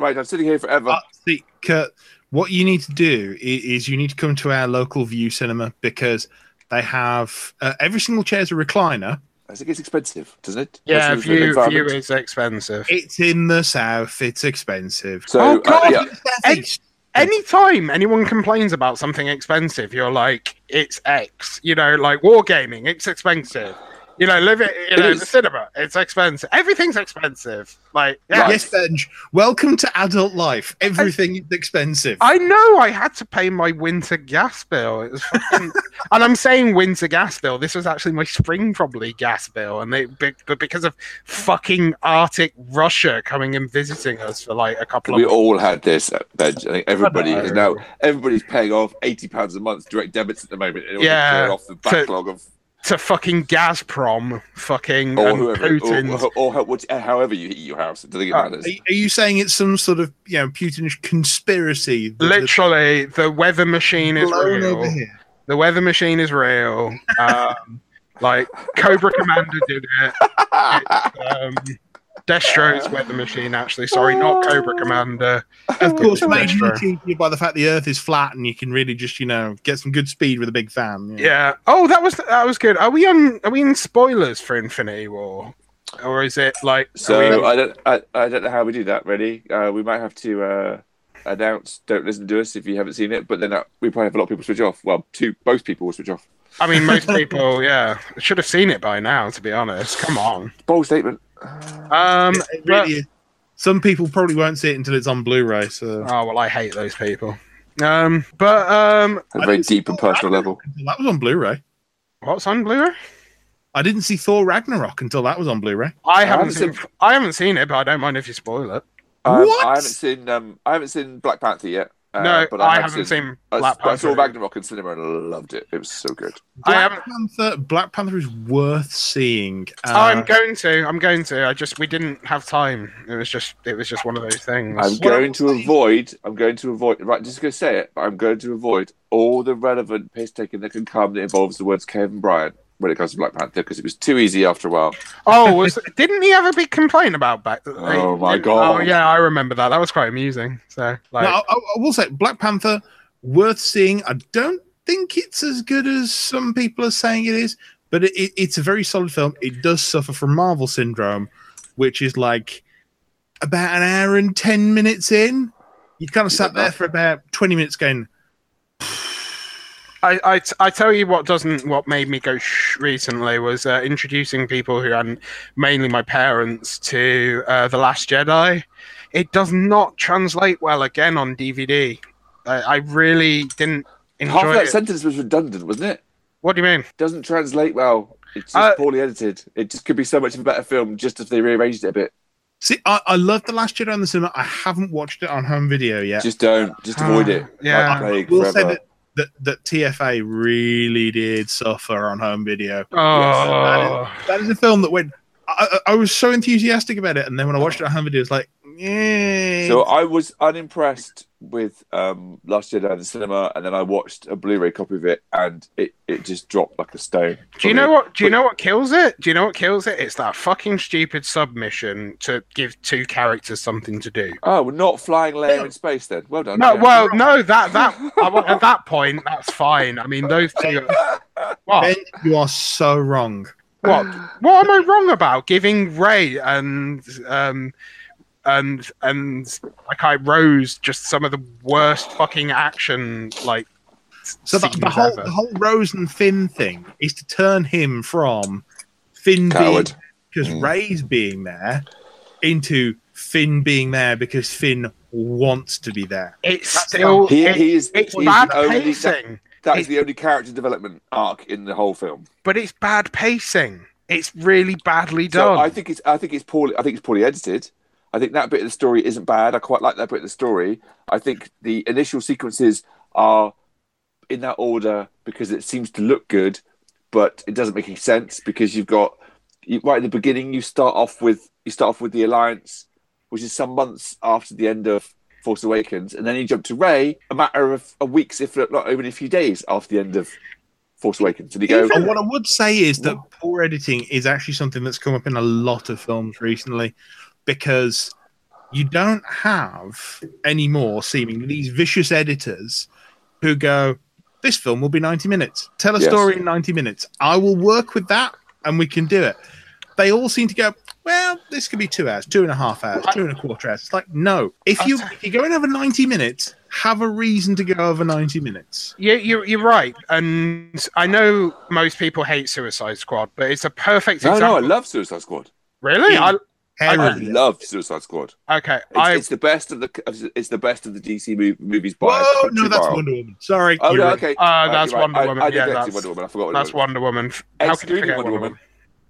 [SPEAKER 1] Right, I'm sitting here forever.
[SPEAKER 2] Uh, see, Kurt, what you need to do i- is, you need to come to our local View Cinema because they have uh, every single chair is a recliner.
[SPEAKER 1] I think it's expensive, doesn't it?
[SPEAKER 3] yeah,
[SPEAKER 1] Especially with the
[SPEAKER 3] view, view
[SPEAKER 1] environment.
[SPEAKER 3] is expensive.
[SPEAKER 2] It's in the south. It's expensive.
[SPEAKER 1] So,
[SPEAKER 3] Oh,
[SPEAKER 1] uh,
[SPEAKER 3] God!
[SPEAKER 1] yeah,
[SPEAKER 2] Southeast.
[SPEAKER 3] Anytime anyone complains about something expensive, you're like, it's X. You know, like wargaming, it's expensive. You know, live it, you
[SPEAKER 1] It
[SPEAKER 3] know,
[SPEAKER 1] is.
[SPEAKER 3] the cinema, it's expensive. Everything's expensive. Like, yeah.
[SPEAKER 1] Right.
[SPEAKER 2] Yes, Benj. Welcome to adult life. Everything is expensive.
[SPEAKER 3] I know I had to pay my winter gas bill. It was fucking... and I'm saying winter gas bill. This was actually my spring probably gas bill, and they be- but because of fucking Arctic Russia coming and visiting us for like a couple
[SPEAKER 1] we
[SPEAKER 3] of
[SPEAKER 1] all had this, uh, Benj. I think everybody
[SPEAKER 3] know.
[SPEAKER 1] is now everybody's paying off eighty pounds a month direct debits at the moment in order
[SPEAKER 3] Yeah.
[SPEAKER 1] to clear off the backlog of
[SPEAKER 3] to fucking Gazprom, fucking
[SPEAKER 1] or
[SPEAKER 3] and
[SPEAKER 1] whoever
[SPEAKER 3] Putin's.
[SPEAKER 1] or, or, or which- however you heat your house. I don't think it
[SPEAKER 3] Uh,
[SPEAKER 1] matters.
[SPEAKER 2] Are, are you saying it's some sort of you know Putinish conspiracy? that-
[SPEAKER 3] Literally, the weather machine
[SPEAKER 2] that's
[SPEAKER 3] is
[SPEAKER 2] blown
[SPEAKER 3] real.
[SPEAKER 2] over here?
[SPEAKER 3] The weather machine is real. Um, like Cobra Commander did it. um, Destro's weather machine, actually. Sorry, not Cobra
[SPEAKER 2] Oh.
[SPEAKER 3] Commander.
[SPEAKER 2] Of course,
[SPEAKER 3] It's
[SPEAKER 2] made
[SPEAKER 3] Metro.
[SPEAKER 2] much easier by the fact the Earth is flat and you can really just you know get some good speed with a big fan. you know.
[SPEAKER 3] Yeah. Oh, that was that was good. Are we on? Are we in spoilers for Infinity War, or is it like? are
[SPEAKER 1] So
[SPEAKER 3] we-
[SPEAKER 1] I don't, I, I don't know how we do that. Really, uh, we might have to uh, announce. Don't listen to us if you haven't seen it. But then that, we probably have a lot of people switch off. Well, two, both people will switch off.
[SPEAKER 3] I mean, most people, yeah, should have seen it by now. To be honest, come on.
[SPEAKER 1] Bold statement.
[SPEAKER 3] Um.
[SPEAKER 2] It- it really is. Some people probably won't see it until it's on Blu-ray. So
[SPEAKER 3] but- oh well, I hate those people. Um. But um,
[SPEAKER 1] At a
[SPEAKER 2] I
[SPEAKER 1] very
[SPEAKER 2] didn't see
[SPEAKER 1] deep and
[SPEAKER 2] Thor
[SPEAKER 1] personal level.
[SPEAKER 2] Ragnarok until that was on Blu-ray.
[SPEAKER 3] what's on Blu-ray?
[SPEAKER 2] I didn't see Thor Ragnarok until that was on Blu-ray.
[SPEAKER 3] I
[SPEAKER 1] haven't
[SPEAKER 3] haven't seen. I haven't seen it, but I don't mind if you spoil it.
[SPEAKER 1] Um,
[SPEAKER 2] What?
[SPEAKER 1] I haven't seen. Um, I haven't seen Black Panther yet. Uh,
[SPEAKER 3] no,
[SPEAKER 1] but
[SPEAKER 3] I,
[SPEAKER 1] have
[SPEAKER 3] haven't seen
[SPEAKER 1] I,
[SPEAKER 3] Black
[SPEAKER 1] I saw
[SPEAKER 3] Panther.
[SPEAKER 1] Ragnarok in cinema and I loved it. It was so good.
[SPEAKER 3] I
[SPEAKER 2] Black
[SPEAKER 3] haven't-
[SPEAKER 2] Panther. Black Panther is worth seeing. Uh,
[SPEAKER 3] I'm going to. I'm going to. I just we didn't have time. It was just. It was just one of those things.
[SPEAKER 1] I'm
[SPEAKER 2] I
[SPEAKER 1] going
[SPEAKER 2] would
[SPEAKER 1] to
[SPEAKER 2] say-
[SPEAKER 1] avoid. I'm going to avoid. Right, just going to say it. But I'm going to avoid all the relevant piss taking that can come that involves the words Kevin Bryant when it comes to Black Panther because it was too easy after a while.
[SPEAKER 3] Oh, was, didn't he have a big complaint about back?
[SPEAKER 1] Oh, my
[SPEAKER 3] didn't-
[SPEAKER 1] God.
[SPEAKER 3] Oh yeah, I remember that. That was quite amusing. So like,
[SPEAKER 2] now, I, I will say Black Panther worth seeing. I don't think it's as good as some people are saying it is, but it, it, it's a very solid film. It does suffer from Marvel syndrome, which is like about an hour and ten minutes in. You kind of sat there for about twenty minutes going,
[SPEAKER 3] I, I, t- I tell you what doesn't what made me go shh recently was uh, introducing people who and mainly my parents to uh, the Last Jedi. It does not translate well again on DVD. I, I really didn't
[SPEAKER 1] Half
[SPEAKER 3] enjoy
[SPEAKER 1] of that
[SPEAKER 3] it.
[SPEAKER 1] sentence was redundant, wasn't it?
[SPEAKER 3] What do you mean?
[SPEAKER 1] Doesn't translate well. It's just
[SPEAKER 3] Uh,
[SPEAKER 1] poorly edited. It just could be so much of a better film just if they rearranged it a bit.
[SPEAKER 2] See, I, I love The Last Jedi in the cinema. I haven't watched it on home video yet.
[SPEAKER 1] Just don't. Just avoid
[SPEAKER 3] Ah,
[SPEAKER 1] it.
[SPEAKER 3] yeah.
[SPEAKER 1] Like plague
[SPEAKER 2] we'll say
[SPEAKER 1] forever.
[SPEAKER 2] that, that that TFA really did suffer on home video.
[SPEAKER 3] Oh,
[SPEAKER 2] That is a film that went. I, I I was so enthusiastic about it, and then when I watched it on home video, it's like, yeah.
[SPEAKER 1] So uh, I was unimpressed with um, Last Jedi in the cinema, and then I watched a Blu-ray copy of it, and it, it just dropped like a stone.
[SPEAKER 3] Do you know what? Do you know what kills it? Do you know what kills it? It's that fucking stupid submission to give two characters something to do.
[SPEAKER 1] Oh, we're not flying layer in space then. Well done.
[SPEAKER 3] No,
[SPEAKER 1] yeah.
[SPEAKER 3] well, no, that that I wa- at that point, that's fine. I mean, those two. Are, what?
[SPEAKER 2] Ben, you are so wrong.
[SPEAKER 3] What? what am I wrong about? Giving Ray and um and and like I Rose just some of the worst fucking action like.
[SPEAKER 2] So the,
[SPEAKER 3] scenes
[SPEAKER 2] the whole
[SPEAKER 3] ever.
[SPEAKER 2] the whole Rose and Finn thing is to turn him from Finn
[SPEAKER 1] Coward.
[SPEAKER 2] because
[SPEAKER 1] Mm.
[SPEAKER 2] Ray's being there into Finn being there because Finn wants to be there.
[SPEAKER 3] it's
[SPEAKER 2] That's
[SPEAKER 3] still
[SPEAKER 1] He,
[SPEAKER 3] it-
[SPEAKER 1] he is.
[SPEAKER 3] it's
[SPEAKER 1] he's
[SPEAKER 3] bad
[SPEAKER 1] the only-
[SPEAKER 3] pacing,
[SPEAKER 1] that is the only character development arc in the whole film.
[SPEAKER 3] but it's bad pacing. It's really badly
[SPEAKER 1] So
[SPEAKER 3] done.
[SPEAKER 1] I think it's I think it's poorly I think it's poorly edited. I think that bit of the story isn't bad. I quite like that bit of the story. I think the initial sequences are in that order because it seems to look good, but it doesn't make any sense because you've got you, right at the beginning you start off with you start off with the alliance, which is some months after the end of Force Awakens, and then you jump to Ray a matter of, of weeks, if not even a few days after the end of Force Awakens, and you go. "Oh,
[SPEAKER 2] and what I would say is that poor editing is actually something that's come up in a lot of films recently because you don't have anymore seemingly these vicious editors who go, This film will be 90 minutes. Tell a
[SPEAKER 1] Yes.
[SPEAKER 2] story in 90 minutes. I will work with that and we can do it. They all seem to go, Well, this could be two hours, two and a half hours, two and a quarter hours. It's like, no. If you if you're going over 90 minutes, have a reason to go over 90 minutes.
[SPEAKER 3] Yeah, you're, you're right. And I know most people hate Suicide Squad, but it's a perfect
[SPEAKER 1] No, no,
[SPEAKER 3] example.
[SPEAKER 1] I love Suicide Squad.
[SPEAKER 3] really? I,
[SPEAKER 1] I
[SPEAKER 2] Terribly.
[SPEAKER 1] love Suicide Squad.
[SPEAKER 3] okay.
[SPEAKER 1] It's,
[SPEAKER 3] I,
[SPEAKER 1] it's the best of the it's the best of the DC mov- movies by a
[SPEAKER 2] Whoa,
[SPEAKER 1] country
[SPEAKER 2] no, that's
[SPEAKER 1] mile.
[SPEAKER 2] Wonder Woman. Sorry.
[SPEAKER 1] Oh
[SPEAKER 2] you're
[SPEAKER 1] no,
[SPEAKER 2] right.
[SPEAKER 1] okay.
[SPEAKER 3] Uh, that's
[SPEAKER 1] you're
[SPEAKER 3] Wonder
[SPEAKER 1] I-
[SPEAKER 3] Woman.
[SPEAKER 1] I,
[SPEAKER 3] Yeah,
[SPEAKER 1] neglected
[SPEAKER 3] that's-
[SPEAKER 1] Wonder Woman. I forgot Wonder
[SPEAKER 3] that's
[SPEAKER 1] Woman.
[SPEAKER 3] Wonder Woman. How can you
[SPEAKER 1] Excluding
[SPEAKER 3] forget
[SPEAKER 1] Wonder Woman.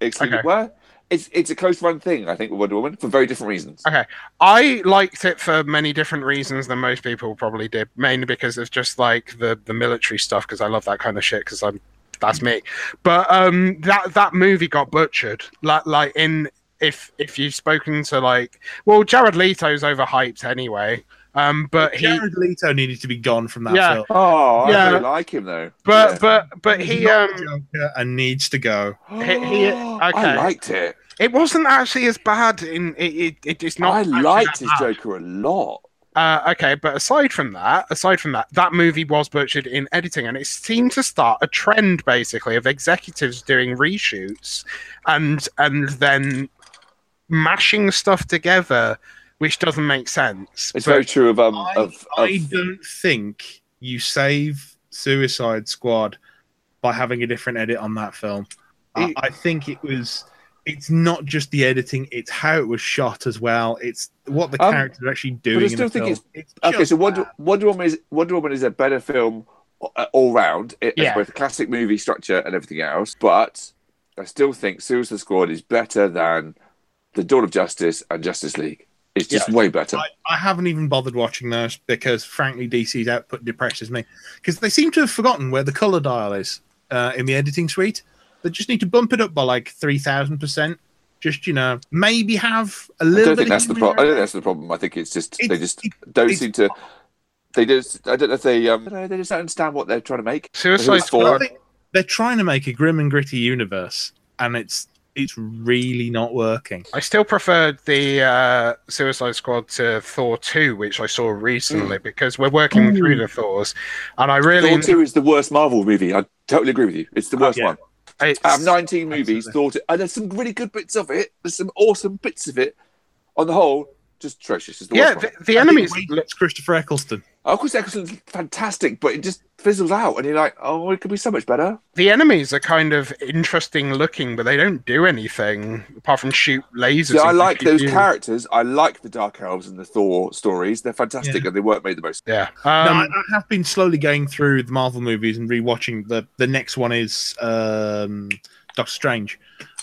[SPEAKER 1] Excluding
[SPEAKER 3] Okay.
[SPEAKER 1] what? It's it's a close run thing, I think, with Wonder Woman for very different reasons.
[SPEAKER 3] Okay. I liked it for many different reasons than most people probably did, mainly because of just like the, the military stuff, because I love that kind of shit, because I'm that's me. But um, that that movie got butchered. Like like in if if you've spoken to like well, Jared Leto's overhyped anyway. Um, but he
[SPEAKER 2] Jared Leto needed to be gone from that
[SPEAKER 3] Yeah.
[SPEAKER 2] film.
[SPEAKER 1] Oh, I
[SPEAKER 3] Yeah.
[SPEAKER 1] really like him though.
[SPEAKER 3] but
[SPEAKER 1] Yeah.
[SPEAKER 3] but but he
[SPEAKER 2] Not
[SPEAKER 3] um
[SPEAKER 2] the Joker and needs to go.
[SPEAKER 3] he- he- okay.
[SPEAKER 1] I liked it.
[SPEAKER 3] it wasn't actually as bad in it, it, it it's not
[SPEAKER 1] I
[SPEAKER 3] actually
[SPEAKER 1] liked
[SPEAKER 3] that
[SPEAKER 1] his
[SPEAKER 3] bad.
[SPEAKER 1] Joker a lot.
[SPEAKER 3] Uh, okay, but aside from that, aside from that, that movie was butchered in editing, and it seemed to start a trend basically of executives doing reshoots and and then mashing stuff together, which doesn't make sense.
[SPEAKER 1] It's
[SPEAKER 3] But-
[SPEAKER 1] very true of um
[SPEAKER 2] I,
[SPEAKER 1] of, of
[SPEAKER 2] I don't think you save Suicide Squad by having a different edit on that film. I,
[SPEAKER 3] It-
[SPEAKER 2] I think it was. It's not just the editing; it's how it was shot as well. It's what the
[SPEAKER 1] Um,
[SPEAKER 2] characters are actually
[SPEAKER 1] I
[SPEAKER 2] doing.
[SPEAKER 1] still
[SPEAKER 2] in the
[SPEAKER 1] think
[SPEAKER 2] film.
[SPEAKER 1] it's- Okay,
[SPEAKER 2] just
[SPEAKER 1] so Wonder,
[SPEAKER 2] bad.
[SPEAKER 1] Wonder Woman is Wonder Woman is a better film uh, all round. It has
[SPEAKER 3] Yeah.
[SPEAKER 1] both classic movie structure and everything else, but I still think Suicide Squad is better than The Dawn of Justice and Justice League. It's just way better.
[SPEAKER 2] I, I haven't even bothered watching those because, frankly, DC's output depresses me because they seem to have forgotten where the color dial is uh, in the editing suite. They just need to bump it up by like three thousand percent. Just you know, maybe have a
[SPEAKER 1] I
[SPEAKER 2] little
[SPEAKER 1] don't
[SPEAKER 2] bit.
[SPEAKER 1] think
[SPEAKER 2] of
[SPEAKER 1] that's the
[SPEAKER 2] human
[SPEAKER 1] problem. I don't think that's the problem. I think it's just they
[SPEAKER 2] It's-
[SPEAKER 1] just
[SPEAKER 2] it-
[SPEAKER 1] don't
[SPEAKER 2] it's-
[SPEAKER 1] seem to. They just I don't know if they um I don't know, they just don't understand what they're trying to make.
[SPEAKER 3] Suicide
[SPEAKER 1] Who's for?
[SPEAKER 3] Squad.
[SPEAKER 2] I think they're trying to make a grim and gritty universe, and it's it's really not working.
[SPEAKER 3] I still preferred the uh, Suicide Squad to Thor 2, which I saw recently, because we're working through the Thors, and I really
[SPEAKER 1] Mm. Thor two is the worst Marvel movie. I totally agree with you. It's the worst
[SPEAKER 2] yeah.
[SPEAKER 1] one.
[SPEAKER 3] it's-
[SPEAKER 1] I have 19 movies,
[SPEAKER 2] Absolutely.
[SPEAKER 1] thought it, and there's some really good bits of it. There's some awesome bits of it. On the whole, just atrocious. Is the
[SPEAKER 3] yeah,
[SPEAKER 1] worst
[SPEAKER 3] the,
[SPEAKER 1] one.
[SPEAKER 3] the enemies.
[SPEAKER 2] It's Christopher Eccleston.
[SPEAKER 1] Of course, Eccleston's fantastic, but it just fizzles out, and you're like, oh, it could be so much better.
[SPEAKER 3] the enemies are kind of interesting looking, but they don't do anything apart from shoot lasers.
[SPEAKER 1] Yeah, I
[SPEAKER 3] and
[SPEAKER 1] like
[SPEAKER 3] pew
[SPEAKER 1] those
[SPEAKER 3] pew.
[SPEAKER 1] characters. I like the Dark Elves and the Thor stories. They're fantastic,
[SPEAKER 2] Yeah.
[SPEAKER 1] and they weren't made the most.
[SPEAKER 3] Yeah.
[SPEAKER 2] No,
[SPEAKER 3] Um,
[SPEAKER 2] I, I have been slowly going through the Marvel movies and rewatching the the next one is um, Doctor Strange,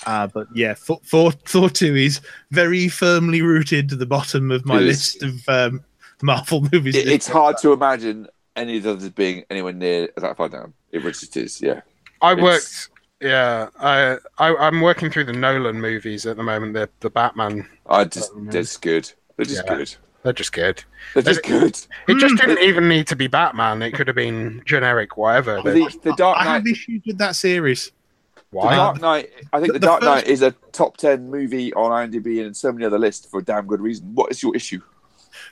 [SPEAKER 2] uh, but yeah, Thor, Thor Thor two is very firmly rooted to the bottom of my
[SPEAKER 1] It is.
[SPEAKER 2] list of um, Marvel movies.
[SPEAKER 1] It- it's hard to imagine any of the others being anywhere near that far down. It just is, yeah.
[SPEAKER 3] I
[SPEAKER 1] it's-
[SPEAKER 3] worked. Yeah, I, I I'm working through the Nolan movies at the moment. The the Batman,
[SPEAKER 1] I just,
[SPEAKER 3] Oh, no.
[SPEAKER 1] they're just good. They're just
[SPEAKER 3] Yeah.
[SPEAKER 1] good.
[SPEAKER 3] they're just good.
[SPEAKER 1] They're just good.
[SPEAKER 3] It just
[SPEAKER 2] Mm.
[SPEAKER 3] didn't even need to be Batman. It could have been generic, whatever. They-
[SPEAKER 1] The, the Dark
[SPEAKER 2] I
[SPEAKER 1] Knight
[SPEAKER 2] have issues with that series.
[SPEAKER 1] The
[SPEAKER 3] why?
[SPEAKER 2] Dark-
[SPEAKER 1] Dark Knight. I think
[SPEAKER 2] The-
[SPEAKER 1] The,
[SPEAKER 2] the
[SPEAKER 1] Dark
[SPEAKER 2] first-
[SPEAKER 1] Knight is a top ten movie on IMDb and so many other lists for a damn good reason. What is your issue?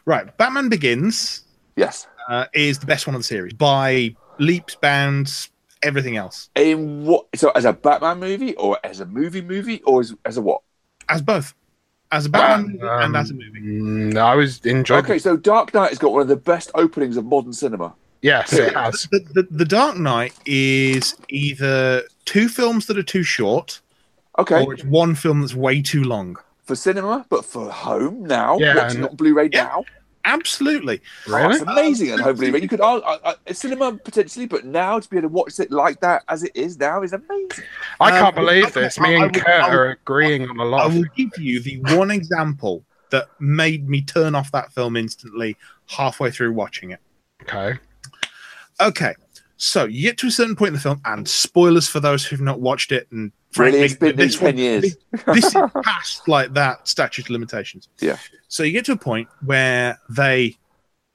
[SPEAKER 2] Right, Batman Begins
[SPEAKER 1] Yes,
[SPEAKER 2] uh, is the best one of the series by leaps, bounds, everything else
[SPEAKER 1] In what? So as a Batman movie, or as a movie movie, or as, as a what?
[SPEAKER 2] as both, as a Batman movie
[SPEAKER 3] Um,
[SPEAKER 2] and as a movie.
[SPEAKER 3] mm, I was enjoying.
[SPEAKER 1] Okay, so Dark Knight has got one of the best openings of modern cinema.
[SPEAKER 3] Yes, it has.
[SPEAKER 2] The, the, the Dark Knight is either two films that are too short,
[SPEAKER 1] Okay,
[SPEAKER 2] or it's one film that's way too long.
[SPEAKER 1] for cinema, but for home now,
[SPEAKER 3] Yeah,
[SPEAKER 1] watching
[SPEAKER 3] and-
[SPEAKER 1] it on Blu-ray
[SPEAKER 2] Yeah.
[SPEAKER 1] now,
[SPEAKER 2] Absolutely.
[SPEAKER 1] That's
[SPEAKER 3] Really?
[SPEAKER 1] amazing at home Blu-ray. You could uh, uh, uh, cinema potentially, but now to be able to watch it like that as it is now is amazing.
[SPEAKER 3] I can't
[SPEAKER 2] Um,
[SPEAKER 3] believe this. Me
[SPEAKER 2] I- I
[SPEAKER 3] and
[SPEAKER 2] will-
[SPEAKER 3] Kurt
[SPEAKER 2] I will-
[SPEAKER 3] are agreeing on a
[SPEAKER 2] I
[SPEAKER 3] lot. of
[SPEAKER 2] will give you the one example that made me turn off that film instantly halfway through watching it.
[SPEAKER 3] Okay.
[SPEAKER 2] Okay, so you get to a certain point in the film, and spoilers for those who've not watched it, and
[SPEAKER 1] Really,
[SPEAKER 2] frankly,
[SPEAKER 1] it's been
[SPEAKER 2] this
[SPEAKER 1] ten
[SPEAKER 2] one-
[SPEAKER 1] years.
[SPEAKER 2] this is past like that statute of limitations.
[SPEAKER 1] Yeah.
[SPEAKER 2] So you get to a point where they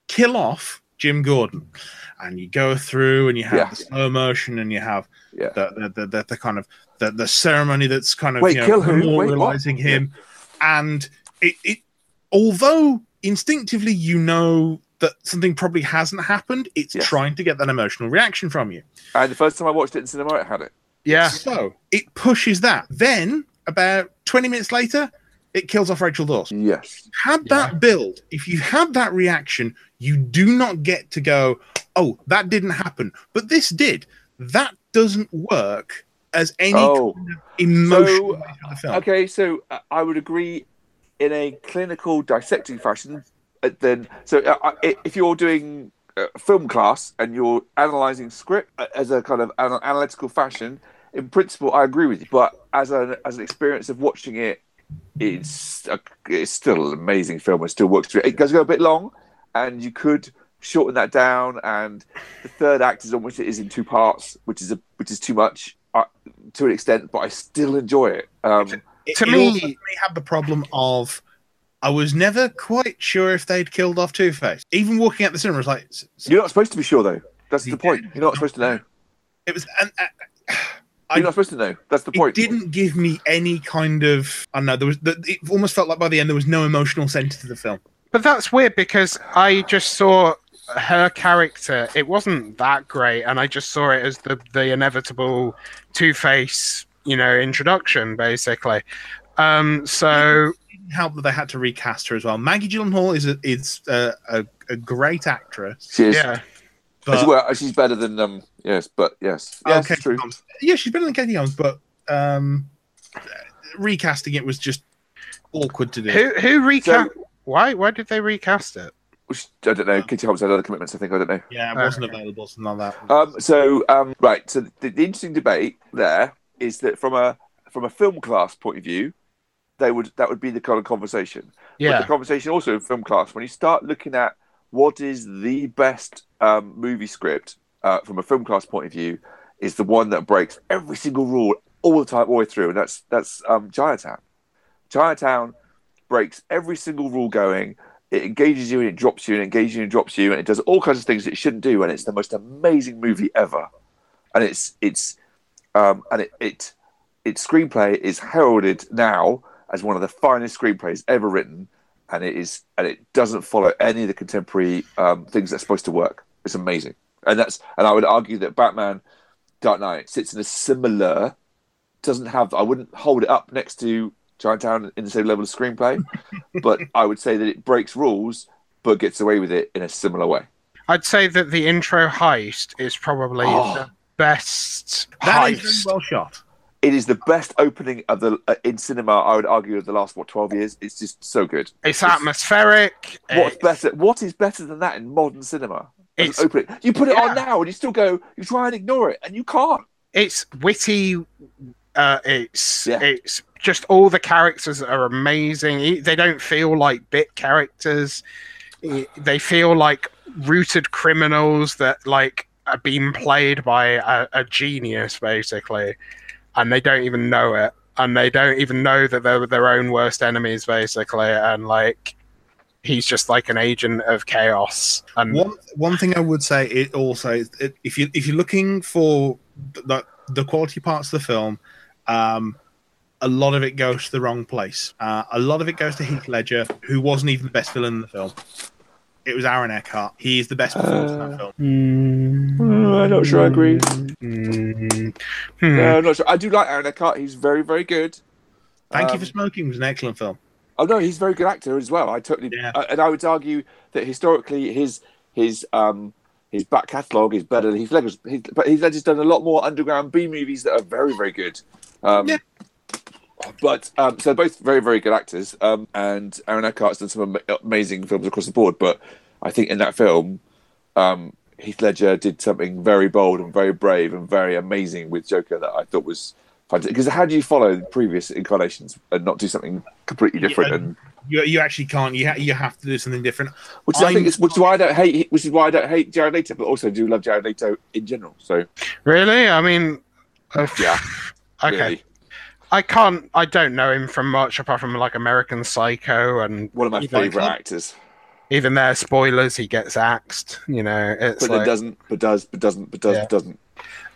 [SPEAKER 2] kill off Jim Gordon, and you go through and you have
[SPEAKER 1] Yeah.
[SPEAKER 2] the slow motion and you have
[SPEAKER 1] Yeah.
[SPEAKER 2] the, the, the, the, the kind of the, the ceremony that's kind of
[SPEAKER 1] Wait,
[SPEAKER 2] you know,
[SPEAKER 1] kill who? Wait, what?
[SPEAKER 2] memorializing him, and it, it although instinctively you know that something probably hasn't happened, it's
[SPEAKER 1] Yes.
[SPEAKER 2] trying to get that emotional reaction from you.
[SPEAKER 1] And the first time I watched it in cinema, it had it.
[SPEAKER 3] Yeah.
[SPEAKER 2] So it pushes that. Then about 20 minutes later, it kills off Rachel Dawes.
[SPEAKER 1] Yes,
[SPEAKER 2] Had that build, if you had that reaction, you do not get to go, oh, that didn't happen. But this did. That doesn't work as any
[SPEAKER 1] Oh.
[SPEAKER 2] kind of emotional
[SPEAKER 1] So,
[SPEAKER 2] way to the film.
[SPEAKER 1] Okay, so uh, I would agree in a clinical dissecting fashion. uh, Then, so uh, I- i- if you're doing uh, film class and you're analysing script uh, as a kind of an analytical fashion, in principle, I agree with you. But as an as an experience of watching it, it's a, it's still an amazing film. It still works through. It does go a bit long, and you could shorten that down. And the third act is almost it is in two parts, which is a which is too much uh, to an extent. But I still enjoy it. Um,
[SPEAKER 2] It-
[SPEAKER 3] To
[SPEAKER 2] it
[SPEAKER 3] me-
[SPEAKER 2] also may have the problem of I was never quite sure if they'd killed off Two Face. Even walking out the cinema was like, "S- s-
[SPEAKER 1] You're not supposed to be sure, though. That's the
[SPEAKER 2] Yeah.
[SPEAKER 1] point. You're not supposed to know.
[SPEAKER 2] it was, and, uh, I-
[SPEAKER 1] You're not supposed to know. That's the point.
[SPEAKER 2] It didn't give me any kind of I don't know. There was the, it almost felt like by the end there was no emotional center to the film.
[SPEAKER 3] But that's weird because I just saw her character. It wasn't that great, and I just saw it as the the inevitable Two Face, you know, introduction basically. Um, so
[SPEAKER 2] It didn't help that they had to recast her as well. Maggie Gyllenhaal is a, is a, a, a great actress,
[SPEAKER 1] She is.
[SPEAKER 3] yeah,
[SPEAKER 1] As
[SPEAKER 2] but
[SPEAKER 1] well, she's better than um. Yes, but yes, yes,
[SPEAKER 2] Oh, okay,
[SPEAKER 1] it's true.
[SPEAKER 2] Holmes. yeah, she's better than Katie Holmes, but um, recasting it was just awkward to do.
[SPEAKER 3] who who recast? why why did they recast it?
[SPEAKER 1] Which- I don't know. Kitty Holmes had other commitments. I think I don't know.
[SPEAKER 2] Yeah, it wasn't available, something like that.
[SPEAKER 1] Um. So um. Right. So the, the interesting debate there is that from a from a film class point of view, they would that would be the kind of conversation. But the
[SPEAKER 3] Yeah,
[SPEAKER 1] conversation also in film class when you start looking at what is the best um, movie script uh, from a film class point of view is the one that breaks every single rule all the time all the way through, and that's that's um, Chinatown. Chinatown breaks every single rule going. It engages you and it drops you and it engages you and drops you and it does all kinds of things it shouldn't do and it's the most amazing movie ever. And it's it's um, and it, it its screenplay is heralded now as one of the finest screenplays ever written, and it is and it doesn't follow any of the contemporary um, things that's supposed to work. It's amazing, and that's and I would argue that Batman Dark Knight sits in a similar doesn't have I wouldn't hold it up next to Chinatown in the same level of screenplay, but I would say that it breaks rules but gets away with it in a similar way.
[SPEAKER 3] I'd say that the intro heist is probably
[SPEAKER 1] Oh.
[SPEAKER 3] the best
[SPEAKER 2] That is
[SPEAKER 3] heist.
[SPEAKER 2] very well shot.
[SPEAKER 1] It is the best opening of the uh, in cinema. I would argue of the last what twelve years. It's just so good.
[SPEAKER 3] It's atmospheric.
[SPEAKER 1] What's
[SPEAKER 3] it-
[SPEAKER 1] better? What is better than that in modern cinema? As
[SPEAKER 3] It's
[SPEAKER 1] an opening. You put it
[SPEAKER 3] yeah.
[SPEAKER 1] on now, and you still go. You try and ignore it, and you can't.
[SPEAKER 3] it's witty. Uh, it's
[SPEAKER 1] Yeah.
[SPEAKER 3] it's just all the characters are amazing. E- They don't feel like bit characters. E- They feel like rooted criminals that like are being played by a, a genius, basically, and they don't even know it, and they don't even know that they're their own worst enemies, basically, and like he's just like an agent of chaos. And
[SPEAKER 2] One one thing I would say it also is it, if you if you're looking for the, the quality parts of the film, um, a lot of it goes to the wrong place. Uh, a lot of it goes to Heath Ledger, who wasn't even the best villain in the film. It was Aaron Eckhart. He is the best performance in that film.
[SPEAKER 1] Uh, No, Uh, not sure I agree.
[SPEAKER 3] Mm. Hmm.
[SPEAKER 1] No, I'm not sure. I do like Aaron Eckhart. He's very, very good.
[SPEAKER 2] Thank you
[SPEAKER 1] Um,
[SPEAKER 2] for smoking. was an excellent film.
[SPEAKER 1] Oh no, he's a very good actor as well. I totally
[SPEAKER 2] Yeah.
[SPEAKER 1] uh, and I would argue that historically his his um his back catalogue is better than Heath Ledger's. Heath- But Heath Ledger's done a lot more underground B movies that are very very good. Um,
[SPEAKER 2] Yeah.
[SPEAKER 1] But um, so both very very good actors. Um, and Aaron Eckhart's done some ama- amazing films across the board. But I think in that film, um, Heath Ledger did something very bold and very brave and very amazing with Joker that I thought was fantastic. Because how do you follow the previous incarnations and not do something completely different
[SPEAKER 2] Yeah.
[SPEAKER 1] and
[SPEAKER 2] You, you actually can't. You ha- you have to do something different.
[SPEAKER 1] which is, I think
[SPEAKER 2] I'm-
[SPEAKER 1] is, which is why I don't hate which is why I don't hate Jared Leto, but also do love Jared Leto in general. So
[SPEAKER 3] Really? I mean, uh,
[SPEAKER 1] Yeah,
[SPEAKER 3] Okay.
[SPEAKER 1] really,
[SPEAKER 3] I can't. I don't know him from much apart from like American Psycho, and
[SPEAKER 1] one of my
[SPEAKER 3] Even-
[SPEAKER 1] favourite actors.
[SPEAKER 3] even there, spoilers, he gets axed. You know, it's
[SPEAKER 1] But
[SPEAKER 3] like,
[SPEAKER 1] then doesn't, but does, but doesn't, but does,
[SPEAKER 3] Yeah.
[SPEAKER 1] but doesn't.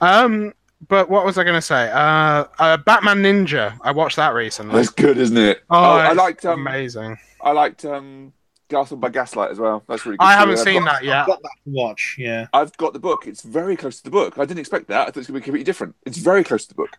[SPEAKER 3] um. But what was I going to say? Uh, uh, Batman Ninja. I watched that recently.
[SPEAKER 1] That's good, isn't it?
[SPEAKER 3] Oh,
[SPEAKER 1] I
[SPEAKER 3] it's
[SPEAKER 1] liked um,
[SPEAKER 3] amazing.
[SPEAKER 1] I liked um, Castle by Gaslight as well. That's really. good
[SPEAKER 3] I
[SPEAKER 1] too.
[SPEAKER 3] haven't
[SPEAKER 1] I've
[SPEAKER 3] seen
[SPEAKER 1] got-
[SPEAKER 3] that yet.
[SPEAKER 2] I've got that to watch. Yeah.
[SPEAKER 1] I've got the book. It's very close to the book. I didn't expect that. I thought it was going to be completely different. It's very close to the book.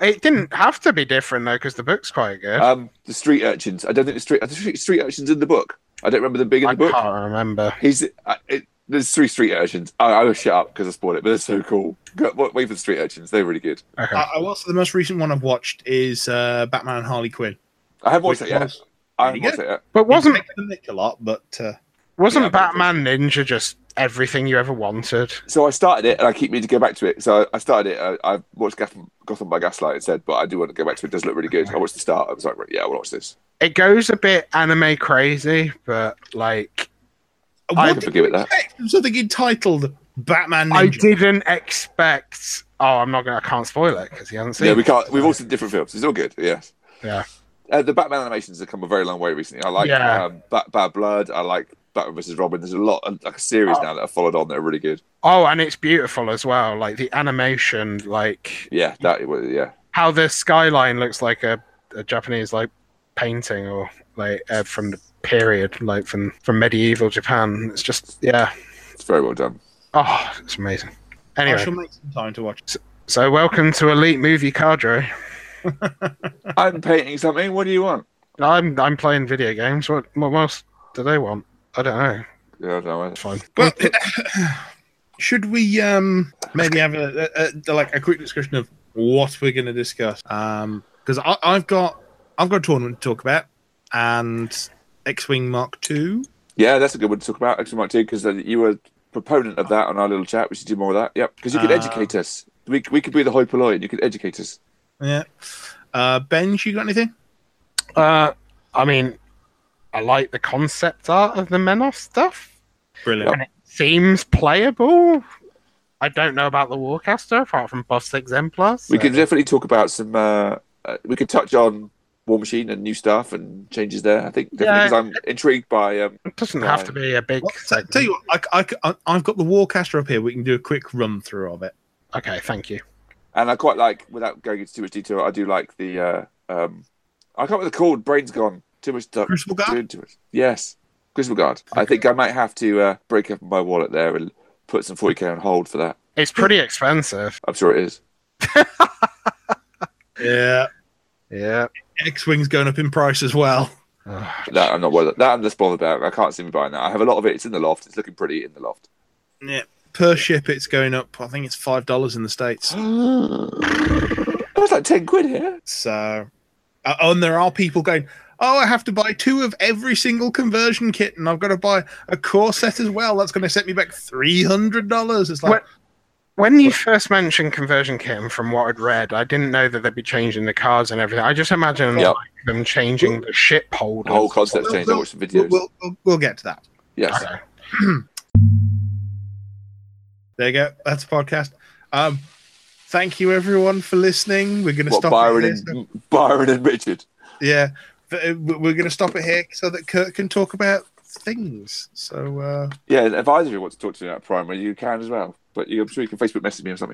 [SPEAKER 3] It didn't have to be different though, because the book's quite good.
[SPEAKER 1] Um, the street urchins. I don't think the street are the street, street urchins in the book. I don't remember them being in
[SPEAKER 3] I
[SPEAKER 1] the book.
[SPEAKER 3] can't remember.
[SPEAKER 1] He's uh, it, there's three street urchins. I, I will shut up because I spoiled it, but they're so cool. Go, wait wait for the street urchins. They're really good.
[SPEAKER 3] Okay.
[SPEAKER 2] I, I will say the most recent one I've watched is uh, Batman and Harley Quinn.
[SPEAKER 1] I haven't watched
[SPEAKER 2] which
[SPEAKER 1] it yet.
[SPEAKER 2] was-
[SPEAKER 1] I haven't
[SPEAKER 2] There
[SPEAKER 1] watched
[SPEAKER 2] you
[SPEAKER 1] it yet.
[SPEAKER 3] but wasn't
[SPEAKER 2] Didn't make the nick a lot, but uh,
[SPEAKER 3] wasn't
[SPEAKER 1] Yeah, but-
[SPEAKER 3] Batman Ninja just everything you ever wanted?
[SPEAKER 1] So I started it, and I keep meaning to go back to it. So I started it. I, I watched Gotham, Gotham by Gaslight instead, but I do want to go back to it. It does look really good. I watched the start. I was like, yeah, I will watch this.
[SPEAKER 3] It goes a bit anime crazy, but like I
[SPEAKER 1] I
[SPEAKER 2] what
[SPEAKER 1] can
[SPEAKER 2] did
[SPEAKER 1] forgive it
[SPEAKER 2] you
[SPEAKER 1] that.
[SPEAKER 2] expect from something entitled Batman
[SPEAKER 3] I
[SPEAKER 2] Ninja?
[SPEAKER 3] didn't expect. Oh, I'm not gonna. I can't spoil it because you haven't seen.
[SPEAKER 1] Yeah, we
[SPEAKER 3] it.
[SPEAKER 1] can't. We've all seen different films. It's all good. Yes.
[SPEAKER 3] Yeah.
[SPEAKER 1] Uh, the Batman animations have come a very long way recently. I like
[SPEAKER 3] Yeah.
[SPEAKER 1] um, Bat, Bad Blood. I like Batman vs Robin. There's a lot, like a series
[SPEAKER 3] Oh.
[SPEAKER 1] now that have followed on that are really good.
[SPEAKER 3] Oh, and it's beautiful as well. Like the animation, like
[SPEAKER 1] Yeah, that. was- Yeah,
[SPEAKER 3] how the skyline looks like a, a Japanese like painting or like uh, from the period, like from from medieval Japan. It's just yeah.
[SPEAKER 1] it's very well done.
[SPEAKER 3] Oh, it's amazing.
[SPEAKER 2] I
[SPEAKER 3] Anyway,
[SPEAKER 2] shall make some time to watch. it.
[SPEAKER 3] so welcome to Elite Movie Cadre.
[SPEAKER 1] I'm painting something. What do you want?
[SPEAKER 3] I'm I'm playing video games. What what else do they want? I don't know.
[SPEAKER 1] Yeah, I don't know.
[SPEAKER 3] It's fine.
[SPEAKER 2] Well, should we um, maybe have a, a, a like a quick discussion of what we're going to discuss? Because I I've got I've got a tournament to talk about and X-wing Mark Two.
[SPEAKER 1] Yeah, that's a good one to talk about. Actually, Mark, too, because uh, you were proponent of that on our little chat. We should do more of that. Yep, because you could
[SPEAKER 2] Uh,
[SPEAKER 1] educate us. We, we could be the hoi polloi, and you could educate us.
[SPEAKER 2] Yeah. Uh, Benj, you got anything?
[SPEAKER 3] Uh, I mean, I like the concept art of the Menos stuff.
[SPEAKER 2] Brilliant.
[SPEAKER 3] Seems playable. I don't know about the Warcaster apart from Boss Exemplars.
[SPEAKER 1] We could definitely talk about some. Uh, uh, we could touch on War Machine and new stuff and changes there. I think
[SPEAKER 3] Yeah.
[SPEAKER 1] because I'm intrigued by. Um,
[SPEAKER 3] It doesn't have to be a big.
[SPEAKER 2] Well, t-
[SPEAKER 3] segment.
[SPEAKER 2] tell you what, I, have got the Warcaster up here. We can do a quick run through of it.
[SPEAKER 3] Okay, thank you.
[SPEAKER 1] and I quite like, without going into too much detail, I do like the. Uh, um, I can't remember the called Brain's gone. Too much stuff.
[SPEAKER 2] Crucible Guard?
[SPEAKER 1] Doing too much. Yes, Crucible Guard. I think I might have to uh, break up my wallet there and put some 40k on hold for that.
[SPEAKER 3] It's pretty expensive.
[SPEAKER 1] I'm sure it is.
[SPEAKER 2] Yeah.
[SPEAKER 3] Yeah.
[SPEAKER 2] X-wing's going up in price as well.
[SPEAKER 3] Ugh.
[SPEAKER 1] That I'm not worried. That I'm less bothered about. I can't see me buying that. I have a lot of it. It's in the loft. It's looking pretty in the loft.
[SPEAKER 2] Yeah. Per ship, it's going up. I think it's five dollars in the states.
[SPEAKER 1] that was like ten quid here.
[SPEAKER 2] So, uh, oh, and there are people going. Oh, I have to buy two of every single conversion kit, and I've got to buy a core set as well. That's going to set me back three hundred dollars. It's like,
[SPEAKER 3] What- When you first mentioned conversion kit, and from what I'd read, I didn't know that they'd be changing the cards and everything. I just imagine
[SPEAKER 1] Yep.
[SPEAKER 3] like, them changing the ship
[SPEAKER 1] The
[SPEAKER 3] holders.
[SPEAKER 1] whole concept's
[SPEAKER 2] Well,
[SPEAKER 1] changed. I
[SPEAKER 2] well,
[SPEAKER 1] watched some
[SPEAKER 2] we'll,
[SPEAKER 1] videos.
[SPEAKER 2] we'll, we'll, we'll get to that.
[SPEAKER 1] yes.
[SPEAKER 3] Okay.
[SPEAKER 2] There you go. That's the podcast. Um, thank you everyone for listening. We're going to
[SPEAKER 1] What
[SPEAKER 2] stop. it
[SPEAKER 1] Byron
[SPEAKER 2] here.
[SPEAKER 1] and Byron and Richard.
[SPEAKER 2] yeah but, uh, we- we're going to stop it here so that kurt can talk about things so uh
[SPEAKER 1] Yeah, if either of you want to talk to me about primary, you can as well. But you, I'm sure you can Facebook message me or something.